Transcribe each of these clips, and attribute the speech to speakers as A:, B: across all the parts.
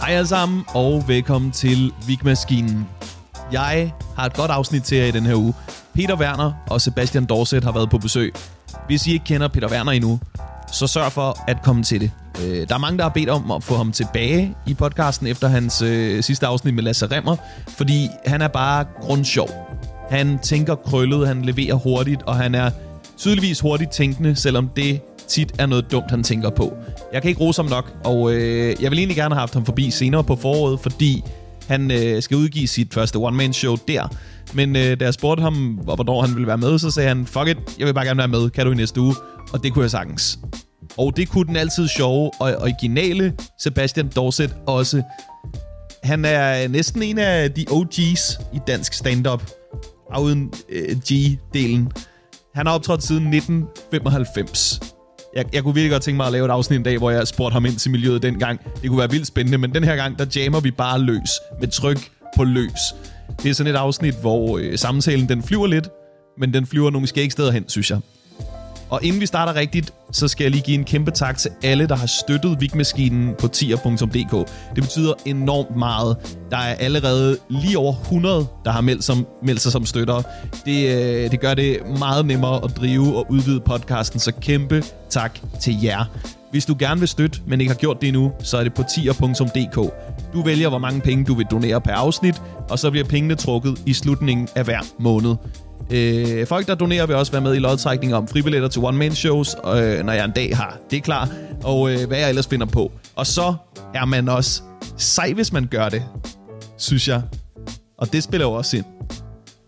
A: Hej alle sammen, og velkommen til Vigmaskinen. Jeg har et godt afsnit til jer i den her uge. Peter Werner og Sebastian Dorset har været på besøg. Hvis I ikke kender Peter Werner endnu, så sørg for at komme til det. Øh, Der er mange, der har bedt om at få ham tilbage i podcasten efter hans øh, sidste afsnit med Lasse Remmer, fordi han er bare grundsjov. Han tænker krøllet, han leverer hurtigt, og han er tydeligvis hurtigt tænkende, selvom det tit er noget dumt, han tænker på. Jeg kan ikke rose ham nok, og øh, jeg vil egentlig gerne have haft ham forbi senere på foråret, fordi han øh, skal udgive sit første one-man-show der. Men øh, da jeg spurgte ham, hvor- hvornår han ville være med, så sagde han, fuck it, jeg vil bare gerne være med, kan du i næste uge? Og det kunne jeg sagtens. Og det kunne den altid sjove og originale Sebastian Dorset også. Han er næsten en af de OG's i dansk stand-up, og uden øh, G-delen. Han har optrådt siden 1995. Jeg, jeg kunne virkelig godt tænke mig at lave et afsnit en dag, hvor jeg spurgte ham ind til miljøet dengang. Det kunne være vildt spændende, men den her gang, der jammer vi bare løs. Med tryk på løs. Det er sådan et afsnit, hvor øh, samtalen den flyver lidt, men den flyver nogle skægge steder hen, synes jeg. Og inden vi starter rigtigt, så skal jeg lige give en kæmpe tak til alle, der har støttet Vigmaskinen på tier.dk. Det betyder enormt meget. Der er allerede lige over 100, der har meldt, som, meldt sig som støttere. Det, øh, det gør det meget nemmere at drive og udvide podcasten, så kæmpe tak til jer. Hvis du gerne vil støtte, men ikke har gjort det endnu, så er det på tier.dk. Du vælger, hvor mange penge du vil donere per afsnit, og så bliver pengene trukket i slutningen af hver måned. Øh, folk, der donerer, vil også være med i lodtrækninger om fribilletter til one-man-shows, øh, når jeg en dag har det klar, og øh, hvad jeg ellers finder på. Og så er man også sej, hvis man gør det, synes jeg. Og det spiller jo også ind.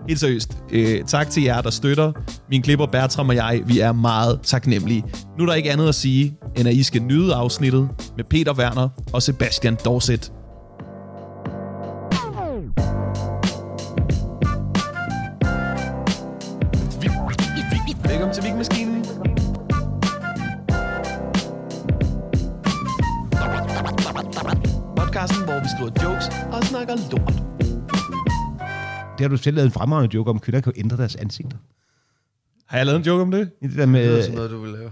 A: Helt seriøst, øh, tak til jer, der støtter. Min klipper Bertram og jeg, vi er meget taknemmelige. Nu er der ikke andet at sige, end at I skal nyde afsnittet med Peter Werner og Sebastian Dorset. Velkommen til Vigmaskinen. Podcasten, hvor vi skriver jokes og snakker lort.
B: Det har du selv lavet en fremragende joke om, kvinder kan jo ændre deres ansigter.
A: Har jeg lavet en joke om det?
B: Det der med,
C: Det er sådan noget, du vil lave.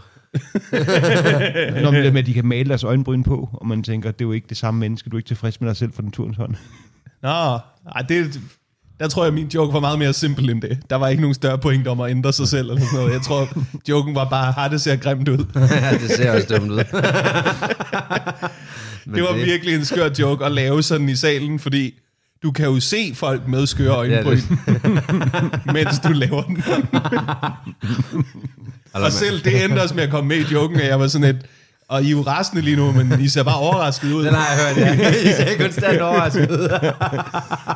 B: når man, det der med, at de kan male deres øjenbryn på, og man tænker, det er jo ikke det samme menneske, du er ikke tilfreds med dig selv for naturens hånd.
A: Nå, ej, det, der tror jeg, min joke var meget mere simpel end det. Der var ikke nogen større point om at ændre sig selv eller sådan noget. Jeg tror, joken var bare, har det ser grimt ud.
C: ja, det ser også dumt ud. Men
A: Det var virkelig en skør joke at lave sådan i salen, fordi du kan jo se folk med skøre øjenbryn, mens du laver den.
C: Eller,
A: Og selv det endte også med at komme med i joken, at jeg var sådan et, og I er jo rasende lige nu, men I ser bare overrasket ud.
C: Den har jeg hørt, ja. I ser konstant overrasket ud.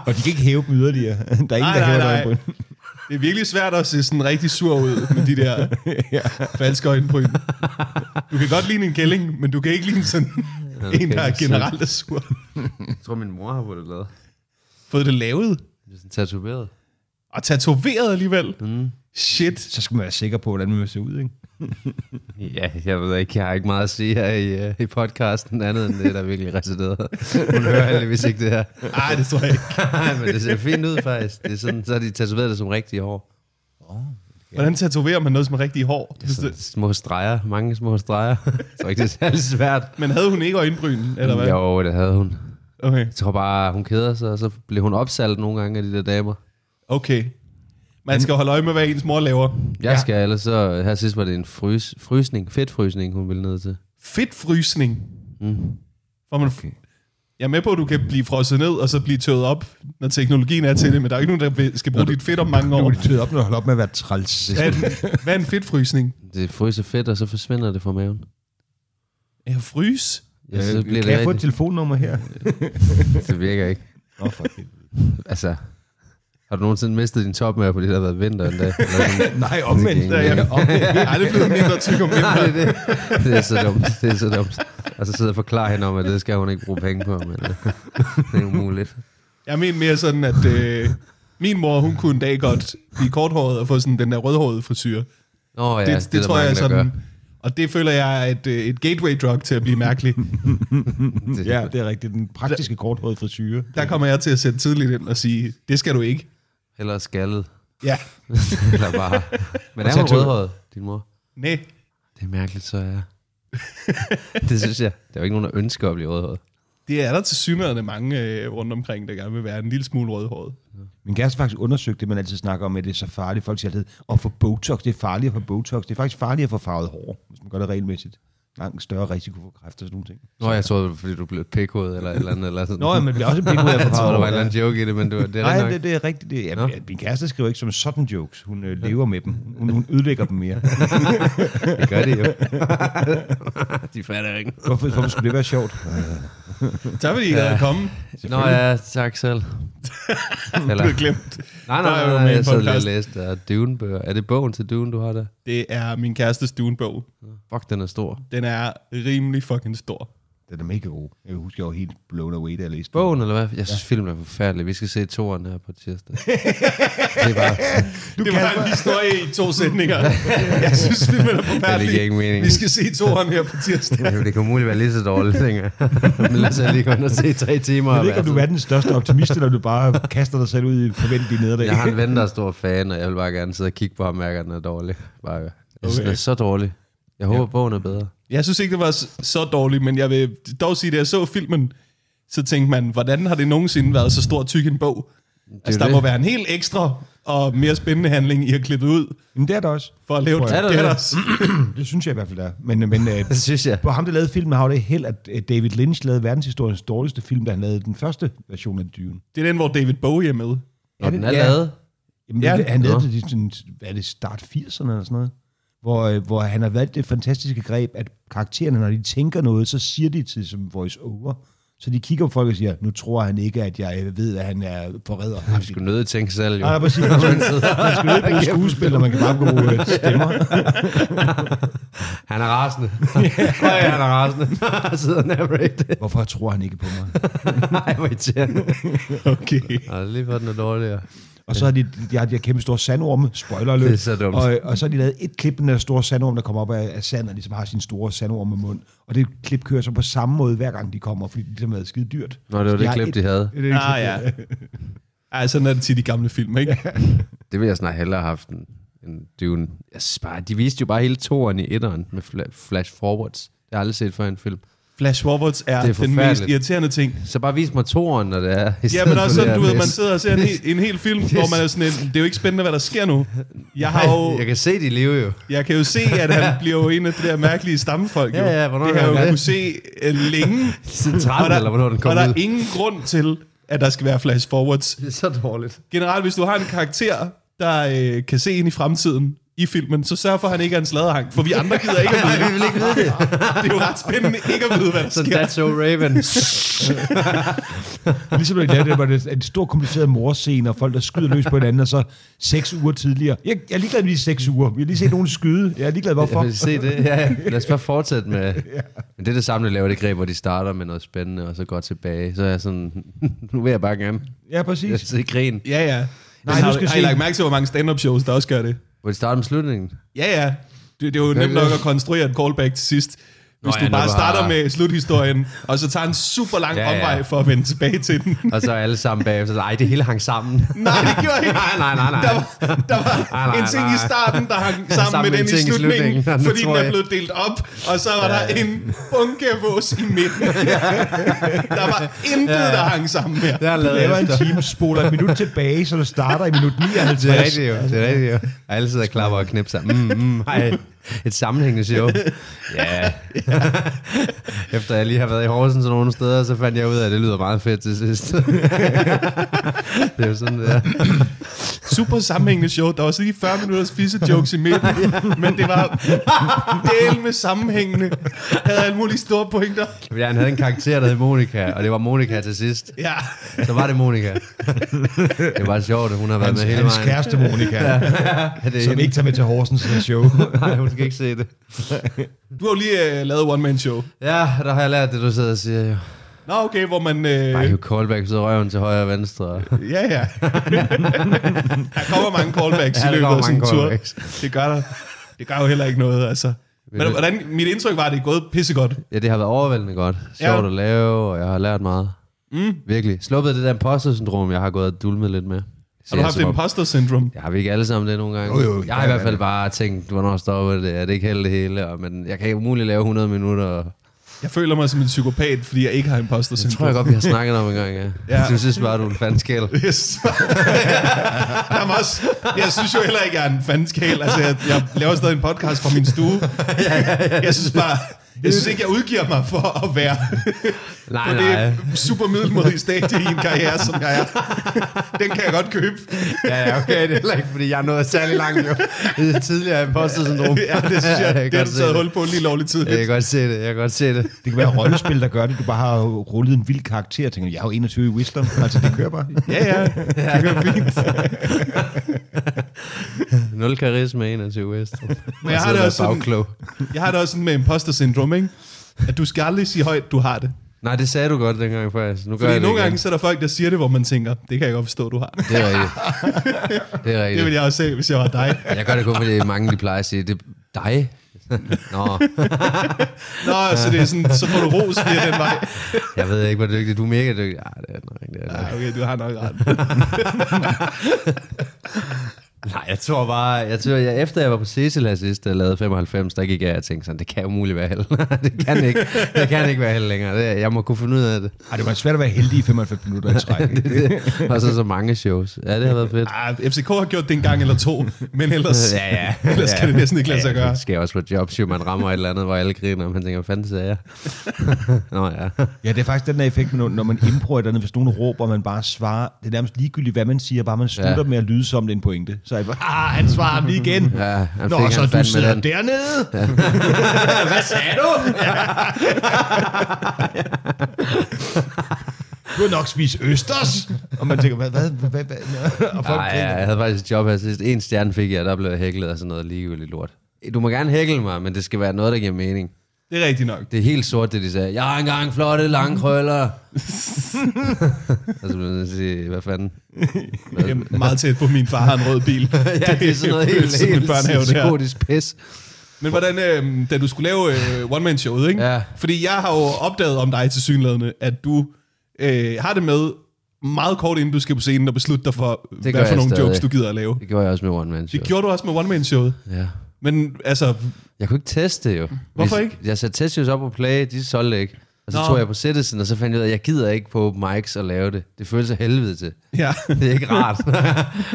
B: Og de kan ikke hæve dem yderligere. Der er ingen,
A: Nej,
B: der
A: nej,
B: hæver
A: nej.
B: et øjenbryn.
A: Det er virkelig svært at se sådan rigtig sur ud med de der falske øjenbryn. Du kan godt ligne en kælling, men du kan ikke ligne sådan
C: Okay,
A: en, der er
C: så-
A: generelt er sur.
C: Jeg tror, min mor har fået det lavet.
A: Fået det lavet
C: Det er sådan tatoveret.
A: og tatoveret alligevel.
C: Mm.
A: Shit.
B: Så skal man være sikker på, hvordan man vil se ud, ikke?
C: Ja, jeg ved ikke, jeg har ikke meget at sige her i, uh, i podcasten, andet end det, der er virkelig resideret. Hun hører heldigvis ikke det her.
A: Nej, det tror jeg ikke.
C: Nej, men det ser fint ud faktisk. Det er sådan, så har de tatoveret det som rigtige hår.
A: Hvordan tatoverer man noget som rigtig hår?
C: Det er sådan små streger, mange små streger. Jeg tror ikke, det er særlig svært.
A: Men havde hun ikke øjenbryn, eller hvad?
C: Jo, det havde hun.
A: Okay.
C: Jeg tror bare, hun keder sig, og så blev hun opsalt nogle gange af de der damer.
A: okay. Man skal holde øje med, hvad ens mor laver.
C: Jeg skal ellers så... Her sidst var det en frys, frysning, fedtfrysning, hun ville ned til.
A: Fedtfrysning. Mm. Hvor man, okay. Jeg er med på, at du kan blive frosset ned, og så blive tøet op, når teknologien er til det, men der er ikke nogen, der vil- skal bruge dit fedt om mange
B: Nu
A: år.
B: må de tøde op, når holde op med at være træls.
A: Hvad er en, hvad er en fedtfrysning?
C: Det fryser fedt, og så forsvinder det fra maven.
A: Jeg frys?
C: Ja, så bliver
B: Øh, kan jeg
C: det
B: få et
C: rigtigt.
B: telefonnummer her?
C: Det virker ikke.
B: Nå, for helvede.
C: Altså, har du nogensinde mistet din topmave, fordi der har været vinter en dag? Eller sådan?
B: Nej, omvendt.
C: Det
A: Der,
C: er
A: jeg,
C: ikke-
A: jeg er aldrig blevet mindre tyk om
C: Nej,
A: vinteren.
C: det, er det. det er så dumt. Det er så dumt. Og så sidder jeg og forklarer hende om, at det skal hun ikke bruge penge på, men øh, det er umuligt.
A: Jeg mener mere sådan, at øh, min mor, hun kunne en dag godt blive korthåret og få sådan den der rødhårede frisyr.
C: Nå ja,
A: det,
C: det,
A: det,
C: er
A: det
C: der
A: tror
C: mange,
A: jeg er
C: der
A: sådan...
C: gør.
A: Og det føler jeg er et, øh, et gateway drug til at blive mærkelig.
C: Det,
B: Ja, det er rigtigt. Den praktiske korthårede frisyre.
A: Der kommer jeg til at sætte tidligt ind og sige, det skal du ikke.
C: Eller skaldet.
A: Ja,
C: Eller bare... Men er hun
B: tattoo.
C: rødhåret, din mor?
A: nej.
C: Det er mærkeligt, så er jeg. det synes jeg. Der er jo ikke nogen, der ønsker at blive rødhåret.
A: Det er der til synligheden mange øh, rundt omkring, der gerne vil være en lille smule rødhåret.
B: Min kæreste har faktisk undersøgt det, man altid snakker om, at det er så farligt. Folk siger altid, at få Botox, det er farligt at få Botox. Det er faktisk farligt at få farvet hår, hvis man gør det regelmæssigt. Langt større risiko for kræft og sådan nogle ting.
C: Nå, jeg troede, det var, fordi du blev et pikhoved eller et eller andet. Eller sådan.
B: Nå, ja, man bliver også en pik ud af
C: jeg
B: at få
C: tror,
B: farvet
C: der
B: hår.
C: var en eller
B: ja.
C: anden joke i det, men du, det er rigtig
B: Nej,
C: nok.
B: det, det er rigtigt. Det,
C: Nå.
B: jamen, ja, min kæreste skriver ikke som sådan jokes. Hun øh, lever med dem. Hun, hun ødelægger dem mere.
C: Det gør det jo. de fatter ikke.
B: Hvorfor, hvorfor skulle det være sjovt? Øh,
A: Tak fordi I gad at komme.
C: Nå ja, tak selv.
A: Du
C: Eller,
A: er glemt.
C: nej, nej,
A: Der er jo med
C: nej, nej
A: en
C: jeg sad lige og
A: podcast.
C: læste uh, Dune-bøger. Er det bogen til Dune, du har der?
A: Det er min kærestes dunebog.
C: Fuck, den er stor.
A: Den er rimelig fucking stor.
B: Den er mega god. Jeg kan huske, jeg var helt blown away, da jeg læste den.
C: Bogen, eller hvad? Jeg synes, ja. filmen er forfærdelig. Vi skal se toeren her på tirsdag. det er bare,
A: Du det var en historie i to sætninger. Jeg synes, vi er
C: Det giver ikke mening.
A: forfærdelige. Vi skal se toeren her på tirsdag.
C: Jamen, det kan muligt være lige så dårligt, tænker jeg. Men lad os lige gå ind og se tre timer.
B: Jeg
C: og
B: ved ikke, om
C: være
B: du er den største optimist, eller du bare kaster dig selv ud i forventelige nederlag.
C: Jeg har en ven, der er stor fan, og jeg vil bare gerne sidde og kigge på ham, mærker, den er dårlig. Bare, jeg synes, den er så dårlig. Jeg håber, bogen er bedre.
A: Jeg synes ikke, det var s- så dårligt, men jeg vil dog sige, at jeg så filmen, så tænkte man, hvordan har det nogensinde været så stor tyk en bog? Altså, der
C: det.
A: må være en helt ekstra og mere spændende handling, I har klippet ud
B: Men det er der også.
A: for at lave
B: Tror
A: det.
B: jeg.
C: Er der
A: Det er
C: det?
A: der også.
B: Det synes jeg i hvert fald, der er. Men, men øh,
C: Det synes jeg.
B: på ham, der lavede filmen, har jo det held, at øh, David Lynch lavede verdenshistoriens dårligste film, da han lavede den første version af Dune.
A: Det er den, hvor David Bowie er med.
C: Og den er
B: Ja.
C: lavet.
B: Jamen,
A: Ja.
B: ja. Han lavede
C: Nå.
B: det i sådan, hvad er det, start 80'erne eller sådan noget, hvor, øh, hvor han har valgt det fantastiske greb, at karaktererne, når de tænker noget, så siger de til som voice over. Så de kigger på folk og siger, nu tror han ikke, at jeg ved, at han er forræder.
C: Du skulle nødt til at tænke selv, jo.
B: Nej, nej, præcis. Man skal, man skal jo ikke bruge skuespillere, man kan bare bruge øh, stemmer.
C: Han er rasende. Han er rasende. Sidder han og rate.
B: Hvorfor tror han ikke på mig?
C: Nej, hvor irriterende.
A: Okay.
C: Og det er lige for, den er dårligere.
B: Og så har de, de, har, de har kæmpe store sandorme, spoiler alert.
C: Det er så dumt.
B: Og, og så har de lavet et klip med den der store sandorm, der kommer op af, af sand, og ligesom har sin store sandorm i mund. Og det klip kører så på samme måde, hver gang de kommer, fordi det ligesom er skide dyrt.
C: Nå, det var
B: Så
C: det
B: har
C: klip,
B: et-
C: de havde.
B: Det er ikke-
A: Ah, ja. Ej, sådan er det til de gamle film, ikke?
C: Det ville jeg snart hellere have haft en, en Dune. Jeg synes bare, de viste jo bare hele toeren i etteren med fla- flash forwards. Det har jeg aldrig set før i en film.
A: Flash forwards er,
C: Det er
A: er den mest
C: forfærdeligt.
A: irriterende ting.
C: Så bare vis mig toeren, når det er. i
A: Ja,
C: stedet
A: men
C: for
A: også
C: det
A: sådan,
C: her
A: du ved,
C: pis.
A: man sidder og ser en, hel- en hel film, hvor man er sådan en, det er jo ikke spændende, hvad der sker nu. Jeg, har jo,
C: Jeg kan se, de lever jo.
A: jeg kan jo se, at han bliver jo en af de der mærkelige stammefolk. Jo.
C: Ja, ja, hvornår
A: det
C: gør
A: kan jeg
C: han
A: jo
C: det?
A: kunne se uh, længe.
C: Siden 13, eller hvornår den kom
A: og der er
C: ud.
A: ingen grund til, at der skal være flash forwards.
C: Det er så dårligt.
A: Generelt, hvis du har en karakter, der øh, kan se ind i fremtiden i filmen, så sørg for, at han ikke er en sladehang, for vi andre gider ikke at vide det.
C: Vi vil ikke vide det.
A: Det er jo ret spændende ikke at vide, hvad der
C: Sådan,
A: sker.
C: that's so Raven.
B: Ligesom når de lavede det, hvor det er en stor kompliceret morscene, og folk, der skyder løs på hinanden, og så seks uger tidligere. Jeg, jeg er ligeglad med de seks uger. Vi har lige set nogen skyde. Jeg er ligeglad,
C: Jeg
B: hvorfor.
C: vil se det. Ja, ja. lad os bare fortsætte med... Men det er det samme, der laver det greb, hvor de starter med noget spændende, og så går tilbage. Så er jeg sådan, nu vil jeg bare gerne.
B: Ja,
C: Jeg
B: præcis.
C: skal se grin.
A: Ja, ja.
B: Nej,
A: Nej,
B: du
A: har,
B: skal
A: har
B: se-
A: I lagt mærke til, hvor mange stand-up shows, der også gør det?
C: Hvor de starter med slutningen.
A: Ja, ja. Det, det er jo nemt nok at konstruere et callback til sidst. Hvis
C: Nå ja,
A: du
C: når
A: bare
C: du
A: starter
C: har-
A: med sluthistorien, og så tager en super lang
C: Ja, ja.
A: omvej for at vende tilbage til den.
C: Og så er alle sammen bagefter. Nej, det hele hang sammen.
A: Nej, det gjorde ikke.
C: Nej, nej, nej, nej.
A: Der var, der var
C: Nej, nej,
A: en ting i
C: nej.
A: starten, der hang sammen, sammen med den i
C: ting i
A: slutningen,
C: slutningen. Ja, nu
A: fordi den
C: tror
A: er
C: jeg.
A: blevet delt op, og så var der en bunke af vås i midten. der var intet, der hang sammen her.
C: Det har jeg
B: Du
C: lavet
B: laver en
C: efter.
B: time, spoler et minut tilbage, så du starter i minut
C: Det er
B: 59.
C: rigtigt jo, det er rigtigt jo. Og alle sidder og klapper og knipser. Mm, mm, hej. Et sammenhængende show. Ja. Efter jeg lige har været i Horsens og nogle steder, så fandt jeg ud af, at det lyder meget fedt til sidst. det er jo sådan, det er.
A: Super sammenhængende show. Der var også lige 40 minutters fisse jokes i midten, men det var del med sammenhængende. Havde alle mulige store pointer.
C: Fordi han havde en karakter, der hed Monika, og det var Monika til sidst.
A: Ja.
C: Så var det Monika. det var sjovt, at hun har været
B: Hans,
C: med hele
B: hans
C: vejen.
B: kæreste, Monika,
C: Ja, det er
B: som
C: hende.
B: ikke tager med til Horsens til show.
C: Nej, hun skal ikke se det.
A: Du har jo lige øh, lavet one-man-show.
C: Ja, der har jeg lært det, du sidder og siger. jo.
A: Nå, okay, hvor man... Øh,
C: Bare hiv callback, så røven til højre og venstre.
A: ja, ja. der kommer mange callbacks
C: Ja,
A: i
C: der
A: løbet
C: kommer
A: af sådan en
C: mange
A: tur.
C: callbacks.
A: Det gør der. Det gør jo heller ikke noget, altså. Men hvordan, mit indtryk var, at det er gået pissegodt.
C: Ja, det har været overvældende godt. Sjovt
A: Ja.
C: ja. at lave, og jeg har lært meget. Mm. Virkelig. Sluppet det der imposter-syndrom, jeg har gået og dulmet lidt med.
A: Har du haft imposter syndrome?
C: Ja, har vi ikke alle sammen det nogle gange?
B: Jo, jo,
C: jeg har i
B: ja,
C: hvert fald
B: ja.
C: bare tænkt, hvornår stopper det? Er det ikke helt det hele? Og, men jeg kan ikke umuligt lave 100 minutter, og
A: Jeg føler mig som en psykopat, fordi jeg ikke har imposter
C: Det tror
A: syndrome.
C: jeg godt, vi har snakket om en gang, ja.
A: Ja.
C: ja. Du synes bare, du er en fandskæl.
A: Yes. Jamen også, jeg synes jo heller ikke, jeg er en fanskæl. Altså, jeg, jeg laver stadig en podcast fra min stue. Jeg synes bare, jeg synes ikke, jeg udgiver mig for at være på
C: Nej, nej.
A: det super middelmodige stadie i en karriere, som jeg er. Den kan jeg godt købe.
C: Ja, ja, okay, det er heller ikke, fordi jeg nåede særlig langt jo. Det er tidligere imposter-syndrom.
A: Ja, det synes jeg, det har
C: godt
A: du
C: se
A: taget hul på lige lovligt
C: Jeg
A: tidligt.
C: kan godt se det, jeg kan godt se det.
B: Det kan være rollespil, der gør det. Du bare har rullet en vild karakter og tænker, jeg har jo 21 i wisdom. Altså, det kører bare.
A: Ja, ja, det går fint.
C: Nul karisma, 21 West.
A: Men jeg har det også sådan, jeg har det også sådan med imposter syndrom, ikke? At du skal aldrig sige højt, du har det.
C: Nej, det sagde du godt dengang faktisk. Nu gør
A: Fordi
C: jeg det
A: nogle
C: igen.
A: gange, så er der folk, der siger det, hvor man tænker, det kan jeg godt forstå, du har.
C: Det er rigtigt. Det er
A: Det
C: rigtigt.
A: ville jeg også se, hvis jeg var dig.
C: Jeg gør det kun, fordi mange de plejer at sige, det er dig. Nå,
A: Nå, så det er sådan, så får du ros via den vej.
C: jeg ved ikke, hvor dygtig. Du er mega dygtig. Ah, det er den nok, det er den nok.
A: Nej, okay, du har nok ret.
C: Nej, jeg tror bare, jeg tror, jeg, efter jeg var på Cecil her sidst, og lavede 95, der gik jeg og tænkte sådan, det kan umuligt være held. det kan ikke, det kan ikke være held længere. Det, jeg må kunne finde ud af det.
B: Ej, det var svært at være heldig i 95 minutter i træk.
C: det, det. Og så så mange shows. Ja, det har været fedt.
A: Ah, FCK har gjort det en gang eller to, men ellers,
C: Ja, ja.
A: ellers kan det næsten ikke lade sig
C: Ja,
A: gøre.
C: Det sker også på jobs, jo. man rammer et eller andet, hvor alle griner, og man tænker, hvad fanden sagde jeg? Nå ja.
B: Ja, det er faktisk den der effekt, når, når man impro et eller andet, hvis nogen råber, og man bare svarer. Det er nærmest ligegyldigt, hvad man siger, bare man slutter
C: Ja.
B: med at lyde som det er en pointe. Så er jeg bare, ah, han svarer ham lige igen.
C: ja han
B: Nå,
C: fik
B: så
C: han
B: du
C: fandme
B: sidder
C: den.
B: dernede.
C: Hvad sagde du?
B: Du har nok spist østers. Og man tænker, hvad, hvad, hvad, hvad, hvad? Og folk
C: Nej, ja,
B: griner.
C: jeg havde faktisk et job her sidst. En stjerne fik jeg, der blev jeg hæklet af sådan noget ligegyldigt lort. Du må gerne hækle mig, men det skal være noget, der giver mening.
A: Det er rigtigt nok.
C: Det er helt sort, det de sagde. Jeg har engang flotte lange krøller. og så blev jeg nødt til at sige, hvad fanden?
A: Det er meget tæt på min far har en rød bil.
C: Ja, det er sådan noget helt,
A: føles som en
C: helt
A: børnehave, det her.
C: psykotisk pis.
A: Men hvordan, øh, da du skulle lave øh, one-man-showet, ikke?
C: Ja.
A: Fordi jeg har jo opdaget om dig til synlædende, at du øh, har det med meget kort inden du skal på scenen og beslutte dig for,
C: gør
A: hvad for
C: jeg
A: nogle
C: stadig.
A: jokes du gider at lave.
C: Det gjorde jeg også med One Man Show.
A: Det gjorde du også med one-man-showet.
C: Ja.
A: Men altså,
C: Jeg kunne ikke teste det jo.
A: Hvorfor
C: Hvis-
A: ikke?
C: Jeg satte testjøs op på play, de solgte ikke. Og så
A: Nå.
C: Nå. tog jeg på Citizen, og så fandt jeg ud af, at jeg gider ikke på open mics og lave det. Det føles af helvede til.
A: ja.
C: Det er ikke rart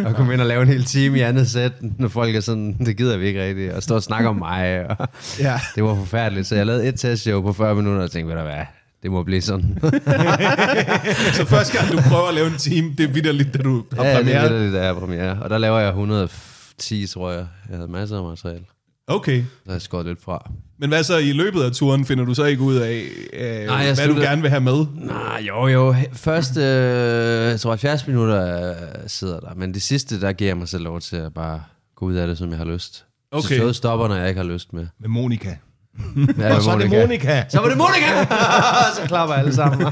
C: at komme ind og lave en hel time i andet sæt, når folk er sådan, det gider vi ikke rigtigt, og stå og snakke om mig. Og
A: ja.
C: det var forfærdeligt, så jeg lavede et testshow på 40 minutter, og tænkte, ved du hvad, det må blive sådan.
A: Så altså, første gang, du prøver at lave en time, det er vidderligt, da du har
C: ja, det
A: premiere.
C: er lidt, der er premiere. Og der laver jeg 110, tror jeg. Jeg havde masser af materiale,
A: Okay.
C: så har jeg skåret lidt fra.
A: Men hvad så i løbet af turen, finder du så ikke ud af, øh,
C: Nej, jeg
A: hvad du
C: slutter-
A: gerne vil have med?
C: Nej, jo, jo. Første, øh, jeg tror, 70 minutter øh, sidder der. Men det sidste, der giver jeg mig selv lov til at bare gå ud af det, som jeg har lyst.
A: Okay.
C: Så showet stopper, når jeg ikke har lyst med.
B: Med Monika.
C: Ja,
B: Og så er det Monika.
C: Så var det Monika! så klapper alle sammen.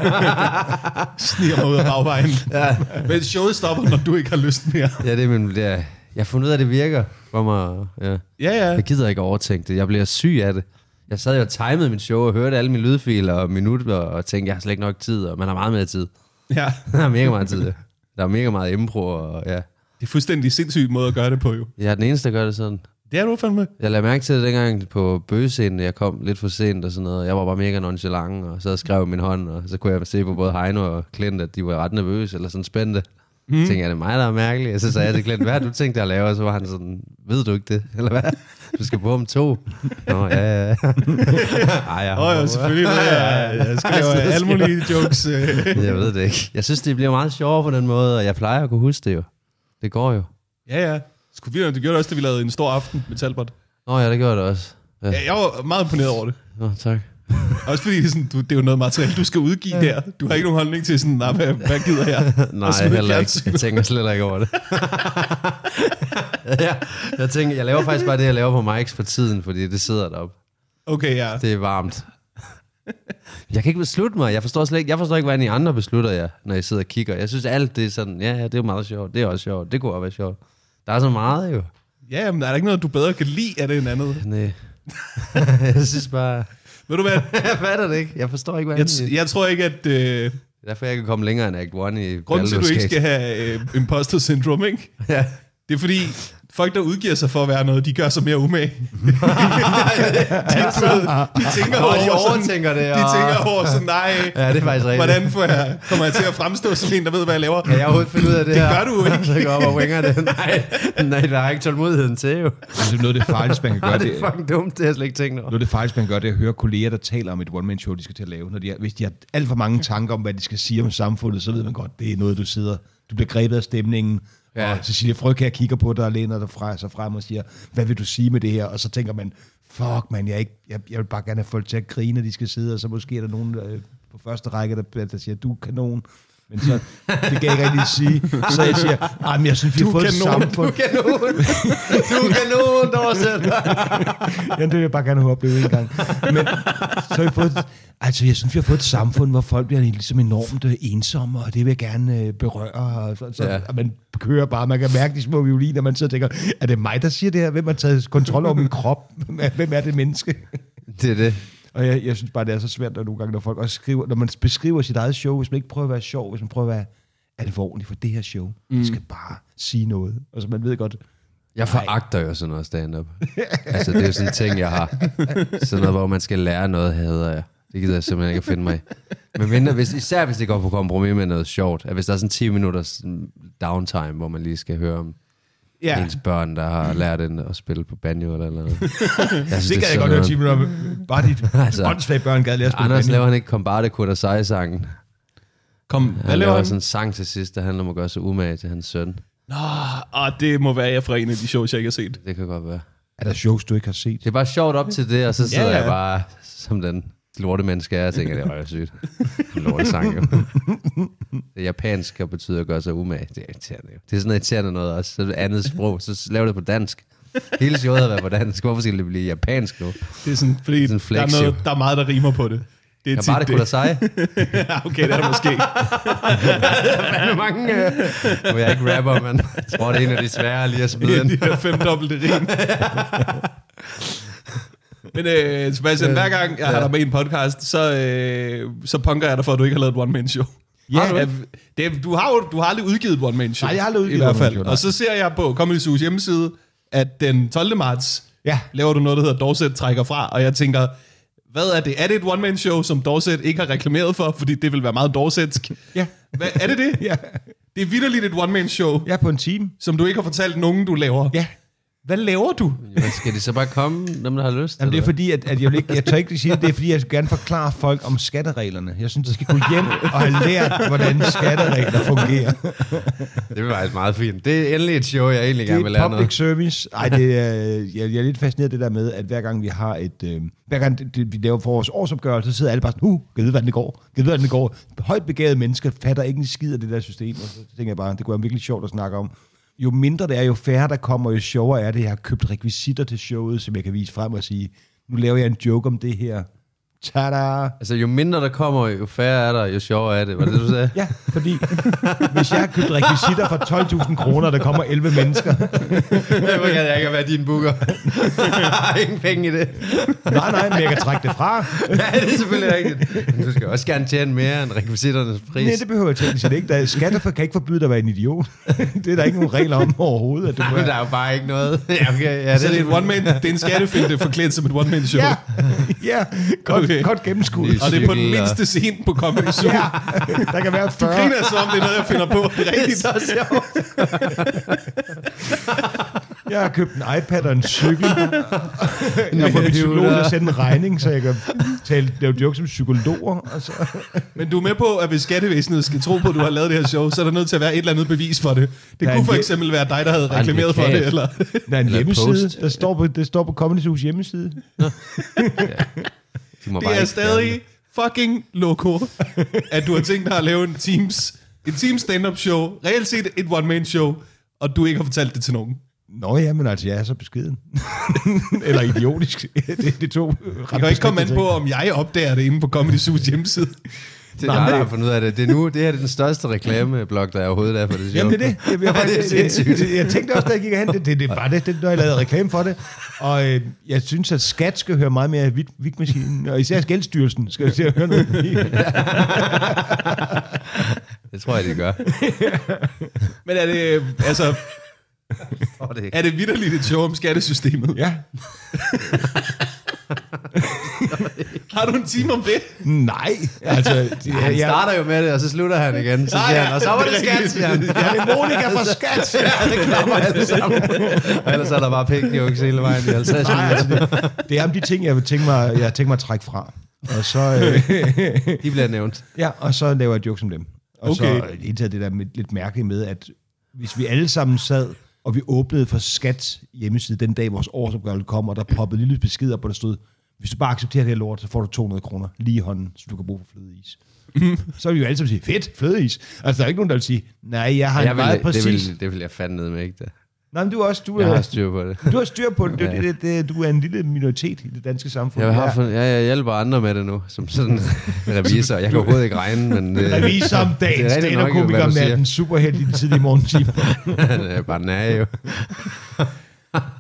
A: Sniger mig ud af bagvejen. ja. Men showet stopper, når du ikke har lyst mere.
C: ja, det er min... Det er, jeg har fundet ud af, at det virker for mig. Ja.
A: Ja, ja.
C: Jeg gider ikke overtænke det. Jeg bliver syg af det. Jeg sad jo og timede min show og hørte alle mine lydfiler og minutter og tænkte, jeg har slet ikke nok tid, og man har meget mere tid.
A: ja.
C: Der er mega meget tid. ja. Der er mega meget impro, og ja.
A: Det er fuldstændig sindssyg måde at gøre det på, jo.
C: Jeg er den eneste, der gør det sådan.
A: Det er du fandme.
C: Jeg lagde mærke til det dengang på bøgescenen, jeg kom lidt for sent og sådan noget. Jeg var bare mega nonchalant, og så skrev min hånd, og så kunne jeg se på både Heino og Klint, at de var ret nervøse eller sådan spændte. Mm. Så tænkte jeg, er det mig, der er mærkelig? Og så sagde jeg til Klint, hvad har du tænkt dig at lave? Og så var han sådan, ved du ikke det? Eller hvad? Du skal på om to. Nå, ja, ja, ja. Ej, jeg,
A: Åh, oh, ja, selvfølgelig. Ja, ja, ja. Jeg skal lave
C: Så
A: alle
C: skal jeg-
A: mulige jokes. øh.
C: jeg ved det ikke. Jeg synes, det bliver meget sjovere på den måde, og jeg plejer at kunne huske det jo. Det går jo.
A: ja, ja. Skulle vi, du gjorde det også, da vi lavede en stor aften med Talbot.
C: Nå ja, det gør det også. Ja.
A: Ja, jeg var meget imponeret over det.
C: Nå, tak.
A: Også fordi det er, sådan, du, det er jo noget materiale, du skal udgive der. Du har ikke nogen holdning til sådan, nah, hvad, hvad gider jeg? Og
C: Nej,
A: smide
C: heller ikke.
A: fjernsynet.
C: Jeg tænker slet ikke over det. ja, jeg, tænker, jeg laver faktisk bare det, jeg laver på Mike's for tiden, fordi det sidder deroppe.
A: Okay, ja.
C: Det er varmt. Jeg kan ikke beslutte mig. Jeg forstår, slet ikke, jeg forstår ikke, hvordan I andre beslutter jer, når I sidder og kigger. Jeg synes, alt det er sådan, ja, ja, det er jo meget sjovt. Det er også sjovt. Det kunne også være sjovt. Der er så meget jo.
A: Ja, men er der ikke noget, du bedre kan lide af det end andet?
C: Nej. jeg synes bare...
A: Ved du hvad?
C: Jeg fatter det ikke. Jeg forstår ikke, hvordan...
A: Jeg,
C: Det
A: t- jeg tror ikke, at... Øh,
C: er derfor, jeg kan komme længere end Act 1 i
A: grunden til, at du
C: Baldur's
A: ikke
C: Gate.
A: skal have øh, imposter syndrome, ikke?
C: Ja.
A: Det er fordi, folk, der udgiver sig for at være noget, de gør sig mere umage. de, du ved, de tænker
C: Nå, de
A: over sådan,
C: overtænker det,
A: de
C: og-
A: tænker over sådan, nej,
C: Ja, det er faktisk rigtigt.
A: hvordan får jeg, kommer jeg til at fremstå som en, der ved, hvad jeg laver?
C: Kan jeg overhovedet finde ud af det,
A: Det
C: her?
A: gør du ikke.
C: Så går jeg op og winger det. Nej, nej, der er ikke tålmodigheden til jo.
B: Altså, noget af det farligste, man kan
C: Nej,
B: gøre,
C: det er fucking dumt, det har jeg slet ikke tænkt over.
B: Noget af det faktisk, man gør, det er at høre kolleger, der taler om et one-man-show, de skal til at lave. Når de har, hvis de har alt for mange tanker om, hvad de skal sige om samfundet, så ved man godt, det er noget, du sidder... Du bliver grebet af stemningen,
C: Ja.
B: ja. og Cecilia Frøkær kigger på dig og læner dig fra, sig frem og siger, hvad vil du sige med det her? Og så tænker man, fuck man, jeg, er ikke, jeg, jeg vil bare gerne have folk til at grine, når de skal sidde, og så måske er der nogen øh, på første række, der, der siger, du er kanon. Men så, det kan jeg ikke rigtig sige. Så jeg siger, "Ej, men jeg synes, vi har
A: Du er
B: fået et
A: kanon,
B: samfund.
C: Kanon! Du er kanon, der oversætter.
B: Ja, det vil jeg bare gerne have oplevet en gang. Men så har vi fået, altså jeg synes, vi har fået et samfund, hvor folk bliver ligesom enormt øh, ensomme, og det vil jeg gerne øh, berøre. Og så, så,
C: Ja.
B: ja. og man kører bare, man kan mærke de små violiner, man sidder og tænker, er det mig, der siger det her? Hvem har taget kontrol over min krop? Hvem er- Hvem er det menneske?
C: Det er det.
B: Og jeg, jeg synes bare, det er så svært, når nogle gange, når folk også skriver, når man beskriver sit eget show, hvis man ikke prøver at være sjov, hvis man prøver at være alvorlig for det her show, mm. det skal bare sige noget. Og så man ved godt,
C: Jeg foragter jo sådan noget stand-up. Altså, det er jo sådan en ting, jeg har. Sådan noget, hvor man skal lære noget, hader jeg. Det gider jeg simpelthen ikke at finde mig i. Men mindre, hvis, især hvis det går på kompromis med noget sjovt. At hvis der er sådan 10 minutters mm, downtime, hvor man lige skal høre om ja. ens børn, der har lært en at spille på banjo eller noget. Jeg synes,
B: det kan jeg
C: er
B: godt høre,
C: sådan noget.
B: Jimmy, når bare dit
C: Altså.
B: altså, åndssvage børn gad lære at spille
C: Anders
B: banjo.
C: laver han ikke Combate Kudasai-sangen.
A: Kom, hvad laver
C: Han laver
A: han?
C: sådan en sang til sidst, der handler om at gøre sig umage til hans søn.
A: Åh, oh, det må være, jeg er fra en af de shows, jeg ikke har set.
C: Det kan godt være.
B: Er der shows, du ikke har set?
C: Det er bare sjovt op til det, og så sidder ja,
A: Ja,
C: ja.
A: ja.
C: jeg bare som den lorte menneske er, og tænker, det var jo sygt. Lorte sang jo. Det er japansk og betyder at gøre sig umage. Det er irriterende jo. Det er sådan noget irriterende noget også. Så er det andet sprog, så lav det på dansk. Hele showet har været på dansk. Hvorfor skal det blive japansk nu?
A: Det er sådan, fordi
C: Sådan
A: der,
C: flex,
A: er noget,
C: jo.
A: der er meget, der rimer på det. Det er
C: Kan bare det
A: tit
C: kunne
A: det.
C: seje.
A: okay, det er der måske.
C: Fandme mange. øh, Nu er jeg ikke rapper, men jeg tror, det er en af de svære lige at smide ind.
A: Det er de her femdobbelte rim. Men øh, Sebastian, hver gang jeg har dig med i en podcast, så, øh, så punker jeg dig for, at du ikke har lavet et one-man-show.
B: Ja.
A: Har du, ikke? det, du, har jo, du har aldrig udgivet et one-man-show.
B: Nej, jeg har aldrig udgivet
A: I hvert
B: et
A: fald.
B: one-man-show, nej.
A: Og så ser jeg på Comedy Zoo's hjemmeside, at den 12. marts
B: Ja.
A: laver du noget, der hedder Dorset trækker fra, og jeg tænker, hvad er det? Er det et one-man-show, som Dorset ikke har reklameret for? Fordi det vil være meget dorsetsk.
B: Ja.
A: Hvad, er det det?
B: Ja.
A: Det er vidderligt et one-man-show,
B: Jeg er på en time.
A: som du ikke har fortalt nogen, du laver.
B: Ja.
A: Hvad laver du?
C: Jamen, skal de så bare komme, dem der har lyst?
B: Jamen, det er
C: eller hvad?
B: fordi, at, at jeg, vil ikke, jeg tør ikke sige det, det er fordi, jeg vil gerne forklare folk om skattereglerne. Jeg synes, der skal gå hjem og have lært, hvordan skatteregler fungerer.
C: det var faktisk meget fint. Det er endelig et show, jeg egentlig gerne vil
B: Det er
C: lære
B: public
C: noget.
B: service. Ej, det er, jeg, jeg er lidt fascineret af det der med, at hver gang vi har et... Øh, hver gang det, det, vi laver for vores årsopgørelse, så sidder alle bare sådan, uh, kan jeg vide, hvordan det går? Kan jeg vide, hvordan det går? Højt begavede mennesker fatter ikke en skid af det der system. Og så tænker jeg bare, det kunne være virkelig sjovt at snakke om. Jo mindre det er, jo færre der kommer, jo sjovere er det. Jeg har købt rekvisitter til showet, som jeg kan vise frem og sige, nu laver jeg en joke om det her. Tada!
C: Altså, jo mindre der kommer, jo færre er der, jo sjovere er det. Var det, det, du sagde?
B: Ja, fordi hvis jeg har købt rekvisitter for 12.000 kroner, og der kommer 11 mennesker,
C: Hvorfor kan jeg ikke være din booker? Ingen penge i det.
B: nej, nej, men jeg kan trække det fra.
C: ja, det er selvfølgelig rigtigt. Men du skal også gerne tjene mere end rekvisitternes pris.
B: Nej, det behøver jeg teknisk set ikke. Der er, skatter kan ikke forbyde dig at være en idiot. det er der ikke nogen regler om overhovedet. At du
C: Ej,
B: må...
C: men der er jo bare ikke noget. ja, okay, ja,
A: Så Altså,
B: Altså,
A: det er, et
C: selvfølgelig-
A: one man, det er en skattefinte forklædt som et one-man-show.
B: Ja, ja. Godt,
A: Okay.
B: okay. godt gennemskud.
C: Yes.
A: Og det er på den
C: Cykel, og-
A: mindste scene på Comedy Zoo.
B: Ja, der kan være 40.
A: Griner så om det er noget, jeg finder på. Det er rigtigt.
C: så sjovt.
B: Jeg har købt en iPad og en cykel. Jeg har fået min psykolog til at sende en regning, så jeg kan tale, lave jokes som psykologer. Og så.
A: Men du er med på, at hvis skattevæsenet skal tro på, at du har lavet det her show, så er der nødt til at være et eller andet bevis for det. Det
B: Der er
A: kunne
B: en
A: for
B: hel-
A: eksempel være dig, der havde
C: en
A: reklameret for
C: plakat.
A: det. Eller...
B: Der er en
C: Eller
B: hjemmeside,
C: post.
B: der står på, det står på Comedy Hus hjemmeside.
C: De må bare
A: Det er
C: ikke
A: stadig fucking loco, at du har tænkt dig at lave en Teams, en teams stand-up show, reelt set et one-man-show, og du ikke har fortalt det til nogen.
B: Nå ja, men altså, jeg er så beskeden. Eller idiotisk. Det, det to
A: Jeg kan ikke komme an på, om jeg opdager det inde på Comedy Zoo's hjemmeside.
C: Det er dig, der har fundet ud af det. Det, er nu, det her det er den største reklameblok, der er overhovedet er for det show.
B: Jamen det er det. Jeg, jeg,
C: det er
B: faktisk, det,
C: sindssygt.
B: det, det, jeg tænkte også, da jeg gik hen, det, det, det var det, det, når jeg lavede reklame for det. Og øh, jeg synes, at skat skal høre meget mere af Vig- Vigmaskinen, og især Skældstyrelsen skal jo til at høre noget.
C: Det tror jeg, de gør.
A: Men er det, øh, altså,
C: Åh, det er ikke.
A: Er det vidderligt et show om skattesystemet?
B: Ja.
A: Har du en time om det?
B: Nej. Altså, det,
C: Han starter jo med det, og så slutter han igen. Så siger han, og så var det skat, siger han.
B: Ja, det er Monika fra Skat.
C: Ja, det klapper alle sammen. Og ellers er der bare pæk jokes hele vejen i 50
B: Nej, altså, det, det er om de ting, jeg vil tænke mig, jeg tænker mig at trække fra. Og så, øh,
C: De bliver nævnt.
B: Ja, og så laver jeg jokes om dem. Og okay. så
A: Okay.
B: i det hele taget det der med, lidt mærkeligt med, at hvis vi alle sammen sad, og vi åbnede for skat hjemmeside den dag, vores årsopgørelse kom, og der poppede en lille besked op, hvor der stod, hvis du bare accepterer det her lort, så får du 200 kroner lige i hånden, så du kan bruge for flødeis. så vil vi jo alle sammen sige, fedt, flødeis. Altså, der er ikke nogen, der vil sige, nej, jeg har en
C: Jeg vil,
B: meget
C: det,
B: præcis...
C: vil, det vil jeg fandme med, ikke det?
B: Nej, men du er også, du
C: Jeg
B: er,
C: har styr på det.
B: du har styr på det. Du, det, det, det. du er en lille minoritet i det danske samfund.
C: Jeg, har
B: Ja.
C: fundet, ja, jeg hjælper andre med det nu, som sådan en revisor. Jeg kan overhovedet ikke regne, men øh,
B: Revis om dagen,
C: Det er rigtigt nok, jo,
B: stand-up-komiker
C: hvad du siger.
B: med den superheldige tidlige morgentime.
C: det er bare nej jo.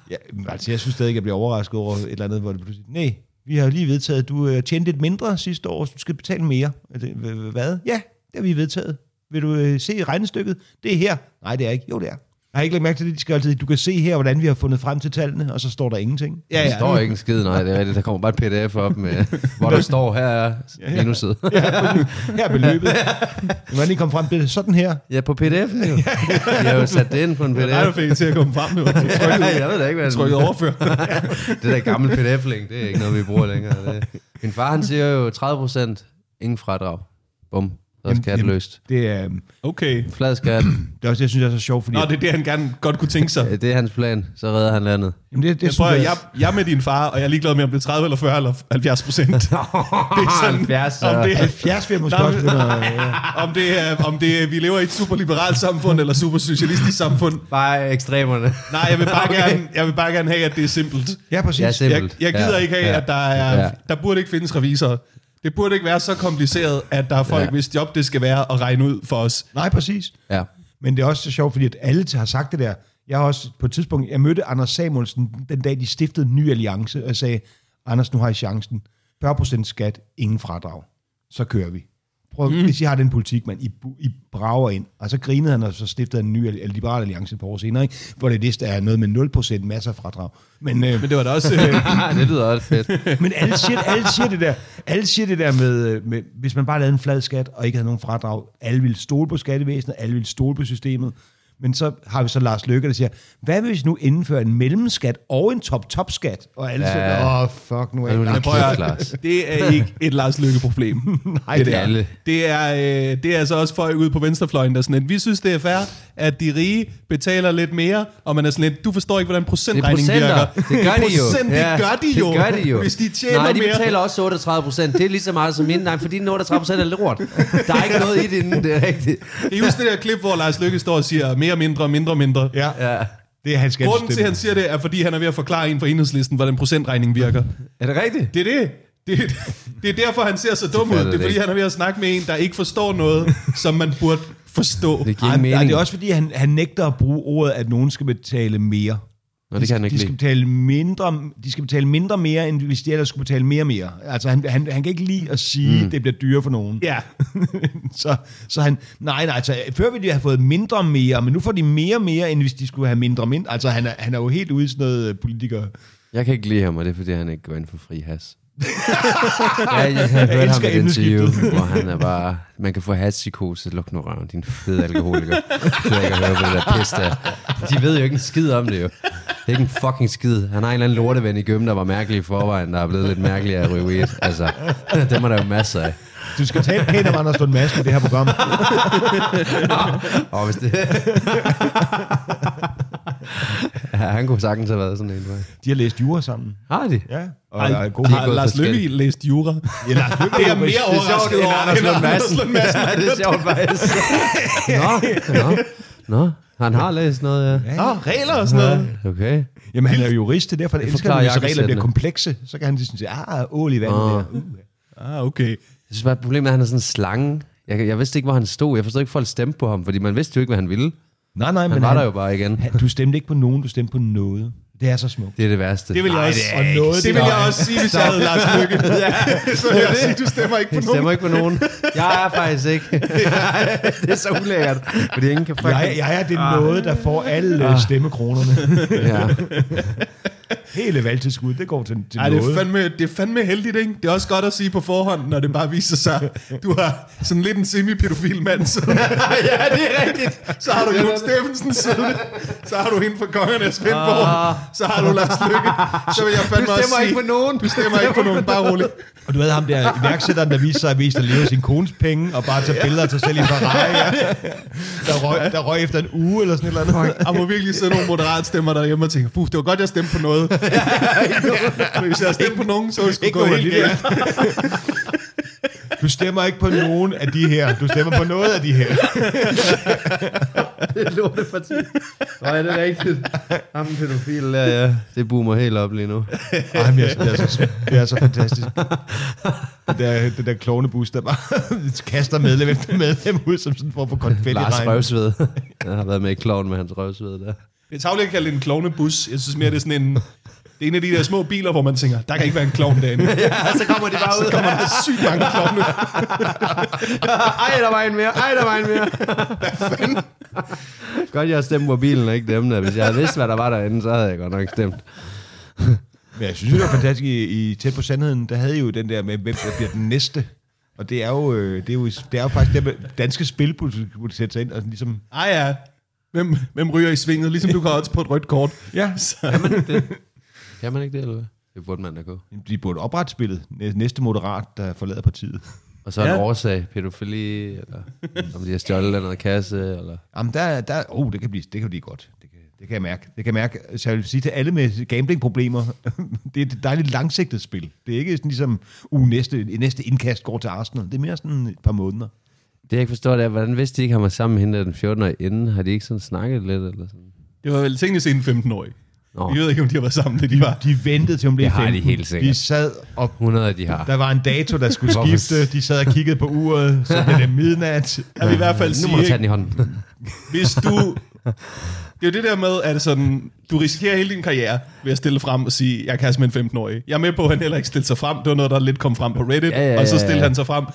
B: Ja, men altså, jeg synes stadig, jeg bliver overrasket over et eller andet, hvor det pludselig... Nej, vi har jo lige vedtaget, at du øh, tjente lidt mindre sidste år, så du skal betale mere. Er det- hva- hva- Hvad? Ja, det har vi vedtaget. Vil du øh, se regnestykket? Det er her. Nej, det er ikke. Jo, det er. Jeg har ikke lagt mærke til det, de skal altid. Du kan se her, hvordan vi har fundet frem til tallene, og så står der ingenting.
C: Ja, ja. Der står ikke en skid, nej, det er rigtigt. Der kommer bare et pdf op, med, hvor der står, her er minuset.
B: Her er beløbet. Hvordan I kom frem til det? Sådan her.
C: Ja, på pdf'en jo. Jeg har jo sat det ind på en
A: Nej, du
C: pdf.
A: fik det til at komme frem nu.
C: Ja, jeg ved da ikke, hvad
A: Trykket overfør.
C: det der gamle pdf-link, det er ikke noget, vi bruger længere. Det. Min far, han siger jo 30 procent, ingen fradrag. Bum, så er
B: Jamen,
C: skat
B: jamen.
C: løst.
B: Det er, øh,
A: Okay.
C: Flad skat,
B: det er også det, jeg synes er så sjovt, fordi...
A: Nå, det er det, han gerne godt kunne tænke sig.
C: Ja, det er hans plan, så redder han landet.
B: Jamen, det, det,
A: Jeg
B: synes
A: prøver, jeg, jeg er med din far, og jeg er ligeglad med, om det er 30 eller 40 eller 70 procent. Det er sådan,
C: 70,
A: om det, er-
B: 70 vil jeg måske
A: Nå,
B: også
A: men-
B: begynde at... ja.
A: om, det er, om det er, vi lever i et superliberalt samfund eller supersocialistisk samfund.
C: Bare ekstremerne.
A: Nej, jeg vil bare, okay. gerne, jeg vil bare gerne have, at det er simpelt.
B: Ja, præcis.
C: Ja,
A: Jeg,
C: simpelt.
A: jeg gider ja, ikke have,
C: ja,
A: at der, er,
C: Ja.
A: ja. der burde ikke findes revisorer. Det burde ikke være så kompliceret, at der er folk,
C: Ja.
A: ja. hvis job det skal være, at regne ud for os.
B: Nej, præcis.
C: Ja.
B: Men det er også så sjovt, fordi at alle har sagt det der. Jeg har også på et tidspunkt, jeg mødte Anders Samuelsen den dag, de stiftede en ny alliance, og jeg sagde, Anders, nu har I chancen. 40% skat, ingen fradrag. Så kører vi. Prøv, mm. Hvis I har den politik, man, I, bu- I brager ind. Og så grinede han, og så stiftede han en ny al- liberal alliance et par år senere, ikke? hvor det vist er noget med 0% masser af fradrag. Men, øh,
A: Men det var da også... Øh,
C: det lyder også fedt.
B: men alle, siger, alle, siger det der, alle siger det der med, øh, med, hvis man bare lavede en flad skat og ikke havde nogen fradrag, alle ville stole på skattevæsenet, alle ville stole på systemet. Men så har vi så Lars Løkke, der siger, hvad hvis vi nu indfører en mellemskat og en top-top-skat? Og alle
C: Ja.
B: ja. siger, åh, oh, fuck, nu er
C: Men
B: jeg...
A: Men prøv at,
C: Kæft,
A: høre,
C: Lars.
A: det er ikke et Lars Lykke-problem. Nej,
C: det er alle.
A: Det er, øh, det er altså også folk ude på venstrefløjen, der er sådan lidt, vi synes, det er fair, at de rige betaler lidt mere, og man er sådan lidt, du forstår ikke, hvordan
C: Det er
A: procentregningen
C: procenter.
A: virker.
C: Det gør de jo.
A: Procent, det, gør de jo.
C: Det gør de jo.
A: Hvis de tjener
C: Nej, de
A: mere.
C: betaler også 38 procent. Det er lige så meget som mine. Nej, for dine 38 procent er lort. Der er ikke noget i det inden, det er rigtigt.
A: Kan I huske det der klip, hvor Lars Lykke står og siger, mere, mindre, mindre, mindre?
B: Ja,
C: Ja.
B: det er hans
A: Grunden til, at han
B: skattesystem.
A: siger det, er, fordi han er ved at forklare en fra enhedslisten, hvordan procentregningen virker.
C: Er det rigtigt?
A: Det er det. Det, er- det er derfor, han ser så dum ud.
C: fatter
A: Det er,
C: det
A: fordi
C: ikke.
A: han er ved at snakke med en, der ikke forstår noget, som man burde forstå.
C: Det giver
B: Ej,
C: ingen
B: men- ej,
C: mening.
B: det er også fordi, han, han nægter at bruge ordet, at nogen skal betale mere.
C: Nå, det kan han
B: de
C: ikke
B: skal
C: lide.
B: betale mindre, de skal betale mindre mere, end hvis de ellers skulle betale mere mere. Altså, han, han, han kan ikke lide at sige, mm. det bliver dyrere for nogen.
A: Ja.
B: så, så han, nej, nej, altså, før ville de have fået mindre mere, men nu får de mere mere, end hvis de skulle have mindre mindre. Altså, han er, han er jo helt ude i sådan noget øh, politiker.
C: Jeg kan ikke lide ham, og det er, fordi han ikke går ind for fri has. ja, jeg har hørt ham
B: elsker
C: i et interview,
B: emneskiftet.
C: hvor han er bare... Man kan få hashpsykose. Luk nu røven, din fede alkoholiker. Jeg gider ikke at høre på det der pis der. De ved jo ikke en skid om det jo. Det er ikke en fucking skid. Han har en eller anden lorteven i gymmen, der var mærkelig i forvejen, der er blevet lidt mærkelig af at ryge weed. Altså, dem er der jo masser af.
B: Du skal tale pænt om Anders Lund Madsen i det her program.
C: Og hvis det... ja, han kunne sagtens have været sådan en. faktisk.
B: De har læst jura sammen.
C: Har de?
B: Ja, og
A: Ej,
B: der er god
A: har
C: gået
A: Lars Løkke
C: forskelligt.
A: læst jura?
B: Ja, Lars Løkke
A: Det er
B: er
A: jeg mere
B: jurist.
A: overrasket over, end Anders Lund Madsen.
C: Ja, det er sjovt faktisk. nå, nå, nå. Han har læst noget, ja.
A: Nå, regler og sådan noget.
C: Okay.
B: Jamen, han er jo jurist, det er derfor, han elsker,
C: forklarer
B: at hvis regler
C: jakkesættene.
A: øh.
B: bliver komplekse, så kan han lige sådan sige, ah, ål i vandet
C: Åh.
B: der. Uh.
A: Ah, okay.
C: Jeg synes bare, at problemet er, at han er sådan en slange. Jeg, jeg vidste ikke, hvor han stod. Jeg forstod ikke, at folk stemte på ham, fordi man vidste jo ikke, hvad han ville.
B: Nej, nej,
C: Han
B: men
C: var der jo bare igen.
B: han, du stemte ikke på nogen, du stemte på noget. Det er så smukt.
C: Det er det værste.
A: Det vil jeg
B: Nej,
A: også,
B: det er
A: og
B: ikke
A: noget, det
B: sådan.
A: vil jeg også sige, hvis jeg havde Lars Lykke. ja, så vil jeg sige, du stemmer ikke på
C: Jeg
A: nogen.
C: stemmer ikke på nogen. Jeg er faktisk ikke. det er så ulækkert. Fordi ingen kan fucking...
B: Jeg, jeg er det
A: Ah.
B: noget, der får alle ah. stemmekronerne.
C: Ja.
B: Hele valgtilskud, det går til, til
A: Ej, det
B: noget.
A: er, fandme, det er fandme heldigt, ikke? Det er også godt at sige på forhånd, når det bare viser sig, du har sådan lidt en semi-pædofil mand, så,
C: ja, det er rigtigt.
A: så har du Jon Steffensen siddende, så har du hende fra Kongernes Vindborg, så har du Lars Lykke, så vil jeg
C: Ah. Du
A: fandme også
C: stemmer
A: sige,
C: ikke på nogen.
A: du stemmer ikke på nogen, bare rolig.
B: Og du havde ham der iværksætteren, der viste sig at vise, at leve af sin kones penge, og bare tage billeder af sig selv i Ferrari. Ja. Der, røg, der røg efter en uge eller sådan et eller andet.
A: Der må virkelig sidde nogle moderat stemmer derhjemme og tænke, puh, det var godt, jeg stemte på noget. Men hvis jeg havde stemt på nogen, så skulle det
B: Ikke
A: gå
B: noget
A: helt
B: alligevel.
A: galt.
B: Du stemmer ikke på nogen af de her. Du stemmer på noget af de her.
C: Det er lorteparti. Nej, det er rigtigt. Ham pædofil, ja, ja. Det boomer helt op lige nu.
B: Ej, men jeg, det, er så, det er så fantastisk. Den der, den der klovnebus, der bare kaster medlem efter medlem ud, som sådan for at få konfetti
C: Lars Røvsved. Jeg har været med i Kloven med hans røvsved der.
A: Det er tavligt at kalde det en klovnebus. Jeg synes mere, det er sådan en... Det er en af de der små biler, hvor man tænker, der kan ikke være en klovn derinde.
C: Ja, så kommer de bare
A: Så kommer der sygt mange klovne.
C: Ej, der var en mere. Ej, der var en mere. Hvad fanden? Godt, jeg stemte på bilen og ikke dem der. Hvis jeg havde vidst, hvad der var derinde, så havde jeg godt nok stemt.
B: Men jeg synes, det var fantastisk. I, i Tæt på Sandheden, der havde I jo den der med, hvem der bliver den næste. Og det er jo, øh, det er jo, det er jo faktisk der, med danske spilpolitik burde sætte sig ind og sådan ligesom...
A: Ej ja, hvem, hvem ryger i svinget? Ligesom du kan også på et rødt kort.
B: Ja.
C: Kan man ikke det, eller hvad? Det burde man da gå.
B: De burde oprette spillet. Næ- Næste moderat, der forlader partiet.
C: Og så ja. en
A: Ja.
C: årsag, pædofili, eller om de har stjålet af noget kasse, eller...
B: Jamen, der, der, oh, det kan blive, det kan blive godt. Det kan, det kan jeg mærke. Det kan jeg mærke. Så jeg vil sige til alle med gamblingproblemer, det er et dejligt langsigtet spil. Det er ikke sådan ligesom, uh, næste, næste indkast går til Arsenal. Det er mere sådan et par måneder.
C: Det jeg ikke forstår, det er, hvordan vidste de ikke, han var sammen med hende der den 14 år inden? Har de ikke sådan snakket lidt, eller sådan?
A: Det var vel teknisk set en 15-årig.
C: Nå.
A: Jeg ved ikke, om de har været sammen, da de var.
B: De ventede til, hun blev
C: Det har de
B: 15.
C: helt sikkert.
B: De sad og
C: 100 de har.
B: Der var en dato, der skulle
C: Hvorfor?
B: skifte. De sad og kiggede på uret, så blev det midnat.
A: Jeg vil i hvert fald
C: Nu må du
A: sige,
C: tage den
A: ikke?
C: i hånden.
A: hvis du... Det er jo det der med, at sådan, du risikerer hele din karriere ved at stille frem og sige, jeg kan med en 15-årig. Jeg er med på, at han heller ikke stillede sig frem. Det var noget, der lidt kom frem på Reddit,
C: Ja, ja, ja,
A: og så
C: ja,
A: stillede
C: ja.
A: han sig frem.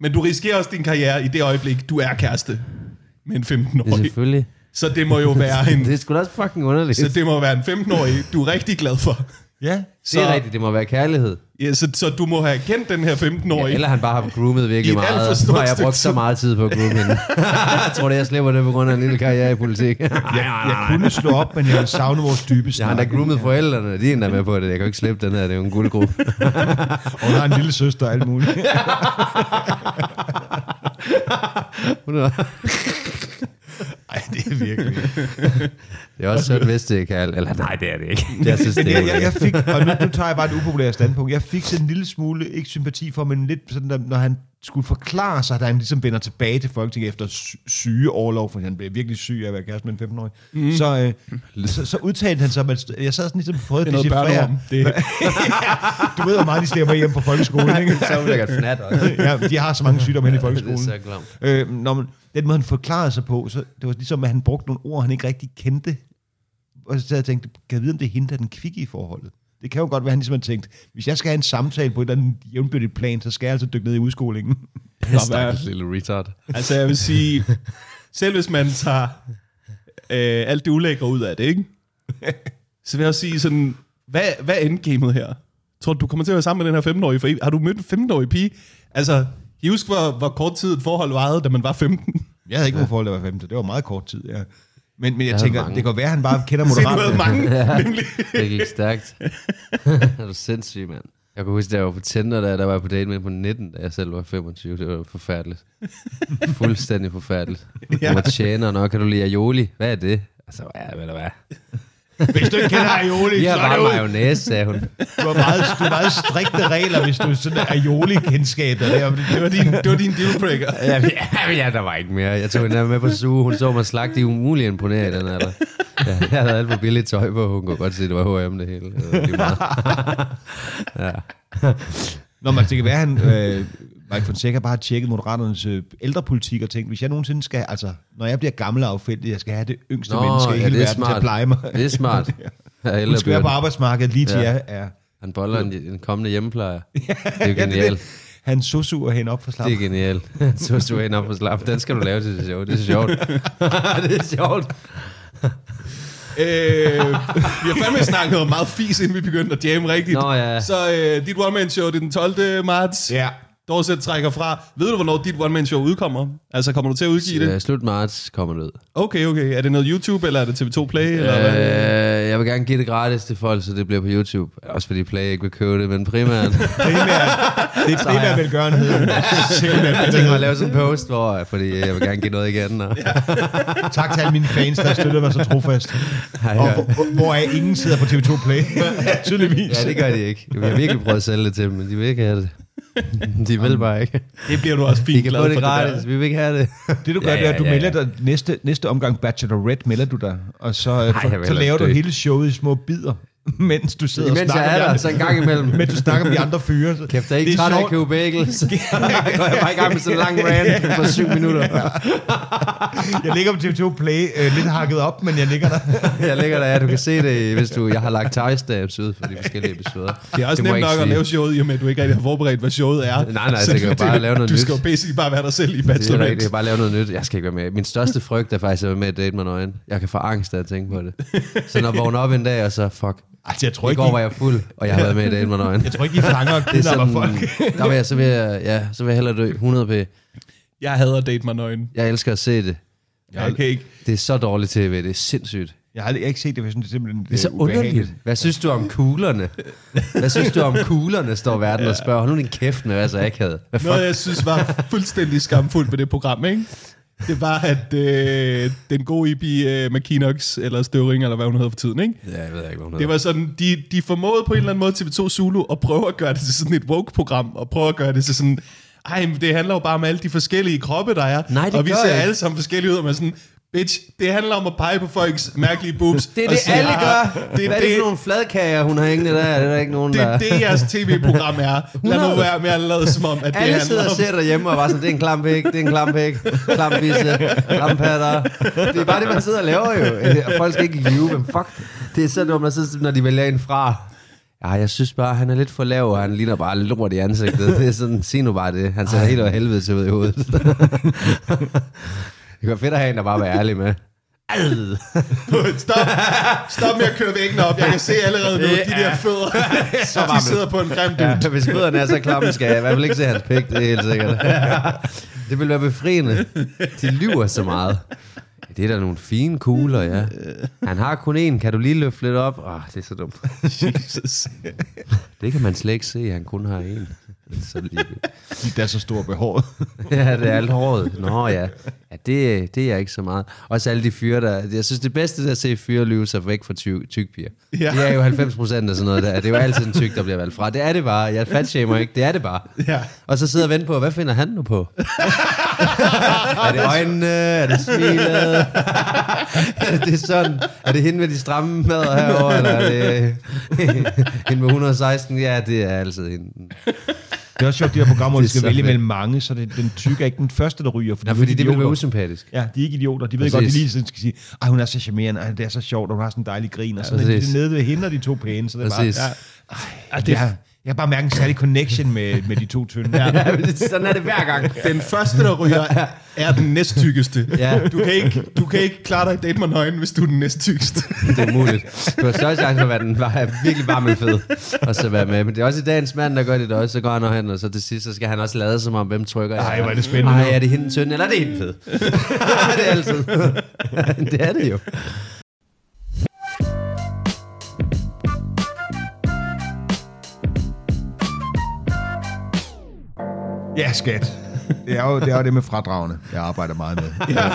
A: Men du risikerer også din karriere i det øjeblik, du er kæreste med en
C: Det er
A: 15-årig.
C: selvfølgelig.
A: Så det må jo være en,
C: Det er sgu da også fucking underligt.
A: så det må være en 15-årig, du er rigtig glad for.
B: Ja.
A: Så,
C: Det er rigtigt, det må være kærlighed.
A: Ja, så, så du må have kendt den her 15-årige.
C: Ja, eller han bare har groomet
A: I
C: virkelig
A: et alt for
C: meget.
A: stort
C: Nu har jeg brugt
A: stykke
C: så meget tid på at groome hende. jeg tror, det jeg slipper det på grund af en lille karriere i politik.
B: Jeg kunne slå op, men jeg ville savne vores dybe
C: Jeg har
B: snak.
C: da groomet forældrene, de er endda med på det. Jeg kan jo ikke slippe den her, det er jo en guldgruppe.
B: Og hun har en lille søster og alt muligt.
C: Hun er-
B: Nej, det er virkelig.
C: Det er også sødt, hvis det ikke er... Eller nej, det er det ikke. Jeg synes, det er
B: Jeg, jeg, jeg
C: ulækkert.
B: fik, og nu, nu tager jeg bare et upopulært standpunkt. Jeg fik sådan en lille smule, ikke sympati for, men lidt sådan, der, når han skulle forklare sig, da han ligesom vender tilbage til Folketinget efter sy- syge overlov, for han blev virkelig syg af at være kæreste med en 15-årig,
A: Mhm.
B: mm. så, øh, så, så, udtalte han sig, om, at jeg sad sådan ligesom prøvede
A: det
B: at
A: er noget
B: decifrere.
A: børnerum. Det,
B: Du ved, hvor meget de stemmer hjem på folkeskolen, ikke?
C: Så ulækkert fnat også.
B: ja, de har så mange sygdomme hen i
C: Det
B: folkeskolen.
C: er så klamt.
B: Øh, når man, den måde, han forklarede sig på, så det var ligesom, at han brugte nogle ord, han ikke rigtig kendte. Og så sad jeg og tænkte, kan jeg vide, om det er hende, der er den kvikke i forholdet? Det kan jo godt være, han ligesom har tænkt, hvis jeg skal have en samtale på et eller andet jævnbyrdigt plan, så skal jeg altså dykke ned i udskolingen.
C: Stakkels lille retard.
A: altså, jeg vil sige, selv hvis man tager øh, alt det ulækre ud af det, ikke? så vil jeg også sige sådan, hvad, hvad er endgamet her? Tror du, du kommer til at være sammen med den her 15-årige? For har du mødt en 15-årig pige? Altså, I husker, hvor, hvor kort tid et forhold varede, da man var 15?
B: Jeg havde ikke nogen forhold, der var 15. Det var meget kort tid, ja. Men, men jeg,
C: havde
B: tænker,
C: mange.
B: det kan godt være, at han bare kender
A: Se, du havde
B: moderat.
A: mange, nemlig.
C: Det gik stærkt. er du sindssyg, mand. Jeg kan huske, da jeg var på Tinder, da der var jeg på date med en på 19, da jeg selv var 25. Det var forfærdeligt. Fuldstændig forfærdeligt. Ja. Du var tjener nok. Kan du lide aioli? Hvad er det? Altså, ja, hvad der hvad?
B: Hvis du ikke kender aioli,
C: Vi
B: så
C: har
B: er det
C: bare
B: ud.
C: mayonnaise, sagde hun.
B: Du har meget, du har meget strikte regler, hvis du er sådan aioli-kendskab. Der, der.
A: Det var din, det var din dealbreaker.
C: Ja, men- ja, men ja, der var ikke mere. Jeg tog hende med på suge. Hun så mig slagte i umulig imponeret, den er der. Ja, jeg havde alt for billigt tøj på. Hun kunne godt se, det var H&M det hele. Det var lige meget.
B: altså, Nå, men det kan være, han øh, Mike Fonseca bare har tjekket Moderaternes øh, ældrepolitik og tænkt, hvis jeg nogensinde skal, altså, når jeg bliver gammel og affældig, jeg skal have det yngste Nå, menneske i
C: ja,
B: hele
C: det
B: verden
C: er
B: til
C: smart.
B: at pleje mig.
C: Det er smart. Ja,
B: Hun skal være
C: ældrebyrden.
B: på arbejdsmarkedet lige til
C: Ja.
B: ja. jeg er.
C: Han boller en, en kommende hjemmeplejer. Det er
B: Ja,
C: jo
B: det er
C: genialt.
B: det. Han sosuer hende op for slap.
C: Det er genialt. Så du ind op og slap. Den skal du lave til det sjovt. Det er sjovt. det er sjovt.
A: Øh, vi har fandme snakket om meget fis, inden vi begyndte at jamme rigtigt.
C: Nå ja.
A: Så øh, dit one-man-show, det er den 12. marts.
B: Ja.
A: Dorset trækker fra. Ved du, hvornår dit one-man-show udkommer? Altså, kommer du til at udgive det?
C: Øh, slut marts kommer det ud.
A: Okay, okay. Er det noget YouTube, eller er det TV2 Play? Eller
C: Øh,
A: hvad?
C: jeg vil gerne give det gratis til folk, så det bliver på YouTube. Også fordi Play ikke vil købe det, men primært.
B: Primært, det er primært velgørenhed. Simpelthen.
C: jeg tænker mig at lave sådan en post, hvor, øh, fordi jeg vil gerne give noget igen. Og,
B: Tak til alle mine fans, der støttede mig så trofast.
C: Ej,
B: Og
C: ja.
B: hvor, hvor er ingen sidder på TV2 Play. Tydeligvis.
C: ja, det gør de ikke. Jeg har virkelig prøvet at sælge det til dem, men de vil ikke have det. De vil bare ikke.
A: Det bliver du også
C: De
A: fint
C: kan
A: glad
C: få
A: for.
C: det gratis,
A: der.
C: vi vil ikke have det.
B: Det du gør,
C: Ja,
B: ja, det er,
C: ja,
B: at du
C: ja,
B: ja,
C: ja.
B: melder dig næste, næste omgang Bachelorette, melder du dig, og så, Ej,
C: jeg vil
B: så
C: hellere
B: laver du
C: dø.
B: hele showet i små bidder, mens du sidder og
C: Imens jeg
B: snakker
C: er
B: med
C: der,
B: andre,
C: så en gang imellem.
B: mens du snakker med de andre fyre. Så.
C: Kæft, jeg er ikke
B: Det er
C: træt af at
B: sjovt.
C: købe bagels. Så går jeg bare i gang med sådan en lang rant på syv minutter.
B: Jeg ligger på TV2 Play, øh, lidt hakket op, men jeg ligger der.
C: Jeg lægger dig af, du kan se det, i- hvis du... Jeg har lagt timestamps ud for de forskellige episoder.
A: Det er også
C: må jeg
A: nemt
C: ikke
A: nok at
C: sige.
A: lave showet, i og med, at du ikke rigtig har forberedt, hvad showet er.
C: Nej, nej, det kan jo bare lave noget
A: Du skal
C: nyt.
A: jo basically bare være dig selv i
C: Det er rigtigt,
A: Bachelorette.
C: jeg bare lave noget nyt. Jeg skal ikke være med. Min største frygt er faktisk at være med i Date med Nøgen. Jeg kan få angst af at tænke på det. Så når jeg vågner op en dag, og så fuck.
B: Altså, jeg tror
C: I
B: ikke,
C: går var
B: I,
C: jeg fuld, og jeg har været med i Date med Nøgen.
B: jeg tror ikke, I fanger og
C: Det er
B: kidnapper
C: sådan,
B: folk.
C: der vil jeg, så vil jeg, ja, så vil jeg hellere dø. 100 p.
A: Jeg hader at date mig nøgen.
C: Jeg elsker at se det.
A: Jeg kan ikke.
C: Det er så dårligt tv, det er sindssygt.
B: Jeg har aldrig- jeg har ikke set det, for jeg synes, det er simpelthen øh,
C: Det er så underligt. Hvad synes du om kuglerne? Hvad synes du om kuglerne, står verden og spørger. Hold nu din kæft med, hvad så ikke havde. Hvad
A: Noget,
C: fuck?
A: jeg synes var fuldstændig skamfuldt ved det program, ikke? Det var, at øh, den gode Ibi øh, McKinox, eller Støvring, eller hvad hun hedder for tiden, ikke?
C: Ja, jeg ved ikke, hvad hun
A: Det var sådan, de, de formåede på en eller anden måde TV2 Zulu at prøve at gøre det til sådan et woke-program, og prøve at gøre det til sådan, ej, men det handler jo bare om alle de forskellige kroppe, der er.
C: Nej, det
A: og vi
C: gør
A: ser
C: ikke.
A: alle sammen forskellige ud, og man er sådan, bitch, det handler om at pege på folks mærkelige boobs.
C: Det er
A: og
C: det,
A: sige,
C: alle
A: "Ah,
C: gør. Det,
A: Det
C: Hvad
A: er
C: er det
A: det,
C: for nogle fladkager, hun har hængende der? Det er der ikke nogen,
A: det,
C: der...
A: er det jeres tv-program er. Lad nu
C: 100.
A: være med at lade som om, at det
C: Alle
A: handler
C: sidder
A: om...
C: og ser derhjemme og bare sådan, det er en klam pæk, det er en klam pæk, klam fisse, klam patter. Det er bare det, man sidder og laver jo. Og folk skal ikke lyve, men fuck. Det er så dumt, at sidde, når de vælger en fra. Ja, jeg synes bare, han er lidt for lav, og han ligner bare lort i ansigtet. Det er sådan, sig nu bare det. Han ser helt over helvede til ud i hovedet. det går fedt at have en, der bare være ærlig med. Ad.
A: Stop. Stop med at køre væggene op. Jeg kan se allerede nu, de der fødder,
C: Så
A: de
C: varmt.
A: sidder på en grim dude.
C: Ja, hvis fødderne er så klamme, skal jeg i hvert fald ikke se hans pik, det er helt sikkert. Det vil være befriende. De lyver så meget. Ja, Det er da nogle fine kugler, ja. Han har kun en. Kan du lige løfte lidt op? Åh, det er så dumt.
A: Jesus.
C: Det kan man slet ikke se, han kun har en. Det er Så ligegyldigt.
B: Fordi der er så store behov.
C: ja, det er alt håret. Nå ja, ja det, det er jeg ikke så meget. Også alle de fyre, der... Jeg synes, det bedste det er at se fyre lyve sig væk fra tyk, tyk piger.
A: Ja.
C: Det er jo 90 procent af sådan noget der. Det er jo altid en tyk, der bliver valgt fra. Det er det bare. Jeg fatshamer ikke. Det er det bare.
A: Ja.
C: Og så sidder og venter på, hvad finder han nu på? er det øjnene? Er det smilet? er det sådan? Er det hende med de stramme mader herovre? Eller er det hende med 116? Ja, det er altid hende.
B: Det er også sjovt, de her programmer, hvor
C: Det er
B: de skal
C: så
B: vælge
C: fedt.
B: mellem mange, så det, den tykke er ikke den første, der ryger.
C: Nej,
B: de er
C: fordi det
B: idioter.
C: ville være usympatisk.
B: Ja, de er ikke idioter. De ved Præcis. godt,
C: Præcis.
B: de lige sådan skal sige, ej, hun er så charmerende, ej, det er så sjovt, og hun har sådan en dejlig grin, og
C: Ja,
B: sådan ja,
C: præcis.
B: det nede ved hende og de to pæne, så det er bare,
C: Præcis.
B: ja, ej, det, jeg, har- jeg har bare mærket en særlig connection med, med de to tynde. Ja.
C: Ja, men sådan er det hver gang.
A: Den første, der ryger, er den næsttykkeste.
C: Ja.
A: Du, kan ikke, du kan ikke klare dig i date med nøgen, hvis du er den næsttykkeste.
C: Det er umuligt. Du har større chance for at være den var, virkelig varm og fed, og så være med. Men det er også i dagens mand, der gør det der også. Så går han og hen, og så til sidst, så skal han også lade som om, hvem trykker.
B: Ej, hvor er det spændende
C: Ej,
B: nu.
C: er det hende tynd, eller er det hende fed? det er altid. det er det jo.
B: ja, skat. Det er jo det, er jo det med fradragene, jeg arbejder meget med. ja.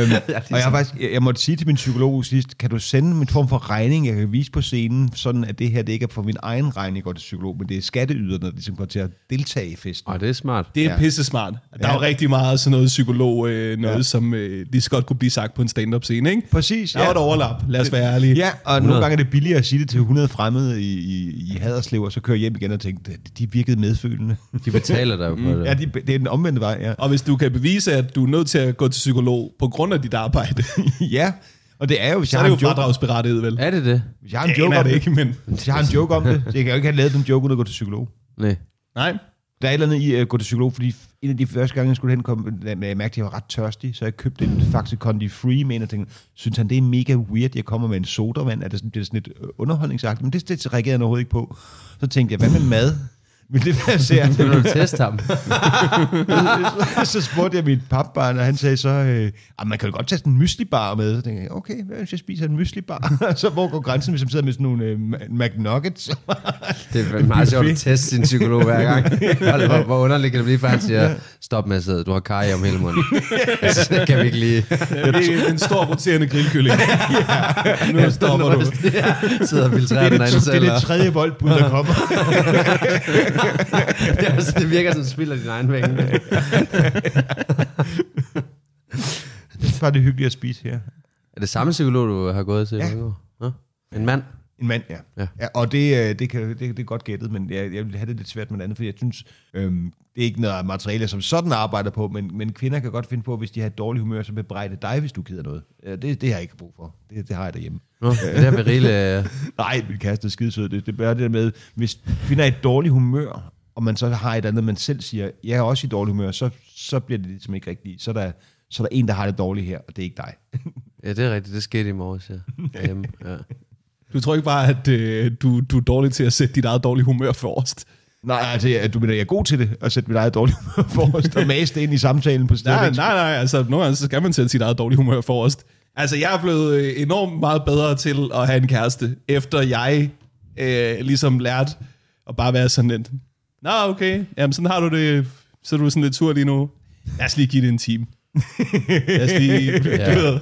B: øhm, og jeg, har faktisk, jeg, jeg måtte sige til min psykolog sidst, kan du sende en form for regning, jeg kan vise på scenen, sådan at det her det ikke er for min egen regning, går til psykolog, men det er skatteyderne, der ligesom går til at deltage i festen.
C: Og det er smart.
A: Det er ja.
B: Ja.
A: pisse smart. Der er jo rigtig meget sådan noget psykolog, øh, noget ja. som øh, lige så godt kunne blive sagt på en stand-up scene, ikke?
B: Præcis,
A: Der er jo et overlap, lad os være ærlige.
B: Ja, og
C: 100.
B: nogle gange er det billigere at sige det til 100 fremmede i, i, i Haderslev, og så køre hjem igen og tænke, "De- de virkede medfølende.
C: De betaler dig jo på det.
B: Mm, Ja, de, det er den omvendte vej, ja.
A: Og hvis du kan bevise, at du er nødt til at gå til psykolog på grund af dit arbejde,
B: ja, og det er jo, hvis
A: så
B: jeg
A: er
B: har
A: det
B: en
A: jo
B: joke,
A: fradragsberettiget, vel?
C: Er det det?
B: hvis jeg har en
A: Aner
B: joke om
A: det
B: det,
A: ikke, men...
B: hvis jeg har en joke om det, så jeg kan jo ikke have lavet den joke, uden at gå til psykolog.
C: Nej.
A: Nej.
B: Der er et eller andet i at gå til psykolog, fordi en af de første gange, jeg skulle hen, kom, jeg mærkede, at jeg var ret tørstig, så jeg købte en Faxe Condi Free med en, og tænkte, synes han, det er mega weird, jeg kommer med en sodavand, er det sådan, bliver det sådan lidt øh, underholdningsagtigt, men det, det reagerede han overhovedet ikke på. Så tænkte jeg, hvad med mad? Vil det være særligt?
C: Nu vil du teste ham.
B: så spurgte jeg mit papbarn, og han sagde så, øh, "Ah, man kan jo godt tage sådan en myslibar med. Så tænkte jeg, okay, hvad hvis jeg spiser en myslibar? så hvor går grænsen, hvis man sidder med sådan nogle øh, Ma- McNuggets?
C: Det er meget sjovt at teste sin psykolog hver gang. Hold, hvor, hvor underligt kan det blive, for han siger, stop med at sidde, du har karri om hele munden. Så kan vi ikke lige...
A: Det er en stor roterende grillkylling. Nu stopper du.
C: Ja, sidder og filtrerer
B: det,
C: den
B: er
C: anden
B: det, det
C: selv.
B: er det tredje voldbud, der kommer.
C: Det, er, det virker som, du spiller din egen penge.
B: det er bare det hyggelige at spise her.
C: Er det samme psykolog, du har gået til? i
B: Ja.
C: mange år? Nå? En mand?
B: En mand, ja.
C: Ja.
B: ja. ja og det, øh, det, kan, det, det er godt gættet, men jeg, jeg vil have det lidt svært med det andet, fordi jeg synes, øhm, det er ikke noget materiale, som sådan arbejder på, men, men kvinder kan godt finde på, hvis de har et dårligt humør, så bebrejde dig, hvis du gider noget. Ja, det, det har jeg ikke brug for. Det, det har jeg derhjemme.
C: Nå, det der berille... øh,
B: Nej, min kæreste er skidesød. Det, det er det der med, hvis kvinder er i dårlig humør, og man så har et andet, man selv siger, jeg er også i dårlig humør, så, så bliver det ligesom ikke rigtigt. Så er, der, så er der en, der har det dårligt her, og det er ikke dig.
C: Ja, det er rigtigt. Det skete i morges, ja. Derhjemme, ja.
A: Du tror ikke bare, at øh, du, du er dårlig til at sætte dit eget dårlige humør forrest.
B: Nej, altså, jeg, du mener, jeg er god til det, at sætte mit eget dårlige humør forrest og mase det ind i samtalen på stedet.
A: Nej, nej, nej. Altså, nogle gange så skal man sætte sit eget dårlige humør forrest. Altså, jeg er blevet øh, enormt meget bedre til at have en kæreste, efter jeg øh, ligesom lærte at bare være sådan lidt, Nå, okay, jamen sådan har du det, så er du sådan lidt sur lige nu. Lad os lige give det en time. Lad os lige, du
C: Ja.
A: ved,
B: Ja,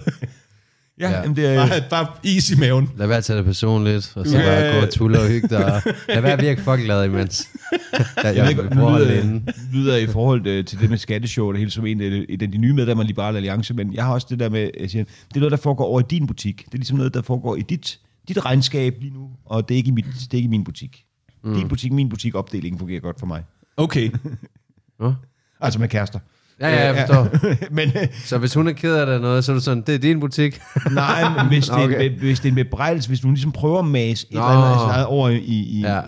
C: Ja.
B: ja. Jamen, det er,
A: bare, bare is i maven.
C: Lad være at tage det personligt, og så
A: Du
C: bare
A: kan-
C: gå og tulle og hygge dig. og- Lad være at virke fucking glad imens. Jeg,
B: jeg ved ikke, nu
C: prøver at holde det
B: lyder,
C: inde.
B: lyder i forhold øh, til det med skatteshow, det hele som en, af- en af de nye medlemmer i Liberale Alliance, men jeg har også det der med, jeg siger, det er noget, der foregår over i din butik. Det er ligesom noget, der foregår i dit, dit regnskab lige nu, og det er ikke i, mit, det er ikke i min butik. Mm. Din butik, min butik, opdelingen fungerer godt for mig.
A: Okay,
C: Nå?
B: Altså med kærester.
C: Ja, ja, jeg forstår.
B: men øh,
C: Så hvis hun er ked af dig noget, så er du sådan, det er din butik.
B: nej, men hvis, det,
C: Okay.
B: okay. hvis det er en bebrejdelse, hvis du ligesom prøver at mase et
C: Nå.
B: eller andet af sit eget over i... i
C: Ja.
B: ja.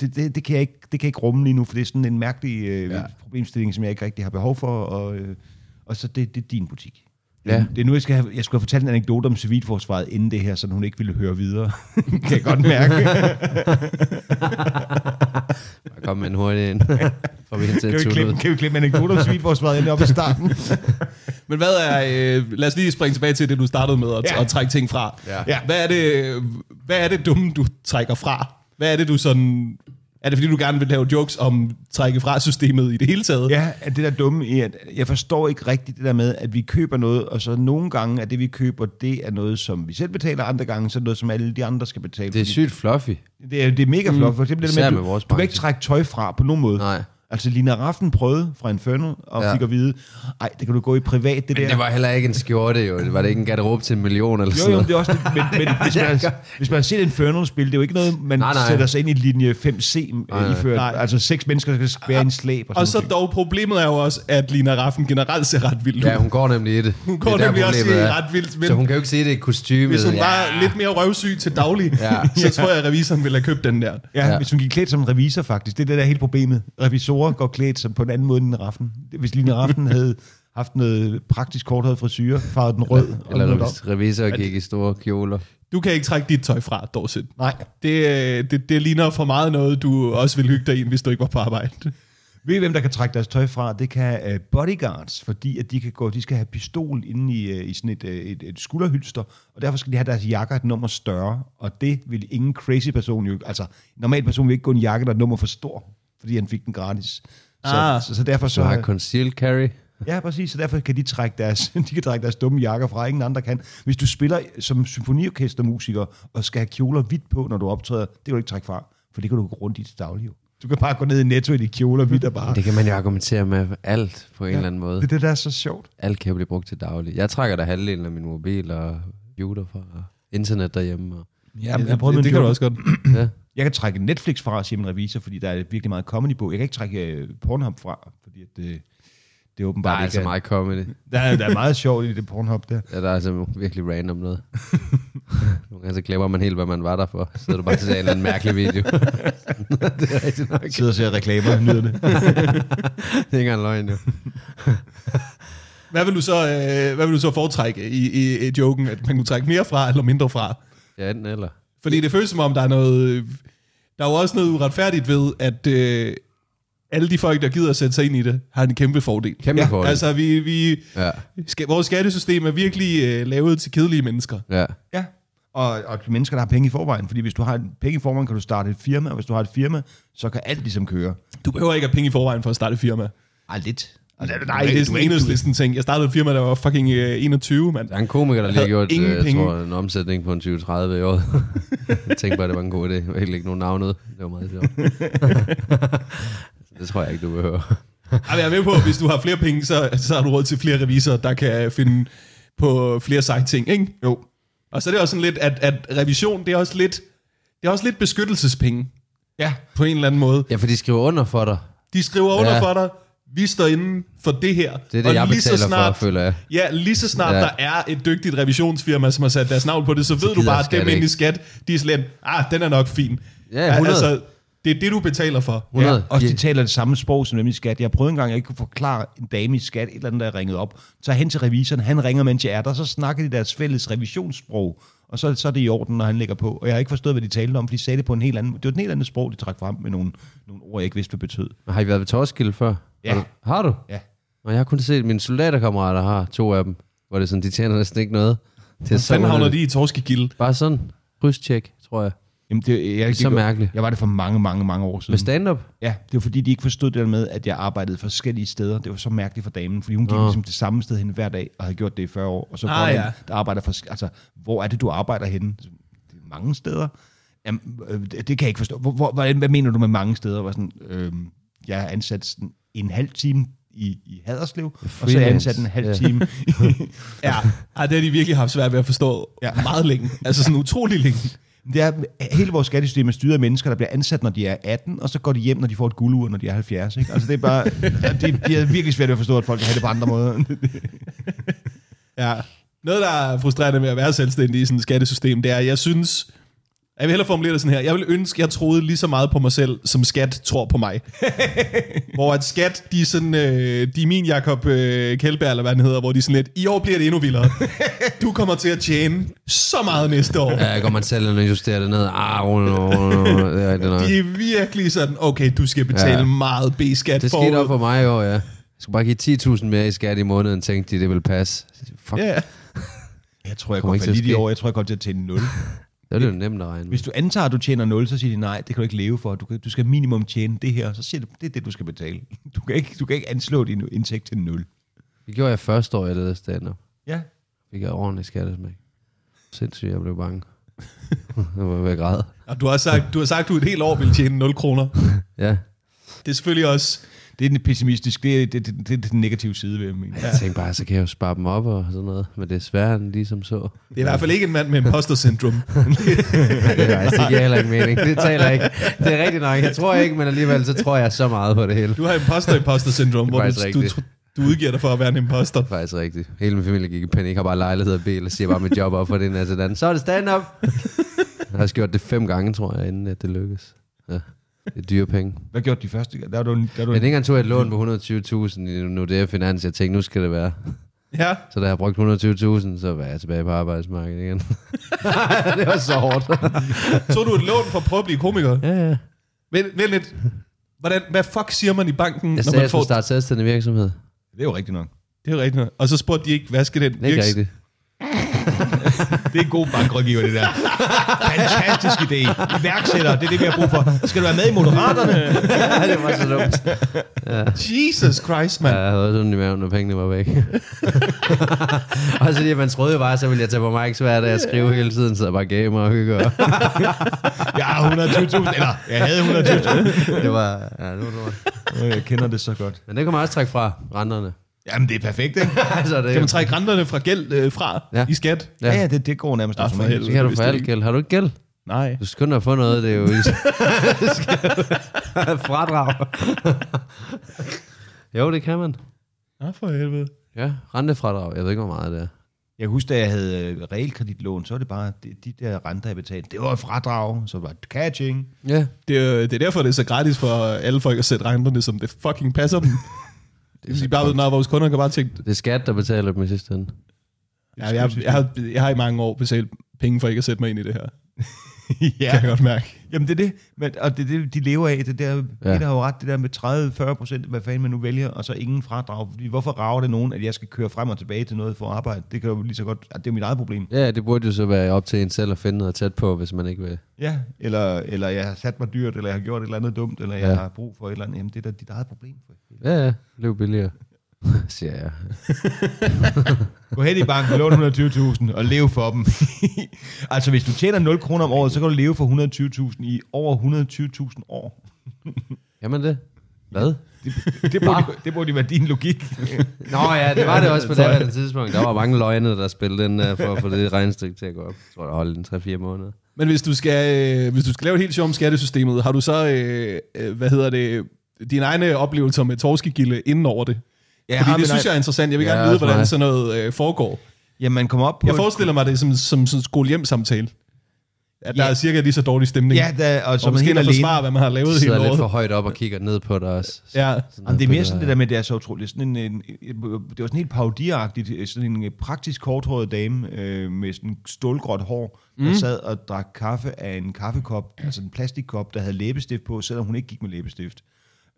B: det, det, det, kan jeg ikke, det kan jeg ikke rumme lige nu, for det er sådan en mærkelig øh,
C: Ja.
B: ja. problemstilling, som jeg ikke rigtig har behov for, og, øh, og så det, det er din butik.
C: Ja.
B: Det er nu, jeg, skal have, jeg skulle have fortalt en anekdote om civilforsvaret inden det her, så hun ikke ville høre videre. kan jeg godt mærke.
C: Bare kom med en hurtig ind. Får vi hende til
B: kan,
C: at
B: vi
C: tulle ud.
B: klemme, kan vi klemme anekdoter om civilforsvaret inden oppe i starten?
A: men hvad er, øh, lad os lige springe tilbage til det, du startede med, at, ja.
B: Ja.
A: at trække ting fra.
C: Ja.
B: Ja.
A: Hvad, er det, hvad er det dumme, du trækker fra? Hvad er det, du sådan... Er det, fordi du gerne vil lave jokes om trække fra systemet i det hele taget?
B: Ja, at det der dumme i, at jeg forstår ikke rigtigt det der med, at vi køber noget, og så nogle gange er det, vi køber, det er noget, som vi selv betaler, andre gange så er det noget, som alle de andre skal betale.
C: Det er
B: Fordi
C: sygt fluffy.
B: det, er, det er mega flot. For eksempel det
C: Især
B: der med,
C: med
B: at
C: vores
B: du, du kan
C: branche.
B: ikke trække tøj fra på nogen måde.
C: Nej.
B: Altså, Lina Raften prøvede fra Inferno, og
C: Ja.
B: ja. fik at vide, ej, det kan du gå i privat, det der.
C: Men det var heller ikke en skjorte, jo. Det var det ikke en garderobe til en million eller
B: Jo,
C: sådan
B: jo, men
C: noget.
B: det er også det. Men, men hvis, man, har- hvis man har set Inferno-spil, det er jo ikke noget, man
C: Nej,
B: nej,
C: nej.
B: nej. sætter sig ind i linje 5C
C: Nej, nej.
B: nej, iført.
A: Nej.
B: Nej. Altså seks mennesker skal være i en slæb. Og, sådan
A: Og så
B: noget.
A: dog, problemet er jo også, at Lina Raffen generelt ser ret vild ud.
C: Ja, hun går nemlig i det.
A: Hun går
C: det er der,
A: nemlig også i
C: problemet er.
A: ret vildt, men-
C: Så hun kan jo ikke sige det i kostymet.
A: Hvis hun
C: ja.
A: var lidt mere røvsyg til daglig,
C: Ja.
A: ja. så tror jeg, at revisoren ville have købt den der.
B: Ja,
C: Ja.
B: ja, hvis hun gik klædt som en revisor faktisk. Det er det, der er hele problemet. Revisorer går klædt som på en anden måde end en Raffen. Hvis Line Raffen havde haft noget praktisk korthåret frisyr, farvet den rød. og
C: Eller
B: noget
C: revis- revisorer gik i store kjoler.
A: Du kan ikke trække dit tøj fra, Dorset.
B: op. Nej.
A: Det, øh, det, det ligner for meget noget, du også ville hygge dig i, hvis du ikke var på arbejde.
B: Ved I, hvem der kan trække deres tøj fra? Det kan uh, bodyguards, fordi at de, kan gå, de skal have pistol inde i, uh, i sådan et, uh, et, et skulderhylster, og derfor skal de have deres jakker et nummer større, og det vil ingen crazy person jo... Altså, en normal person vil ikke gå i en jakke, der er et nummer for stor, fordi han fik den gratis. Så,
A: Ah.
B: så, så derfor så...
C: Du har concealed carry.
B: Ja, præcis. Så derfor kan de trække deres, de kan trække deres dumme jakker fra. Ingen andre kan. Hvis du spiller som symfoniorkestermusiker og skal have kjoler hvidt på, når du optræder, det kan du ikke trække fra, for det kan du gå rundt i til daglig. jo. Du kan bare gå ned i netto i de kjoler hvidt og bare...
C: Det kan man jo argumentere med alt på en ja. eller anden måde.
B: Det er det, der er så sjovt.
C: Alt kan jo blive brugt til daglig. Jeg trækker da halvdelen af min mobil og computer fra internet derhjemme. Og,
B: Ja,
A: det, det, det kan du også godt.
C: ja.
B: Jeg kan trække Netflix fra, siger min revisor, fordi der er virkelig meget comedy på. Jeg kan ikke trække øh, Pornhub fra, fordi at øh, det, det er
C: Der
B: åbenbart
C: er altså
B: ikke...
C: meget comedy.
B: Der, er, der er meget sjovt i det Pornhub der.
C: Ja, der er altså virkelig random noget. Nogle gange så glemmer man helt, hvad man var der for. Så sidder du bare til en eller anden mærkelig video. det er rigtigt nok.
B: Sidder og ser reklamer, nyder det.
C: Det er ikke engang løgn, jo.
A: Hvad vil du så, øh, hvad vil du så foretrække i, i, i joken, at man kunne trække mere fra eller mindre fra?
C: Ja, enten eller.
A: Fordi det føles som om, der er noget... øh, Der er jo også noget uretfærdigt ved, at øh, alle de folk, der gider at sætte sig ind i det, har en kæmpe fordel.
C: Kæmpe
A: ja,
C: fordel.
A: Altså, vi, vi,
C: Ja.
A: ska, vores skattesystem er virkelig øh, lavet til kedelige mennesker.
C: Ja.
B: Ja, og, og de mennesker, der har penge i forvejen. Fordi hvis du har en penge i forvejen, kan du starte et firma, og hvis du har et firma, så kan alt ligesom køre.
A: Du behøver ikke have penge i forvejen for at starte et firma.
B: Ej, lidt. Altså,
A: Nej, det er sådan en enhedslisten ting. Jeg startede et firma, der var fucking øh, 21, mand.
C: Der er en komiker, der lige har
A: havde
C: gjort,
A: ingen
C: øh, jeg
A: penge.
C: tror, en omsætning på en 20-30 i år. jeg tænkte bare, det var en god idé. Jeg helt ikke nogen navn ud. Det var meget sjovt. det tror jeg ikke, du behøver.
A: Ej, men Jeg er med på, at hvis du har flere penge, så, så har du råd til flere revisorer, der kan finde på flere seje ting, ikke?
B: Jo.
A: Og så er det også sådan lidt, at, at revision, det er også lidt, det er også lidt beskyttelsespenge.
B: Ja.
A: På en eller anden måde.
C: Ja, for de skriver under for dig.
A: De skriver under
C: Ja.
A: for dig, vi står inden for det her.
C: Det er det, jeg betaler for, føler jeg.
A: Ja, lige så snart ja.
C: Ja.
A: der er et dygtigt revisionsfirma, som har sat deres navn på det, så, ved du
C: gider
A: bare, at
C: skat
A: dem inde i
C: ikke.
A: skat, de er slet, ah, den er nok fin. Altså,
C: Ja, 100.
A: det er det, du betaler for.
C: 100.
B: Ja, og de
C: Ja.
B: taler det samme sprog som dem i skat. Jeg prøvede engang, at jeg ikke kunne forklare en dame i skat, et eller andet, der er ringet op. Så hen til revisoren, han ringer, mens jeg er der, så snakker de deres fælles revisionssprog. Og så, så er det i orden, når han lægger på. Og jeg har ikke forstået, hvad de talte om, for de sagde det på en helt anden... Det var et helt andet sprog, de trak frem med nogle, nogle ord, jeg ikke vidste, hvad betød.
C: Har I været ved Torskilde før?
B: Ja.
C: Har du? Har du?
B: Ja.
C: Og jeg har kun set mine soldaterkammerater har to af dem, hvor det er sådan, de tjener næsten ikke noget. Det er så
A: Fanden havner
C: underligt.
A: de i Torskegilde.
C: Bare sådan, krydstjek, tror jeg.
B: Jamen, det, jeg, det
C: så mærkeligt.
B: Jeg var det for mange, mange, mange år siden.
C: Med stand-up?
B: Ja, det var fordi, de ikke forstod det der med, at jeg arbejdede forskellige steder. Det var så mærkeligt for damen, fordi hun gik
C: Nå.
B: ligesom det samme sted hen hver dag, og havde gjort det i 40 år. Og så
A: Ah,
B: går ah,
A: ja.
B: ja. der arbejder for, altså, hvor er det, du arbejder henne? Så, Det er mange steder. Jamen, øh, det det kan jeg ikke forstå. Hvor, hvor, hvordan- hvad mener du med mange steder? Jeg Var sådan, øh, jeg er ansat sådan en halv time i, i Haderslev, og så er jeg
C: Freelance.
B: ansat en halv
C: Ja.
B: time i,
A: Ja, Ej, det har de virkelig haft svært ved at forstå ja.
B: Ja.
A: meget længe. Altså sådan utrolig længe.
B: Det er, hele vores skattesystem er styret af mennesker, der bliver ansat, når de er 18, og så går de hjem, når de får et guldur, når de er 70. Ikke? Altså, det er bare, de, de er virkelig svært ved at forstå, at folk kan have det på andre måder.
A: Ja. Noget, der er frustrerende med at være selvstændig i sådan et skattesystem, det er, at jeg synes... Jeg vil hellere formulere det sådan her. Jeg vil ønske, jeg troede lige så meget på mig selv, som skat tror på mig. hvor at skat, de er sådan... Øh, de er min Jakob øh, Kjeldberg, eller hvad han hedder, hvor de er sådan lidt... I år bliver det endnu vildere. Du kommer til at tjene så meget næste år.
C: Ja, går man selv ind og justerer det ned. Ah, oh, no, no, no. Det er rigtigt nok.
A: De er virkelig sådan, okay, du skal betale
C: Ja.
A: ja. meget B-skat
C: Det
A: for.
C: skete op for mig i år, ja. Jeg skulle bare give 10.000 mere i skat i måneden, tænkte de, det ville passe. Fuck, yeah.
A: Ja.
B: Jeg tror, jeg
C: Kommer
B: kommer
C: ikke til
B: til
C: at
B: lige
C: ske.
B: i år. Jeg tror, jeg kommer til at tjene 0.
C: det ville jo nemt at regne med.
B: Hvis du antager, at du tjener 0, så siger de nej, det kan du ikke leve for. Du, kan, du skal minimum tjene det her, så siger de, det er det, du skal betale. Du kan ikke, du kan ikke anslå din indtægt til 0.
C: Det gjorde jeg første år, jeg lavede stand-up.
B: Ja.
C: Fik jeg ordentligt skattesmæk. Sindssygt, jeg blev bange. jeg var ved at græde.
A: Og du har sagt, du har sagt, du et helt år vil tjene 0 kroner.
C: Ja.
A: Det er selvfølgelig også...
B: Det er den pessimistiske, det er, det, det, det er den negative side ved min.
C: Jeg tænkte bare, så kan jeg jo spare dem op og sådan noget. Men det er sværere end ligesom så.
A: Det er i hvert fald ikke en mand med imposter syndrom.
C: Det, er, faktisk- det giver heller ikke mening. Det taler ikke. Det er rigtigt nok. Jeg tror ikke, men alligevel så tror jeg så meget på det hele.
A: Du har imposter-imposter-syndrom, hvor
C: faktisk
A: du, du,
C: rigtigt.
A: du udgiver dig for at være en imposter.
C: Det er faktisk rigtigt. Hele min familie gik i panik, har bare lejlighed og bil, og siger bare mit job op for det ene til den. anden. Så er det stand-up! jeg har også gjort det fem gange, tror jeg, inden at det lykkes. Ja. Det er dyre penge.
B: Hvad gjorde de første? Der var du, en- der var du
C: Men
B: en,
C: ikke engang tog jeg et lån på 120.000 i Nordea Finans. Jeg tænkte, nu skal det være.
A: Ja,
C: Så da jeg brugte 120.000, så var jeg tilbage på arbejdsmarkedet igen. det var så hårdt.
A: tog du et lån for at prøve at blive komiker?
C: ja, ja.
A: Vent, vent lidt. Hvordan, hvad fuck siger man i banken,
C: Jeg
A: når
C: sagde, at
A: man
C: jeg
A: får...
C: skulle starte selvstændig virksomhed.
B: det er jo rigtigt nok.
A: Det er jo rigtigt. nok. Og så spurgte de ikke, hvad skal den
C: Det er ikke
A: virks-
C: rigtigt.
A: Det er en god bankrådgiver, det der. Fantastisk idé. Iværksætter, det er det, vi har brug for. Skal du være med i Moderaterne?
C: ja, det var så dumt.
A: Jesus Christ, mand.
C: Ja, jeg havde også ondt i maven, når pengene var væk. og så lige, at man troede jo bare, så ville jeg tage på Mike's hver dag og skrive hele tiden, så jeg bare gamer og hygger.
A: Jeg har 120.000, eller jeg havde 120.000.
C: det var, ja, det var lort.
B: Øh, Jeg kender det så godt.
C: Men det kan man også trække fra renterne.
A: Jamen, det er perfekt, ikke?
C: altså, det,
A: Kan man trække renterne fra gæld øh, fra
C: Ja.
A: ja. i skat?
C: Ja.
B: Ja, ja det, det går nærmest
A: Ja, for
B: automatisk.
A: helvede.
C: Det kan du
A: hvis
C: få
A: det
C: alt
A: ikke-
C: gæld. Har du ikke gæld?
A: Nej.
C: Du skynder at få noget, det er jo fradrag. jo, det kan man.
A: Ja, for helvede.
C: Ja, rentefradrag. Jeg ved ikke, hvor meget det er.
B: Jeg husker, da jeg havde øh, realkreditlån, så var det bare de, de der renter, jeg betalte. Det var et fradrag, så var det catching.
C: Ja,
A: Det er, det er derfor, det er så gratis for alle folk at sætte renterne, som det fucking passer dem. Det er bare ved, når vores kunder kan bare tænke,
C: det er skat, der betaler dem i sidste ende.
A: ja, jeg, jeg, har, jeg har i mange år betalt penge for ikke at sætte mig ind i det her. ja. Kan jeg godt mærke.
B: Jamen det er det, men, og det er det, de lever af. Det der,
C: Ja.
B: ja. Peter har jo ret, det der med 30-40 procent, hvad fanden man nu vælger, og så ingen fradrag. Fordi Hvorfor rager det nogen, at jeg skal køre frem og tilbage til noget for at arbejde? Det kan jo lige så godt, at det er mit eget problem.
C: Ja, det burde jo så være op til en selv at finde noget tæt på, hvis man ikke vil.
B: Ja, eller, eller jeg har sat mig dyrt, eller jeg har gjort et eller andet dumt, eller jeg
C: Ja.
B: har brug for et eller andet. Jamen det er da dit eget problem.
C: Ja, ja, løb billigere. Siger jeg.
B: Gå hen i banken, lån 120.000 og lev for dem. altså, hvis du tjener 0 kroner om året, så kan du leve for 120.000 i over 120.000 år.
C: Kan man det? Hvad?
B: Det burde, det burde være din logik.
C: Nå ja, det var det også på det her tidspunkt. Der var mange løgne, der spillede den der, for at få det regnestykke til at gå op. Jeg tror, der holdt en 3-4 måneder.
A: Men hvis du skal, øh, hvis du skal lave et helt sjovt om skattesystemet, har du så, øh, øh, hvad hedder det, dine egne oplevelser med torskegilde inden over det?
B: Ja,
A: Fordi det synes jeg er interessant. Jeg vil
C: Ja,
A: gerne vide,
C: også
A: hvordan
C: mig.
A: sådan noget øh, foregår.
B: Ja, man kommer op på...
A: Jeg
B: et-
A: forestiller mig det som, som sådan en skole-hjem-samtale. At der
B: Ja.
A: er cirka lige så dårlig stemning.
B: Ja, der, og
A: og så
B: som
A: måske
B: helt
A: at
B: alene.
A: forsvare, hvad man har
C: De
A: lavet hele
C: sidder lidt for
A: året.
C: højt op og kigger ned på dig også.
A: Ja.
C: Sådan
B: Jamen, det er mere
C: noget
B: sådan det
C: billede
B: der med, at det er så utroligt. Sådan en, en, en, det var sådan helt parodieragtigt, øh, sådan en øh, praktisk korthåret dame øh, med sådan stålgråt hår, mm. der sad og drak kaffe af en kaffekop, altså en plastikkop, der havde læbestift på, selvom hun ikke gik med læbestift.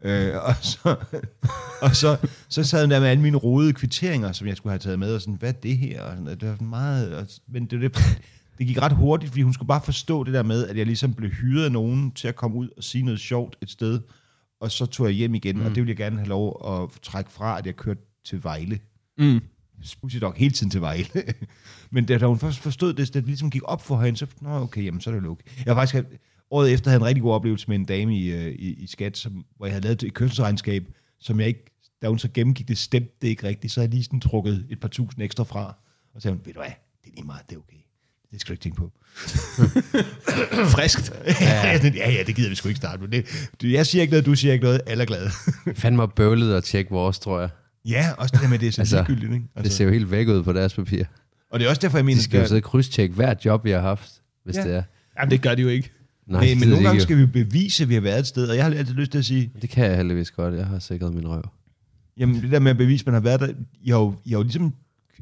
B: Øh, og så, og så, så sad hun der med alle mine rodede kvitteringer, som jeg skulle have taget med, og sådan, hvad er det her? Og sådan, og det var sådan meget, og, men det, var det, det gik ret hurtigt, fordi hun skulle bare forstå det der med, at jeg ligesom blev hyret af nogen til at komme ud og sige noget sjovt et sted, og så tog jeg hjem igen, mm. og det ville jeg gerne have lov at trække fra, at jeg kørte til Vejle.
A: Mm.
B: Spudsigt nok hele tiden til Vejle. Men da, da hun først forstod det, da det ligesom gik op for hende, så, nå okay, jamen, så er det luk. Jeg var faktisk, året efter havde jeg en rigtig god oplevelse med en dame i, øh, i, i skat, som, hvor jeg havde lavet et kønsregnskab, som jeg ikke, da hun så gennemgik det, stemte det ikke rigtigt, så havde jeg lige sådan trukket et par tusind ekstra fra, og så sagde hun, ved du hvad, det er lige meget, det er okay. Det skal du ikke tænke på.
A: Friskt.
B: Ja, sådan, ja, ja, det gider vi sgu ikke starte med. Det, du- jeg siger ikke noget, du siger ikke noget, alle er glade.
C: der. Fandme bøvlet at tjekke vores, tror jeg.
B: Ja, også det der med, det er så
C: Altså,
B: altså, ligegyldigt, ikke?
C: Det
B: Altså,
C: ser jo helt væk ud på deres papir.
B: og det er også derfor, jeg mener,
C: De skal jo
B: at,
C: sidde og krydstjekke hvert job, vi har haft, hvis
B: Ja.
C: det er.
A: Jamen, det gør de jo ikke.
C: Nej,
B: men,
C: det
B: men nogle gange
C: skal...
B: skal vi bevise, at vi har været et sted, og jeg har altid lyst til at sige,
C: Det kan jeg heldigvis godt. Jeg har sikret min røv.
B: jamen det der med at bevise, at man har været der, jeg har jo, jeg har jo ligesom,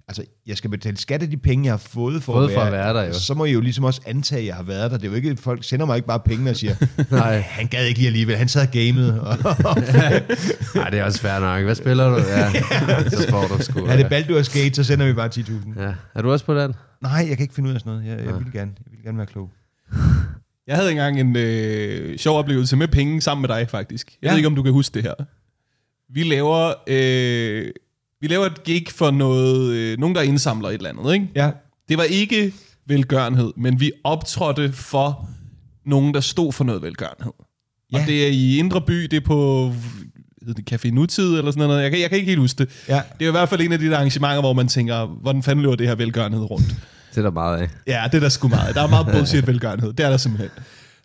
B: altså jeg skal betale skat af de penge, jeg har fået for,
C: Fået
B: at,
C: for
B: være,
C: at være der, jo.
B: Så må jeg jo ligesom også antage, at jeg har været der. Det er jo ikke, folk sender mig ikke bare penge og siger,
C: Nej.
B: han gad ikke lige alligevel, han sad og gamede. Og,
C: Nej, det er også fair nok. Hvad spiller du? Ja, så får du sgu.
B: er det Baldur's Gate, så sender vi bare 10.000.
C: ja. Er du også på den?
B: Nej, jeg kan ikke finde ud af sådan noget. Jeg, jeg vil gerne, jeg vil gerne være klog.
A: Jeg havde engang en øh, sjov oplevelse med penge sammen med dig, faktisk. Jeg ja.
B: Ja.
A: ved ikke, om du kan huske det her. Vi laver, øh, vi laver et gig for noget, øh, nogen, der indsamler et eller andet. Ikke?
B: Ja,
A: Det var ikke velgørenhed, men vi optrådte for nogen, der stod for noget velgørenhed. Ja.
B: Ja.
A: Og det er i Indre By, det er på hed det Café Nutid eller sådan noget. Jeg kan, jeg kan ikke helt huske det.
B: Ja.
A: Det er i hvert fald en af de der arrangementer, hvor man tænker, hvordan fanden løber det her velgørenhed rundt?
C: Det er der meget af.
A: Ja, det er der sgu meget. Der er meget bullshit velgørenhed. Det er der simpelthen.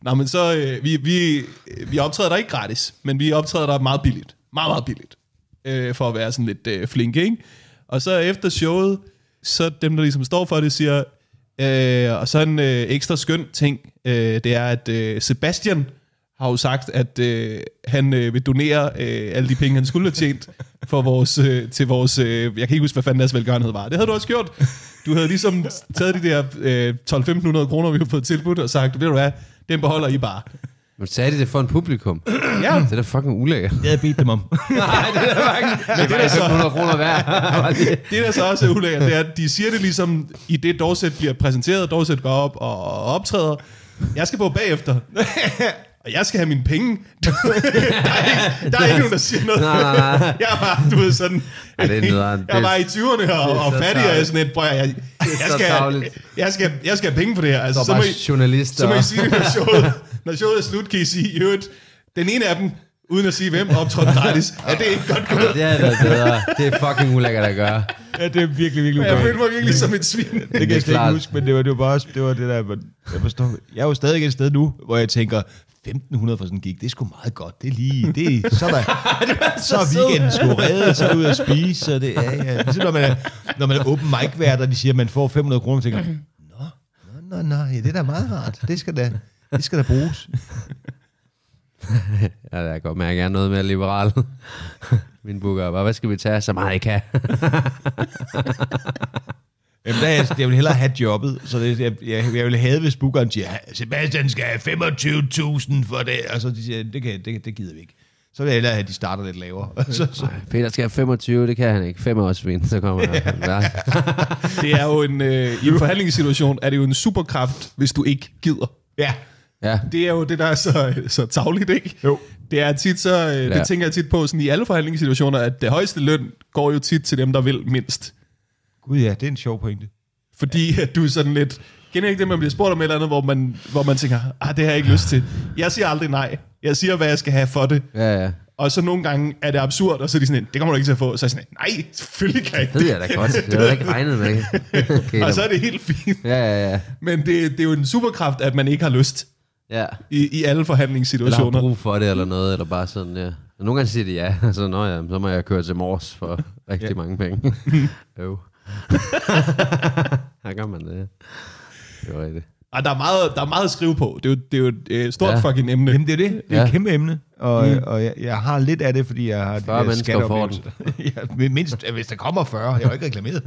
A: Nå, men så, øh, vi, vi, vi optræder der ikke gratis, men vi optræder der meget billigt. Meget, meget billigt. Øh, for at være sådan lidt øh, flinke, ikke? Og så efter showet, så dem, der ligesom står for det, siger, øh, og så en øh, ekstra skøn ting, øh, det er, at øh, Sebastian har jo sagt, at øh, han øh, vil donere øh, alle de penge, han skulle have tjent for vores, øh, til vores... Øh, jeg kan ikke huske, hvad fanden deres velgørenhed var. Det havde du også gjort. Du havde ligesom taget de der øh, 12-1500 kroner, vi havde fået tilbudt, og sagt, ved du hvad, den beholder I bare.
C: Men sagde de det for en publikum?
A: Ja.
C: Det er da fucking ulækkert.
B: Jeg havde bedt dem om.
C: Nej, det er da fucking... Det
A: er
C: var
A: så-
C: 500 kroner værd. Bare lige-
A: Det, der så også er ulækkert, det er, at de siger det ligesom, i det Dorset bliver præsenteret, Dorset går op og optræder. Jeg skal på bagefter. og jeg skal have mine penge. der, er ikke, der er ikke nogen, der siger noget.
C: Nej, nej, nej.
A: Jeg var, du ved, sådan...
C: Ja, det er nederen.
A: jeg
C: Det-
A: var i 20'erne og, og
C: så
A: fattig, og jeg er
C: tarveligt.
A: sådan lidt, prøv at- jeg, jeg,
C: så
A: skal,
C: tarveligt.
A: jeg, skal, jeg skal have penge for det her. Altså,
C: Og
A: så, må
C: bare
A: I,
C: journalister.
A: så må I sige det, når showet, når showet er slut, kan I sige, i øvrigt, den ene af dem, uden at sige hvem, optrådte gratis. Er det ikke godt gået?
C: Det er da bedre. Det er fucking ulækkert at gøre.
B: ja, det er virkelig, virkelig
A: Jeg
B: ubehageligt.
A: følte mig virkelig som et svin.
B: Det kan
C: Det er
B: jeg slet
C: klart.
B: ikke huske, men det var, det var bare også, det var det der, man, jeg forstår. Jeg er jo stadig et sted nu, hvor jeg tænker, 1500 for sådan en gig, det er sgu meget godt. Det er lige, det er, så er der, så er weekenden sgu reddet, så er du ude at spise, så det ja, ja. Ligesom når man er, når man er open mic vært, og de siger, at man får 500 kroner, tænker man, nå, nå, nå, nå, ja, det er da meget rart. Det skal da, det skal da bruges.
C: Ja, jeg kan godt mærke, at jeg er noget mere liberal. Min booker er bare, hvad skal vi tage? Jamaica.
B: Jamen, der, er jeg, jeg vil hellere have jobbet, så det, jeg, jeg, jeg vil have, hvis bookeren siger, Sebastian skal have 25.000 for det, og så de siger, det, kan, det, det gider vi ikke. Så vil jeg hellere have, at de starter lidt lavere. så, så.
C: Peter skal have 25, det kan han ikke. 5 års vin, så kommer han. Ja.
A: Det er jo en, øh, i en forhandlingssituation er det jo en superkraft, hvis du ikke gider.
B: Ja,
C: ja.
A: Det er jo det, der er så, så tavligt, ikke?
B: Jo.
A: Det er tit så, øh,
C: Ja.
A: det tænker jeg tit på sådan i alle forhandlingssituationer, at det højeste løn går jo tit til dem, der vil mindst.
B: gud ja, det er en sjov pointe.
A: Fordi at du er sådan lidt, kender I ikke det, man bliver spurgt om et eller andet, hvor man, hvor man tænker, ah, det har jeg ikke lyst til. Jeg siger aldrig nej. Jeg siger, hvad jeg skal have for det.
C: Ja, ja.
A: Og så nogle gange er det absurd, og så er de sådan, lidt, det kommer du ikke til at få. Så er jeg sådan, nej, selvfølgelig kan jeg ikke
C: Det ved jeg da godt. Det havde jeg ikke regnet med. Okay,
A: Og så
C: da.
A: er det helt fint.
C: Ja, ja, ja.
A: Men det, det er jo en superkraft, at man ikke har lyst.
C: ja.
A: i, i alle
C: Eller har
A: forhandlingssituationer.
C: brug for det eller noget, eller bare sådan, ja. Nogle gange siger de ja, så, nå ja, så må jeg køre til Mors for rigtig mange penge. jo. Her gør man det. ja. Det var rigtigt.
A: Og der er, meget, der er meget at skrive på. Det er jo, det er jo et øh, stort
C: Ja.
A: ja. fucking emne.
B: Jamen, det er jo det. Det er
C: Ja.
B: et kæmpe emne, og, mm. og jeg, jeg, har lidt af det, fordi jeg har...
C: 40
B: de der
C: mennesker får
B: skatteoplevelser. ja, men mindst, hvis der kommer 40, jeg har jo ikke reklameret.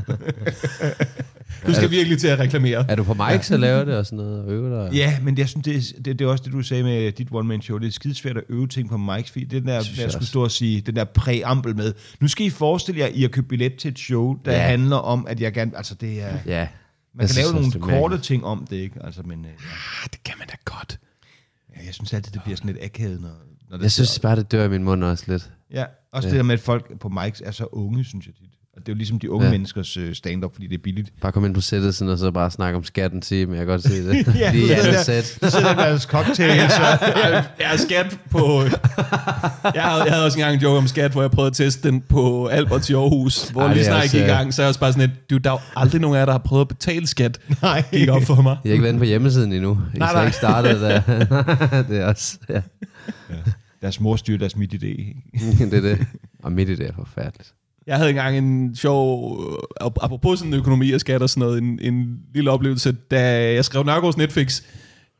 A: Du skal virkelig til at reklamere.
C: Er du på mic, så laver det og sådan noget, og øver dig?
B: Ja, men jeg synes, det, er- det, det er også det, du sagde med dit one-man-show. Det er skidesvært at øve ting på mics, fordi det er den der, jeg,
C: jeg
B: jeg skulle
C: også.
B: stå og sige, den der præambel med. Nu skal I forestille jer, I har købt billet til et show, der
C: Ja.
B: ja. handler om, at jeg gerne... Altså, det er...
C: ja.
B: Man kan lave nogle korte
C: korte...
B: ting om det, ikke? Altså, men øh,
A: Ah, det kan man da godt.
B: ja, jeg synes altid, det bliver sådan lidt akavet, når, når det
C: Jeg synes bare, det dør i min mund også lidt.
B: Ja, også det der med, at folk på mics er så unge, synes jeg tit. Og det er jo ligesom de unge
C: Ja.
B: ja. menneskers øh, stand-up, fordi det er billigt.
C: Bare komme ind på sættet sådan, og så bare snakke om skatten til, men jeg kan godt se det.
B: Ja,
C: Lige
B: det er
C: i
B: det.
C: sæt.
B: Så sidder der med deres cocktail, så...
A: Jeg er skat på... Jeg havde, jeg havde også engang en joke om skat, hvor jeg prøvede at teste den på Alberts i Aarhus, hvor
C: Ej, det
A: lige
C: er
A: snart jeg
C: også, øh,
A: gik i
C: ja.
A: gang, så er jeg også bare sådan lidt, du, der er jo aldrig nogen af jer, der har prøvet at betale skat,
B: Nej.
A: gik op for mig.
C: Jeg er ikke været inde på hjemmesiden endnu.
A: Nej,
C: I nej, nej.
A: nej.
C: ikke startet der. det er også... Ja.
B: Deres mor styrer deres midt idé. ikke?
C: det er det. Og midt i det er forfærdeligt.
A: Jeg havde engang en sjov, øh, ap- apropos sådan økonomi og skat og sådan noget, en, en lille oplevelse. Da jeg skrev Nørgaards Netflix,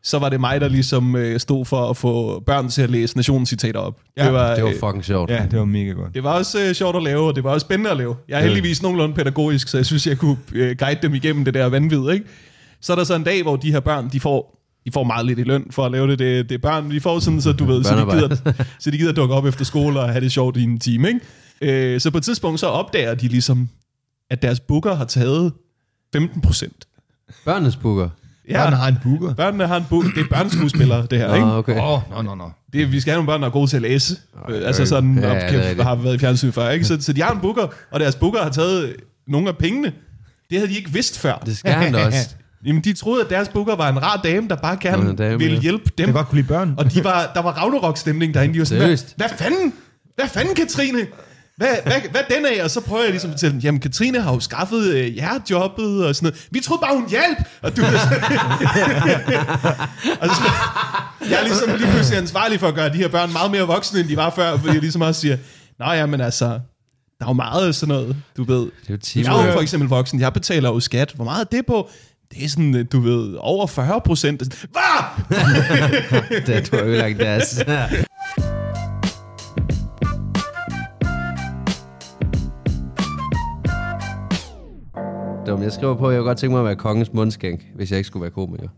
A: så var det mig, der ligesom øh, stod for at få børn til at læse nationscitater op.
B: Ja,
C: Det var
A: øh,
C: fucking sjovt.
B: Ja, det var mega godt.
A: det var også øh, sjovt at lave, og det var også spændende at lave. Jeg er heldigvis nogenlunde pædagogisk, så jeg synes, jeg kunne øh, guide dem igennem det der vanvid, ikke? Så er der så en dag, hvor de her børn, de får, de får meget lidt i løn for at lave det. Det, det er børn, de får sådan, så du ved, så de,
C: Børnearbejde.
A: gider, så de gider dukke op efter skole og have det sjovt i en time, ikke? Øh, så på et tidspunkt, så opdager de ligesom, at deres booker har taget 15 procent.
C: Børnenes booker.
B: Ja. Han har en booker.
A: børnene har en bog. Det er børneskuespillere, det her, ikke?
C: Nå, okay.
B: Åh, nå, nå, nå.
A: Det, er- vi skal have nogle børn, der er gode til at læse. Øh, altså sådan,
C: Ja,
A: ja,
C: ja, det er
A: ja,
C: rigtigt.
A: har været i fjernsynet før. Ikke? Så, så de har en booker, og deres booker har taget nogle af pengene. Det havde de ikke vidst før.
C: Det skal han da også.
A: Jamen, de troede, at deres booker var en rar dame, der bare
C: Nå,
A: gerne
C: en dame,
A: ville
C: ja.
A: hjælpe dem.
B: Jeg godt kunne lide børn.
A: Og de var, der var Ragnarok-stemning derinde. De var sådan, hvad,
C: Seriøst?
A: hvad fanden? Hvad fanden, Katrine? Hvad, hvad, hvad den af? Og så prøver jeg ligesom at fortælle dem, jamen Katrine har jo skaffet øh, jer jobbet og sådan noget. Vi troede bare, hun hjalp! Og du ved sådan- og så, jeg er ligesom lige pludselig ansvarlig for at gøre de her børn meget mere voksne, end de var før, fordi jeg ligesom også siger, nej, jamen altså, der er jo meget sådan noget, du ved.
C: Det er jo
A: Jeg er jo for
C: timer.
A: eksempel voksen, jeg betaler jo skat. Hvor meget er det på? Det er sådan, øh, du ved, over 40 procent. Altså, Hvad?
C: Det du har ødelagt deres. Dum, jeg skriver på, at jeg kunne godt tænke mig at være kongens mundskænk, hvis jeg ikke skulle være komiker.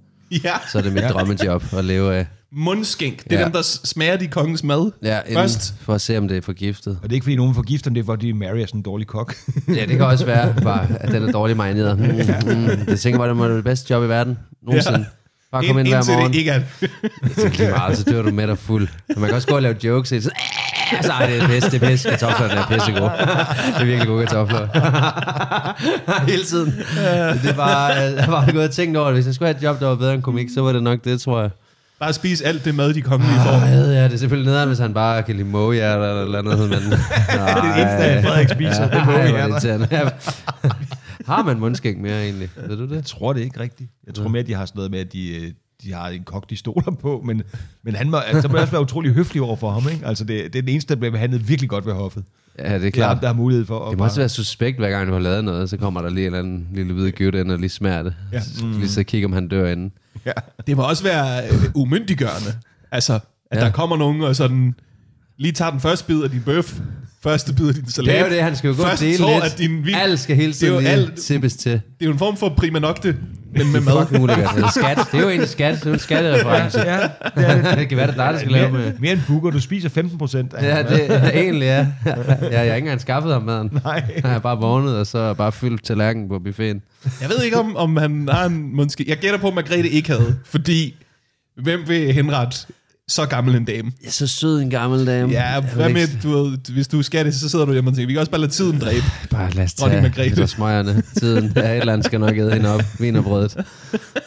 A: Ja.
C: så er det mit drømmejob at leve af.
A: Mundskænk. Det er ja.
C: Ja.
A: dem, der s- smager de kongens mad.
C: Ja, inden,
A: Først.
C: For at se, om det er forgiftet.
B: Og det er ikke, fordi nogen forgifter dem, det er, fordi Mary er sådan en dårlig kok.
C: Ja, det kan også være, bare, at den er dårlig marineret. Mm, mm, jeg tænker bare, det må være det bedste job i verden. Nogensinde.
A: Ja.
C: Ja. Bare kom ind, hver
A: indtil
C: morgen.
A: det
C: Det
A: ikke er...
C: er lige meget, så dør du med dig fuld. Men man kan også gå og lave jokes. Og så, "Ah," så "Ej, det er pisse, det er pisse. Kartoflerne er pissegode. Det er virkelig gode kartofler. Hele tiden. Det var, jeg har bare gået og tænkt over det. Hvis jeg skulle have et job, der var bedre end komik, så var det nok det, tror jeg.
A: Bare spis alt det mad, de kongelige får.
C: Åh, ja, det er selvfølgelig nederen, hvis han bare kan lide moja eller et eller andet. Men... Nej, det er det
B: eneste, han Frederik spiser, det er
C: det er Har man mundskæg mere egentlig? Ved du
B: Jeg
C: det?
B: tror det ikke rigtigt. Jeg tror mere, at de har sådan noget med, at de, øh, de har en kok, de stoler på, men, men han må, altså, må også være utrolig høflig over for ham. Ikke? Altså, det, det er den eneste, der bliver behandlet virkelig godt ved hoffet.
C: Ja, det er
B: Det er ham,
C: klart.
B: der har mulighed for at
C: Det må også være suspekt, hver gang du har lavet noget, så kommer der lige en eller anden lille hvide gytte ind og lige smager det.
B: Ja.
C: Ja. Så skal vi lige så kigge, om han dør inden.
B: Ja.
A: Det må også være øh, umyndiggørende. Altså, at ja.
C: Ja.
A: der kommer nogen og sådan... Lige tager den første bid af din bøf, første bid af din salat.
C: Det er jo det, han skal jo gå og
A: først
C: dele
A: tår
C: lidt.
A: Af din vin.
C: Alt skal hele
A: Det er jo
C: tiden lige
A: alt-
C: sippes til.
A: Det er jo en form for prima nocte, men med
C: Det er
A: mad.
C: fucking ulækkert. Det er skat. Det er jo egentlig skat. Det er jo en skattereference.
B: ja.
C: Det kan være, det er dig, der skal lave med.
B: Mere, mere end booker, du spiser 15 procent.
C: Ja, det er egentlig, ja. ja. Jeg har ikke engang skaffet ham maden.
B: Nej.
C: Jeg har bare vågnet, og så har jeg bare fyldt tallerkenen på buffeten.
A: Jeg ved ikke, om, om han har en måske. Jeg gætter på, at Margrethe ikke havde, fordi hvem vil henrette så gammel en dame?
C: Jeg er så sød en gammel dame.
A: Ja, hvad med, du ved, hvis du skal det, så sidder du hjemme og tænker, vi kan også bare lade tiden dræbe.
C: Bare lad os
A: Dronning
C: tage
A: Margrethe.
C: lidt af smøgerne. Tiden. Ja, et eller andet skal nok æde hende op. Vin og brødet.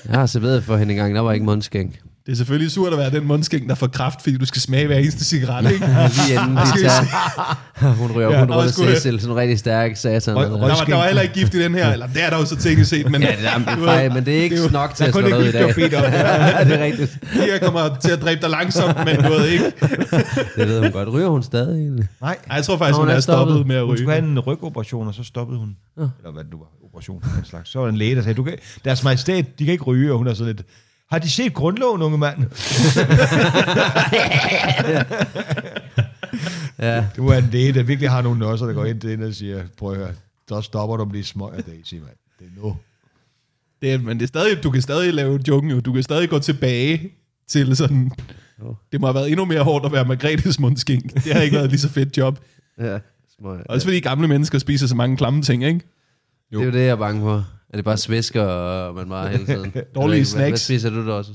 C: Jeg har serveret for hende engang. Der var ikke mundskænk.
A: Det er selvfølgelig surt at være den mundskæng, der får kraft, fordi du skal smage hver eneste cigaret, ikke?
C: Lige inden de tager... Hun ryger
A: Ja,
C: ja, hun
A: nå,
C: rød
A: skulle jeg-
C: Cecil. Sådan rigtig stærk satan.
B: Røg-
A: Der
B: røg-
C: Ja,
A: var, der var heller ikke gift i den her, eller der er der jo så ting set, men
C: det er,
A: du
C: men,
A: ved,
C: fej, men det er ikke
A: det er jo-
C: nok til at
B: kun
C: slå
B: ikke
C: dig ud i
B: gift, du
C: dag.
B: har bedt om.
C: Ja, det er rigtigt.
A: de her kommer til at dræbe dig langsomt, men du ved ikke.
C: Det ved hun godt. Ryger hun stadig egentlig?
B: Nej.
A: Ej, jeg tror faktisk,
C: Nå,
A: hun,
C: hun er
A: er stoppet
C: stoppet.
A: med at
B: Hun skulle
A: ryge.
B: have en rygoperation, og så stoppede hun. Ja. Eller hvad det nu var, operation af en slags. Så var der en læge, der sagde, du kan, deres majestæt, de kan ikke ryge, og hun er sådan lidt, har de set grundloven, unge mand?
C: Ja.
B: Det må være en læge, der virkelig har nogle nosser, der går ind til hende og siger, prøv at høre, så stopper du med de smøger, Daisy, mand. Det er nu.
A: Det, er- men det er stadig, du kan stadig lave joken jo. Du kan stadig gå tilbage til sådan... Det må have været endnu mere hårdt at være Margrethes mundskæng. Det har ikke været et lige så fedt job.
C: Ja. Smøger.
A: Også fordi gamle mennesker spiser så mange klamme ting, ikke?
C: Det er jo det, jeg er bange for. Er det bare svisker, og man bare hele tiden?
A: Dårlige
C: Hvad- Hvad
A: snacks.
C: spiser du da også?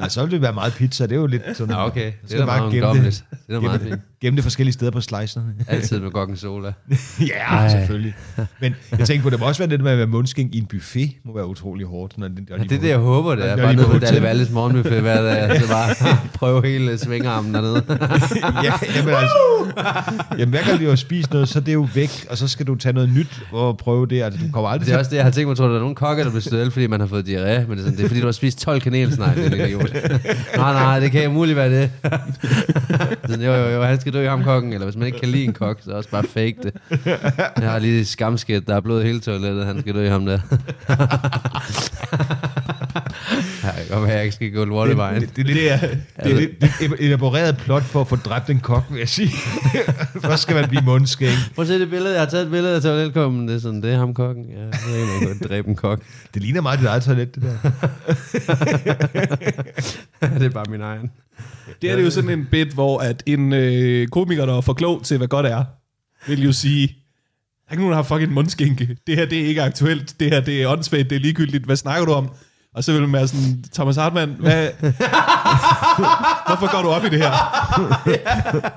B: Ja, så vil det være meget pizza, det er jo lidt sådan...
C: Nå, okay.
B: Så
C: Det
B: skal
C: er da
B: du bare
C: meget
B: gemme det.
C: ungdomligt. Det er da meget
B: Gemme,
C: fint.
B: det- gemme det forskellige steder på slicerne.
C: Altid med gokken sola.
B: ja,
C: Ej.
B: selvfølgelig. Men jeg tænker på, det må også være det med at være mundskæng i en buffet, må være utrolig hårdt. Når det,
C: Ja, det er det, jeg håber, det
B: Ja,
C: er.
B: det er
C: Bare
B: lige
C: nede
B: på
C: på
B: hotel.
C: Dalle Valles morgenbuffet hver dag. Så bare prøve hele svingarmen dernede.
B: ja, jamen, altså, jamen, hver gang du har spist noget, så er det jo væk, og så skal du tage noget nyt og prøve det. Altså, du kommer aldrig
C: Det er
B: til
C: også det, jeg har tænkt mig, tror, der er nogle kokke, der bliver stået ihjel, fordi man har fået diarré. Men det er, sådan, det er fordi, du har spist 12 kanelsnegle. Det er ikke idiot. Nej, nej, det kan jo muligt være det. Sådan, jo, jo, jo, han skal dø ham kokken. Eller hvis man ikke kan lide en kok, så også bare fake det. Jeg har lige skamskæt, der er blod i hele toilettet. Han skal dø ham der. Ja, det kan godt være, jeg ikke skal gå lortevejen.
A: Det, det, det, er,
B: Det
C: Altså-
B: er lidt, lidt et elaboreret plot for at få dræbt en kok, vil jeg sige. Først skal man blive mundskæng.
C: Prøv at se det billede. Jeg har taget et billede af toiletkummen. Det er sådan, det er ham kokken. Ja, jeg ved ikke, om man kan dræbe en kok.
B: Det ligner meget dit eget toilet, det der.
C: det er bare min egen.
A: det er det jo sådan en bit, hvor at en øh, komiker, der er for klog til, hvad godt er, vil jo sige, der er ikke nogen, der har fucking mundskænke. Det her, det er ikke aktuelt. Det her, det er åndssvagt. Det er ligegyldigt. Hvad snakker du om? Og så vil man være sådan, Thomas Hartmann, hvad, hvorfor går du op i det her?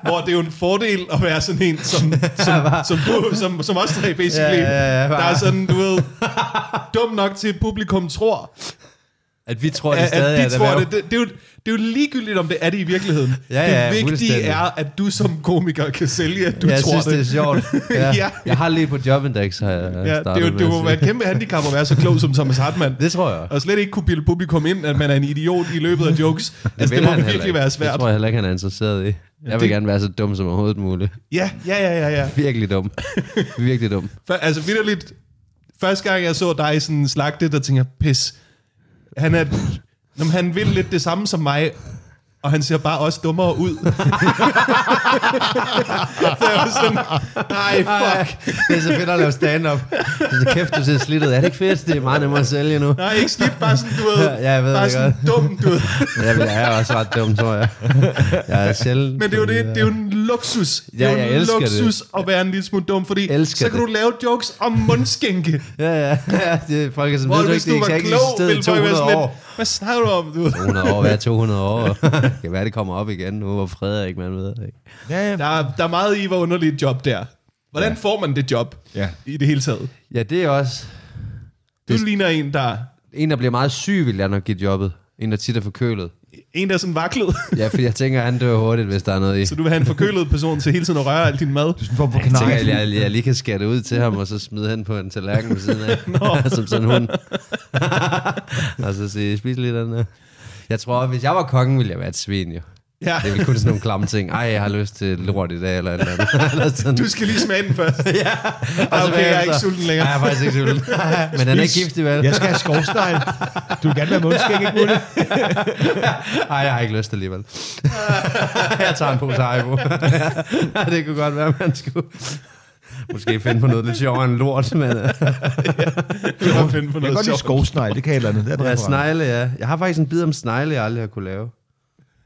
A: Hvor det er jo en fordel at være sådan en, som, som, som, du, som, som os tre, basically.
C: Ja, ja, ja, bare.
A: der er sådan, du ved, dum nok til, at publikum tror,
C: At vi tror, det
A: at,
C: stadig er
A: at
C: et
A: de tror
C: erhverv.
A: det. Det, det, er jo, det er jo ligegyldigt, om det er det i virkeligheden.
C: Ja, ja,
A: det vigtige
C: fuldstændig.
A: er, at du som komiker kan sælge, at du
C: jeg
A: tror
C: synes, det.
A: det.
C: er sjovt. Ja.
A: Ja.
C: Jeg har lige på Jobindex, har jeg
A: ja, det, er
C: startet
A: jo, det
C: med
A: må
C: at
A: være Altså,
C: sige.
A: et kæmpe handicap at være så klog som Thomas Hartmann.
C: Det tror jeg.
A: Og slet ikke kunne bilde publikum ind, at man er en idiot i løbet af jokes. altså, det
C: vil
A: må
C: han heller
A: virkelig
C: ikke.
A: være svært.
C: Det tror jeg heller ikke, han er interesseret i. Jeg vil
A: det-
C: gerne være så dum som overhovedet muligt.
A: Ja, ja, ja, ja. ja.
C: Virkelig dum. Virkelig dum.
A: For, altså, vidderligt, første gang jeg så dig sådan slagte, der tænker jeg, pis, han er... Nå, men han vil lidt det samme som mig, og og han ser bare også dummere ud. så jeg var sådan, nej, fuck.
C: Fuck. det er så fedt at lave stand-up. Det er kæft, du ser slittet. Er det ikke fedt? Det er meget nemmere at sælge nu.
A: Nej, ikke slidt, bare sådan, du ved,
C: Ja, jeg ved
A: bare
C: det
A: sådan dum, du ved.
C: Jeg vil- jeg er også ret dum, tror jeg. Jeg er sjældent... øh,
A: Men det er jo, det, det er jo en luksus. Det
C: Ja,
A: er jo
C: jeg
A: en
C: elsker det.
A: luksus at være en lille smule dum, fordi
C: Elsker
A: så kan
C: det.
A: du lave jokes om mundskænke.
C: Ja, ja. ja det er folk, er som
A: Hvor
C: ved du
A: hvis
C: ikke,
A: du
C: det er
A: var
C: ikke
A: klog,
C: eksisteret i
A: ville folk være
C: 200
A: sådan
C: år.
A: lidt, hvad snakker du om, du?
C: 200 år, hvad er 200 år? Det kan være, det kommer op igen nu, hvor Frederik, man ved det ikke.
B: Ja, ja.
A: Der er, der er meget i, hvor underligt et job der. Hvordan ja. får man det job
B: Ja.
A: i det hele taget?
C: Ja, det er også...
A: Du det... ligner en, der
C: En, der bliver meget syg, vil jeg nok give jobbet. En, der tit er forkølet.
A: en, der er sådan vaklet,
C: Ja, for jeg tænker, han dør hurtigt, hvis der er noget i.
A: så du vil have en forkølet person til hele tiden at røre alt din mad.
B: Sådan en form for
C: Jeg tænker, at
B: kanariefugl.
C: jeg, jeg lige kan skære det ud til ham, og så smide hen på en tallerken ved siden af, som sådan en hund. og så sige, spis lidt af den her. Jeg tror, at hvis jeg var kongen, ville jeg være et svin, jo.
A: Ja.
C: Det ville kun sådan nogle klamme ting. Ej, jeg har lyst til lort i dag, eller et eller andet. eller sådan.
A: Du skal lige smage den først.
C: ja. Og
A: okay, jeg er
C: bagefter-
A: ikke sulten længere.
C: Ej, jeg er faktisk ikke sulten. Men han er ikke gift i vel?
B: Jeg skal have skovstegn. Du vil gerne være mundskæg, ikke muligt?
C: Ej, jeg har ikke lyst alligevel. jeg tager en pose Haribo. Ja, det kunne godt være, man skulle... Måske finde på noget lidt sjovere end lort, men... øh,
A: Du har finde på
B: Jeg kan
A: noget
B: godt lide
A: sjovt.
B: skovsnegl, det kan jeg et eller andet. Det er en
C: Ja,
B: reference.
C: snegle, ja. Jeg har faktisk en bid om snegle, jeg aldrig har kunne lave.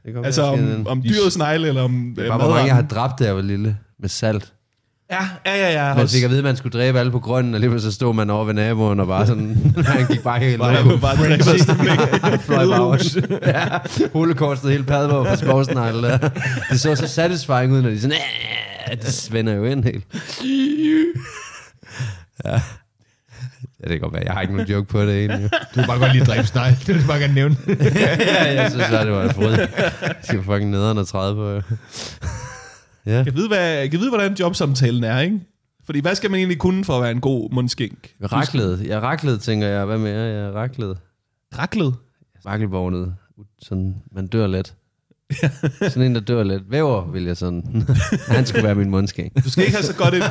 C: Det kan
A: Altså
C: være, jeg skal
A: om,
C: den.
A: om dyrets negle, eller om øh,
C: Bare hvor mange jeg har
A: madvarer.
C: dræbt, da jeg var lille. Med salt.
A: Ja, ja, ja. ja.
C: Man
A: Også,
C: fik at vide, at man skulle dræbe alle på grønnen, og lige så stod man over ved naboen, og bare sådan... han gik bare helt
A: jeg
C: loco.
A: kunne bare drikke os dem, ikke?
C: fløj bare også. Ja, holocaustet hele Padborg fra skovsnegle. der. Det så så satisfying ud, når de sådan... "Æh," Det svinder jo ind helt. Ja. Ja, det kan godt være. Jeg har ikke nogen joke på det egentlig.
B: Du kan bare godt lide at dræbe snegl. Det vil jeg bare gerne nævne.
C: ja, jeg synes også, det var fryd. Jeg skal fucking nederen og træde på. jo. Ja.
A: Jeg ved, hvad, jeg ved, hvordan jobsamtalen er, ikke? Fordi hvad skal man egentlig kunne for at være en god mundskænk?
C: Raklet. Jeg raklet, tænker jeg. Hvad mere? Jeg raklet.
A: Raklet?
C: Rakkelvognet. Sådan, man dør let. sådan en, der dør let. Væver, vil jeg sådan. Han skulle være min mundskæng.
A: Du skal ikke have så godt et,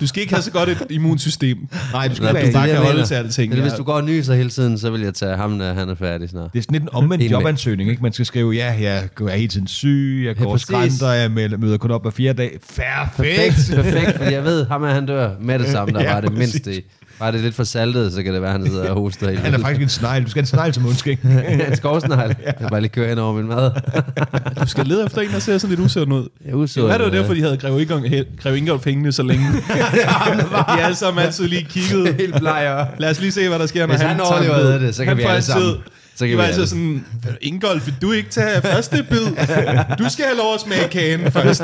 A: du skal ikke have så godt et immunsystem. Nej, du skal
C: Eller,
A: bare,
C: det
A: du
C: er
A: bare kan
C: det, jeg
A: holde
C: mener.
A: til alting.
C: Men
A: Ja.
C: hvis du går og nyser hele tiden, så vil jeg tage ham, når han er færdig snart.
B: Det er sådan lidt en omvendt
C: Helt væk.
B: jobansøgning, ikke? Man skal skrive, ja, jeg er hele tiden syg, jeg går og
C: præcis.
B: skrænter, jeg mel- møder kun op hver fjerde dag. Perfekt!
C: Perfekt, perfekt, fordi jeg ved, ham er han dør med det samme, der
B: Ja,
C: ja, var det
B: præcis.
C: mindste i. Bare det er lidt for saltet, så kan det være, han sidder og hoster hele
B: Han er faktisk en snegl. Du skal have en snegl som mundskæg.
C: en skovsnegl. Jeg kan bare lige køre hen over min mad.
A: Du skal lede efter en, der ser sådan lidt usund ud.
C: Jeg er usund, øh.
A: Hvad er det jo
C: ja.
A: derfor, de havde Greve Ingolf, Greve Ingolf hængende så længe? de alle sammen altid lige kigget.
C: Helt blejer.
A: Lad os lige se, hvad der sker, når
C: Hvis han
A: tager en
C: overlever
A: bid.
C: det, så kan
A: han
C: vi
A: får
C: alle sammen.
A: altid-
C: Så kan
A: de
C: vi
A: var altid
C: alle.
A: sådan, Ingolf, vil du ikke tage første bid? Du skal have lov at smage kagen først.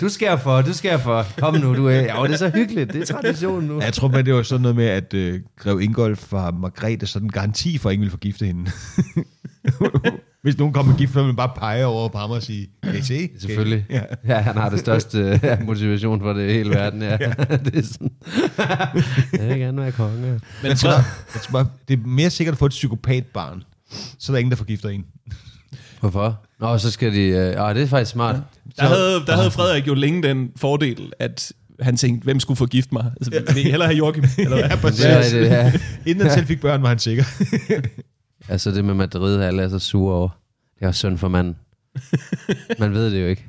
C: Du skærer for, du skærer for. Kom nu, du er... Ja, det er så hyggeligt. Det er traditionen nu.
B: Ja, Jeg tror, men det var sådan noget med, at øh, Grev Ingolf var Margrethe sådan en garanti for, at ingen ville forgifte hende. Hvis nogen kom med gift, så ville man bare pege over på ham og sige, kan I se?
C: Selvfølgelig.
B: Ja.
C: Ja. ja, han har det største ja, motivation for det i hele verden. Ja. ja. det er sådan. jeg vil gerne være konge.
B: Men skal, jeg tror, bare, det er mere sikkert at få et psykopatbarn. Så er der ingen, der forgifter en.
C: Hvorfor? Nå, så skal de... Øh, åh, det er faktisk smart.
A: Der havde,
C: Ah.
A: der havde Frederik jo længe den fordel, at han tænkte, hvem skulle forgifte mig? Altså, vil I hellere have Joachim? Eller hvad?
C: Men Det er, det, ja.
B: Inden han selv fik børn, var han sikker.
C: Altså det med Madrid, alle er så sure over. Det er også synd for manden. Man ved det jo ikke.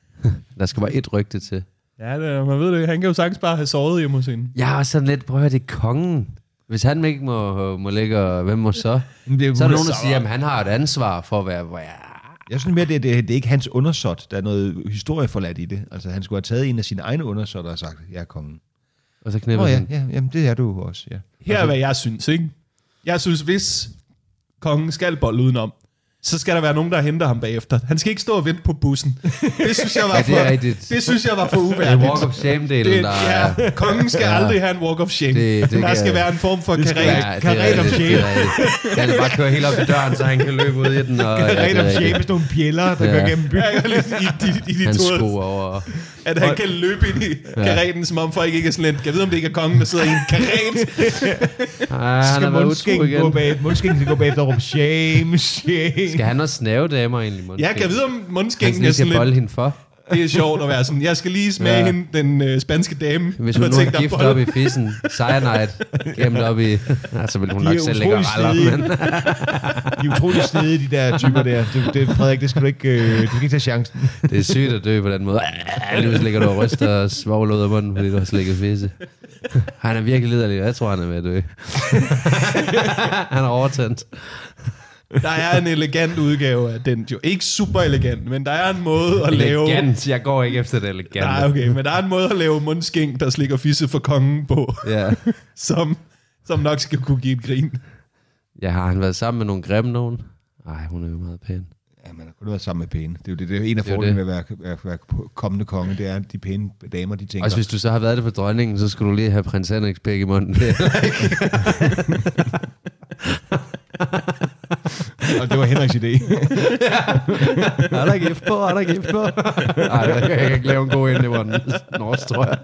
C: Der skal bare et rygte til.
A: Ja, det, er- man ved det. Han kan jo sagtens bare have sovet hjemme hos hende.
C: Jeg er også sådan lidt, prøv at høre, det er kongen. Hvis han ikke må, øh, må ligge, og hvem må så?
B: det jo-
C: så er der nogen, der siger, at han har et ansvar for at være... hvor jeg-
B: Jeg synes mere, det, det, det er ikke hans undersåt. Der er noget historieforladt i det. Altså, han skulle have taget en af sine egne undersåtter og sagt, jeg er kongen.
C: Og så
B: Nå
C: knipper
B: ja,
C: han.
B: ja jamen, det er du jo også, ja.
A: Her er, hvad jeg synes, ikke? Jeg synes, hvis kongen skal bolle udenom, så skal der være nogen, der henter ham bagefter. Han skal ikke stå og vente på bussen. Det synes jeg var
C: Ja,
A: for,
C: det er rigtigt.
A: det synes jeg var for
C: Det er
A: uværdigt.
C: walk of shame-delen,
A: Det,
C: der...
A: ja, kongen skal
C: Ja.
A: aldrig have en walk of shame.
C: Det- det
A: der
C: kan-
A: skal være en form for
C: Ja, det er
A: karet karet om
C: rigtigt, det
A: shame.
C: er rigtigt. Jeg vil bare køre helt op i døren, så han kan løbe ud i den. Og, ja, det er
B: Red om
C: rigtigt.
B: James nogle bjæller, der
C: Ja.
B: ja. går gennem byen.
A: Ja, jeg er lidt i, i, i de
C: Hans
A: to,
C: sko over.
A: at han kan løbe ind i karetten, som om folk ikke er sådan lidt, jeg ved, om det ikke er kongen, der sidder i en karet.
C: Ah,
B: Så
C: han har
B: skal
C: været utro
B: mundskænken gå
C: igen.
B: bag, mundskænken skal gå bagefter og råbe, shame, shame.
C: Skal han også snave damer egentlig?
A: Jeg
C: mundskænken?
A: kan vide, om
C: Han
A: mundskænken
C: sådan
A: er
C: lige skal
A: sådan
C: bolde
A: lidt,
C: hende for.
A: Det er sjovt at være sådan, jeg skal lige smage ja.
C: Ja.
A: hende, den øh, spanske dame.
C: Hvis
A: du
C: hun
A: har
C: nu
A: tænkt
C: er
A: dig
C: gift
A: på det.
C: op i fissen, cyanide, gemt op i... Ja, så vil hun
B: De
C: nok
B: er
C: selv lægge og
B: utrolig
C: ralle
B: snedige.
C: op, men...
B: De er utrolig snedige, de der typer der. Det, det Frederik, det skal du ikke, øh, du skal ikke tage chancen.
C: Det er sygt at dø på den måde. Ah, Nu ligger du og ryster og svogler ud af munden, fordi du har slikket fisse. Han er virkelig liderlig, og jeg tror, han er ved at dø. han er overtændt.
A: Der er en elegant udgave af den jo. Ikke super elegant, men der er en måde at lave...
C: Elegant. Jeg går ikke efter det elegant.
A: Nej, okay, men der er en måde at lave mundskænk, der slikker fisse for kongen på,
C: Ja.
A: som, som nok skal kunne give et grin.
C: ja, har han været sammen med nogle grimme nogen? Nej, hun er jo meget pæn.
B: Ja, man har kun været sammen med pæne. Det er jo det, det er jo en af
C: Det er jo
B: fordelene ved at være, at være kommende konge, det er, at de pæne damer, de tænker,
C: Også hvis du så har været det for dronningen, så skulle du lige have prins Henriks pæk i munden.
B: og det var Henriks idé.
C: er der gift på? Er der gift på? Nej, jeg kan ikke lave en god ind i munden. Norsk, tror jeg.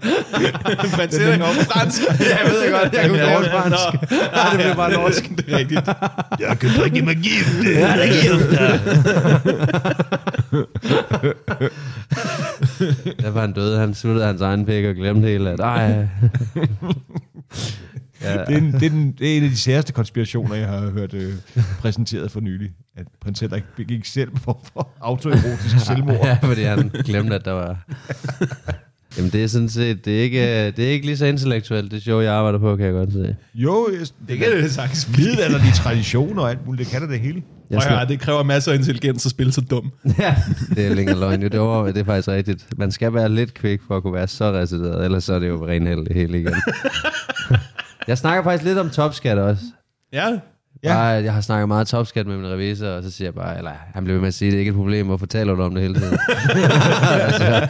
A: Prins Henrik, fransk.
C: Jeg ved jeg godt, jeg kunne
A: Ja,
C: dårligt
A: ja,
C: fransk.
A: nå.
C: Nej, det blev bare norsk.
A: Det er rigtigt.
B: Jeg kan drikke mig gift.
C: Jeg er ikke gift, Der var han død, han sluttede hans egen pæk og glemte hele, at ej. Ja,
B: Det er, en, det, er den, det er en af de særste konspirationer, jeg har hørt øh, præsenteret for nylig. At prins Henrik begik selv for, for autoerotisk selvmord.
C: ja, fordi han glemte, at der var... Jamen det er sådan set, det er ikke, det er ikke lige så intellektuelt, det show, jeg arbejder på, kan jeg godt se.
B: Jo, jeg,
A: Det kan det sagtens blive.
B: middelalderlige traditioner og alt muligt, det kan da det hele.
C: Jeg
A: Prøv at høre, det kræver masser af intelligens at spille så dum.
C: Ja, det er længere løgn. jo. Det, var, det er faktisk rigtigt. Man skal være lidt kvik for at kunne være så resideret, ellers så er det jo ren held det hele igen. Jeg snakker faktisk lidt om topskat også.
A: Ja,
B: Ja.
C: Ja. Bare, jeg har snakket meget topskat med min revisor, og så siger jeg bare, eller han bliver ved med at sige, det er ikke et problem, hvorfor taler du om det hele tiden? så,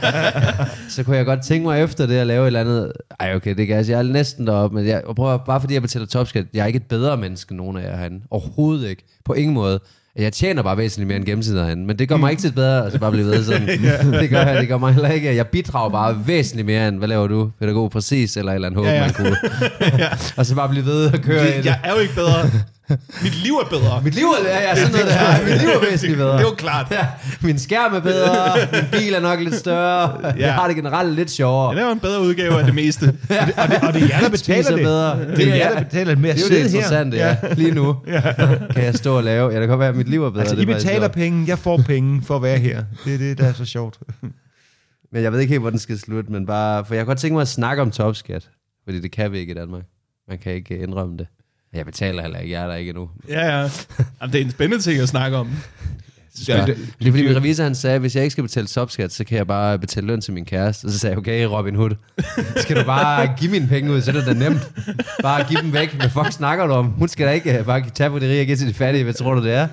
C: så kunne jeg godt tænke mig efter det at lave et eller andet, ej okay, det kan jeg, jeg er næsten deroppe, men jeg, og prøv, at- bare fordi jeg betaler topskat, jeg er ikke et bedre menneske end nogen af jer herinde. Overhovedet ikke. På ingen måde. Jeg tjener bare væsentligt mere end gennemsnittet herinde, men det gør mig ikke til et bedre, altså bare blive ved sådan. det, gør jeg, det gør mig heller ikke. Jeg bidrager bare væsentligt mere end, hvad laver du? Pædagog præcis, eller et eller andet håb,
A: Ja,
C: ja,
A: ja.
C: ja. man kunne. og så bare blive ved og køre i det.
A: jeg er jo ikke bedre. Mit liv er bedre.
C: Mit liv er, ja, ja, sådan noget der. Ja, mit liv er væsentligt bedre.
A: Det er jo klart.
C: Ja, min skærm er bedre, min bil er nok lidt større, ja. jeg har det generelt lidt sjovere.
A: Jeg laver en bedre udgave af det meste.
B: Og det, og det er jer, der
C: Spiser
B: betaler det.
C: bedre.
B: Det er jer, der betaler det med at
C: det er jo det
B: sidde her.
C: interessante, ja. Lige nu kan jeg stå og lave. Ja, det kan godt være, at mit liv er bedre.
B: Altså,
C: det
B: I
C: er faktisk
B: betaler
C: sjovt.
B: penge, jeg får penge for at være her. Det er det, der er så sjovt.
C: Men jeg ved ikke helt, hvor den skal slutte, men bare... For jeg kunne godt tænke mig at snakke om topskat. Fordi det kan vi ikke i Danmark. Man kan ikke øh, indrømme det. Jeg betaler heller ikke. Jeg er der ikke endnu.
A: Ja, ja. Jamen, det er en spændende ting at snakke om.
C: Ja. Det er fordi min revisor han sagde, at hvis jeg ikke skal betale topskat, så kan jeg bare betale løn til min kæreste. Og så sagde jeg, okay Robin Hood, skal du bare give mine penge ud, så er det da nemt. Bare give dem væk. Hvad fuck snakker du om? Hun skal da ikke øh, bare tage på de rige og give til de fattige. Hvad tror du det er?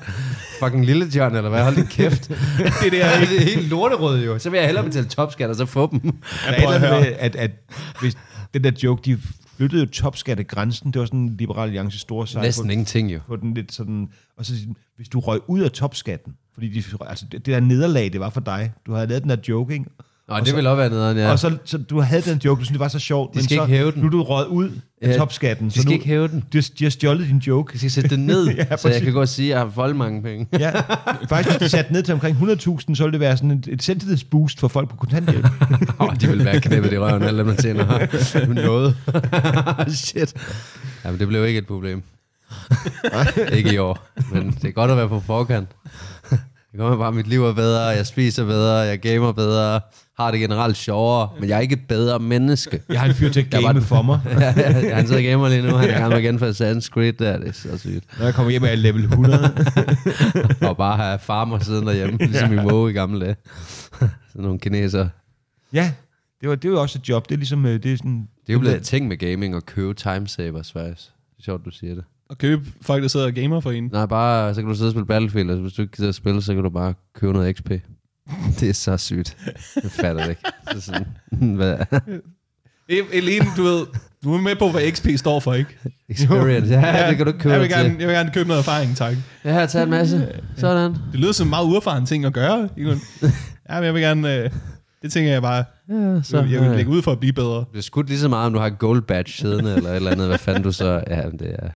C: Fucking lille John, eller hvad? Hold din kæft.
A: Det
C: Det
A: der
C: er, det er helt lorterød jo. Så vil jeg hellere betale topskat og så få dem.
B: Der er
A: prøv
B: et
A: at
B: eller
A: høre.
B: andet med, at, at hvis den der joke, de flyttede jo topskattegrænsen. Det var sådan en liberal alliance store sejr.
C: Næsten ingenting jo.
B: på den lidt sådan, og så siger den, hvis du røg ud af topskatten, fordi de, altså det det der nederlag, det var for dig, du havde lavet den der joking,
C: Nå, det vil også være nederen, ja.
B: ja. og så, så du havde den joke, du synes, det var så sjovt,
C: De skal
B: så,
C: ikke hæve den.
B: nu er du røget ud af
C: Ja,
B: topskatten,
C: de skal
B: så nu,
C: ikke hæve den.
B: De, har- de har stjålet din joke.
C: Jeg skal sætte det ned,
B: Ja,
C: ja, så jeg
B: præcis.
C: kan gå og sige, at jeg har vold mange penge.
B: Ja, faktisk hvis de satte ned til omkring 100.000, så ville det være sådan et, et selvtillidsboost for folk på kontanthjælp.
C: Åh, oh, de vil være knippet i røven, alle dem, der tjener noget. Shit. Jamen, det blev ikke et problem. ikke i år. Men det er godt at være på forkant. Det kommer bare, at mit liv er bedre, jeg spiser bedre, jeg gamer bedre, har det generelt sjovere, men jeg er ikke et bedre menneske.
B: Jeg har en fyr til at
C: Der var
B: game
C: den.
B: for mig.
C: Ja, han sidder og gamer lige nu, han er i gang med igen for Assassin's Creed, der, det er så sygt.
B: Når jeg kommer hjem, er jeg level 100.
C: Og bare have farmer siden derhjemme, ligesom i Moe i gamle dage. Sådan nogle kinesere.
B: Ja, det var, det var også et job. Det er ligesom, øh, det er sådan...
C: Det er jo blevet en ting med gaming at købe timesavers, faktisk. Det er sjovt, du siger det.
A: at købe folk, der sidder og gamer for en.
C: Nej, bare, så kan du sidde og spille Battlefield, og hvis du ikke gider at spille, så kan du bare købe noget XP. Det er så sygt. Jeg fatter det ikke. Så sådan, hvad?
A: E- Elene, du ved, du er med på, hvad XP står for, ikke?
C: Experience. Ja, det kan du ikke købe
A: jeg
C: dig
A: vil, gerne,
C: til.
A: jeg vil gerne købe noget erfaring, tak.
C: Jeg har taget en masse. Sådan.
A: Det lyder som en meget uerfaren ting at gøre. ikke? Ja, men jeg vil gerne... Øh, det tænker jeg bare,
C: Ja, så.
A: jeg vil lægge ud for at blive bedre.
C: Det er skudt lige så meget, om du har et gold badge siddende, eller et eller andet. Hvad fanden du så? Ja, men det er...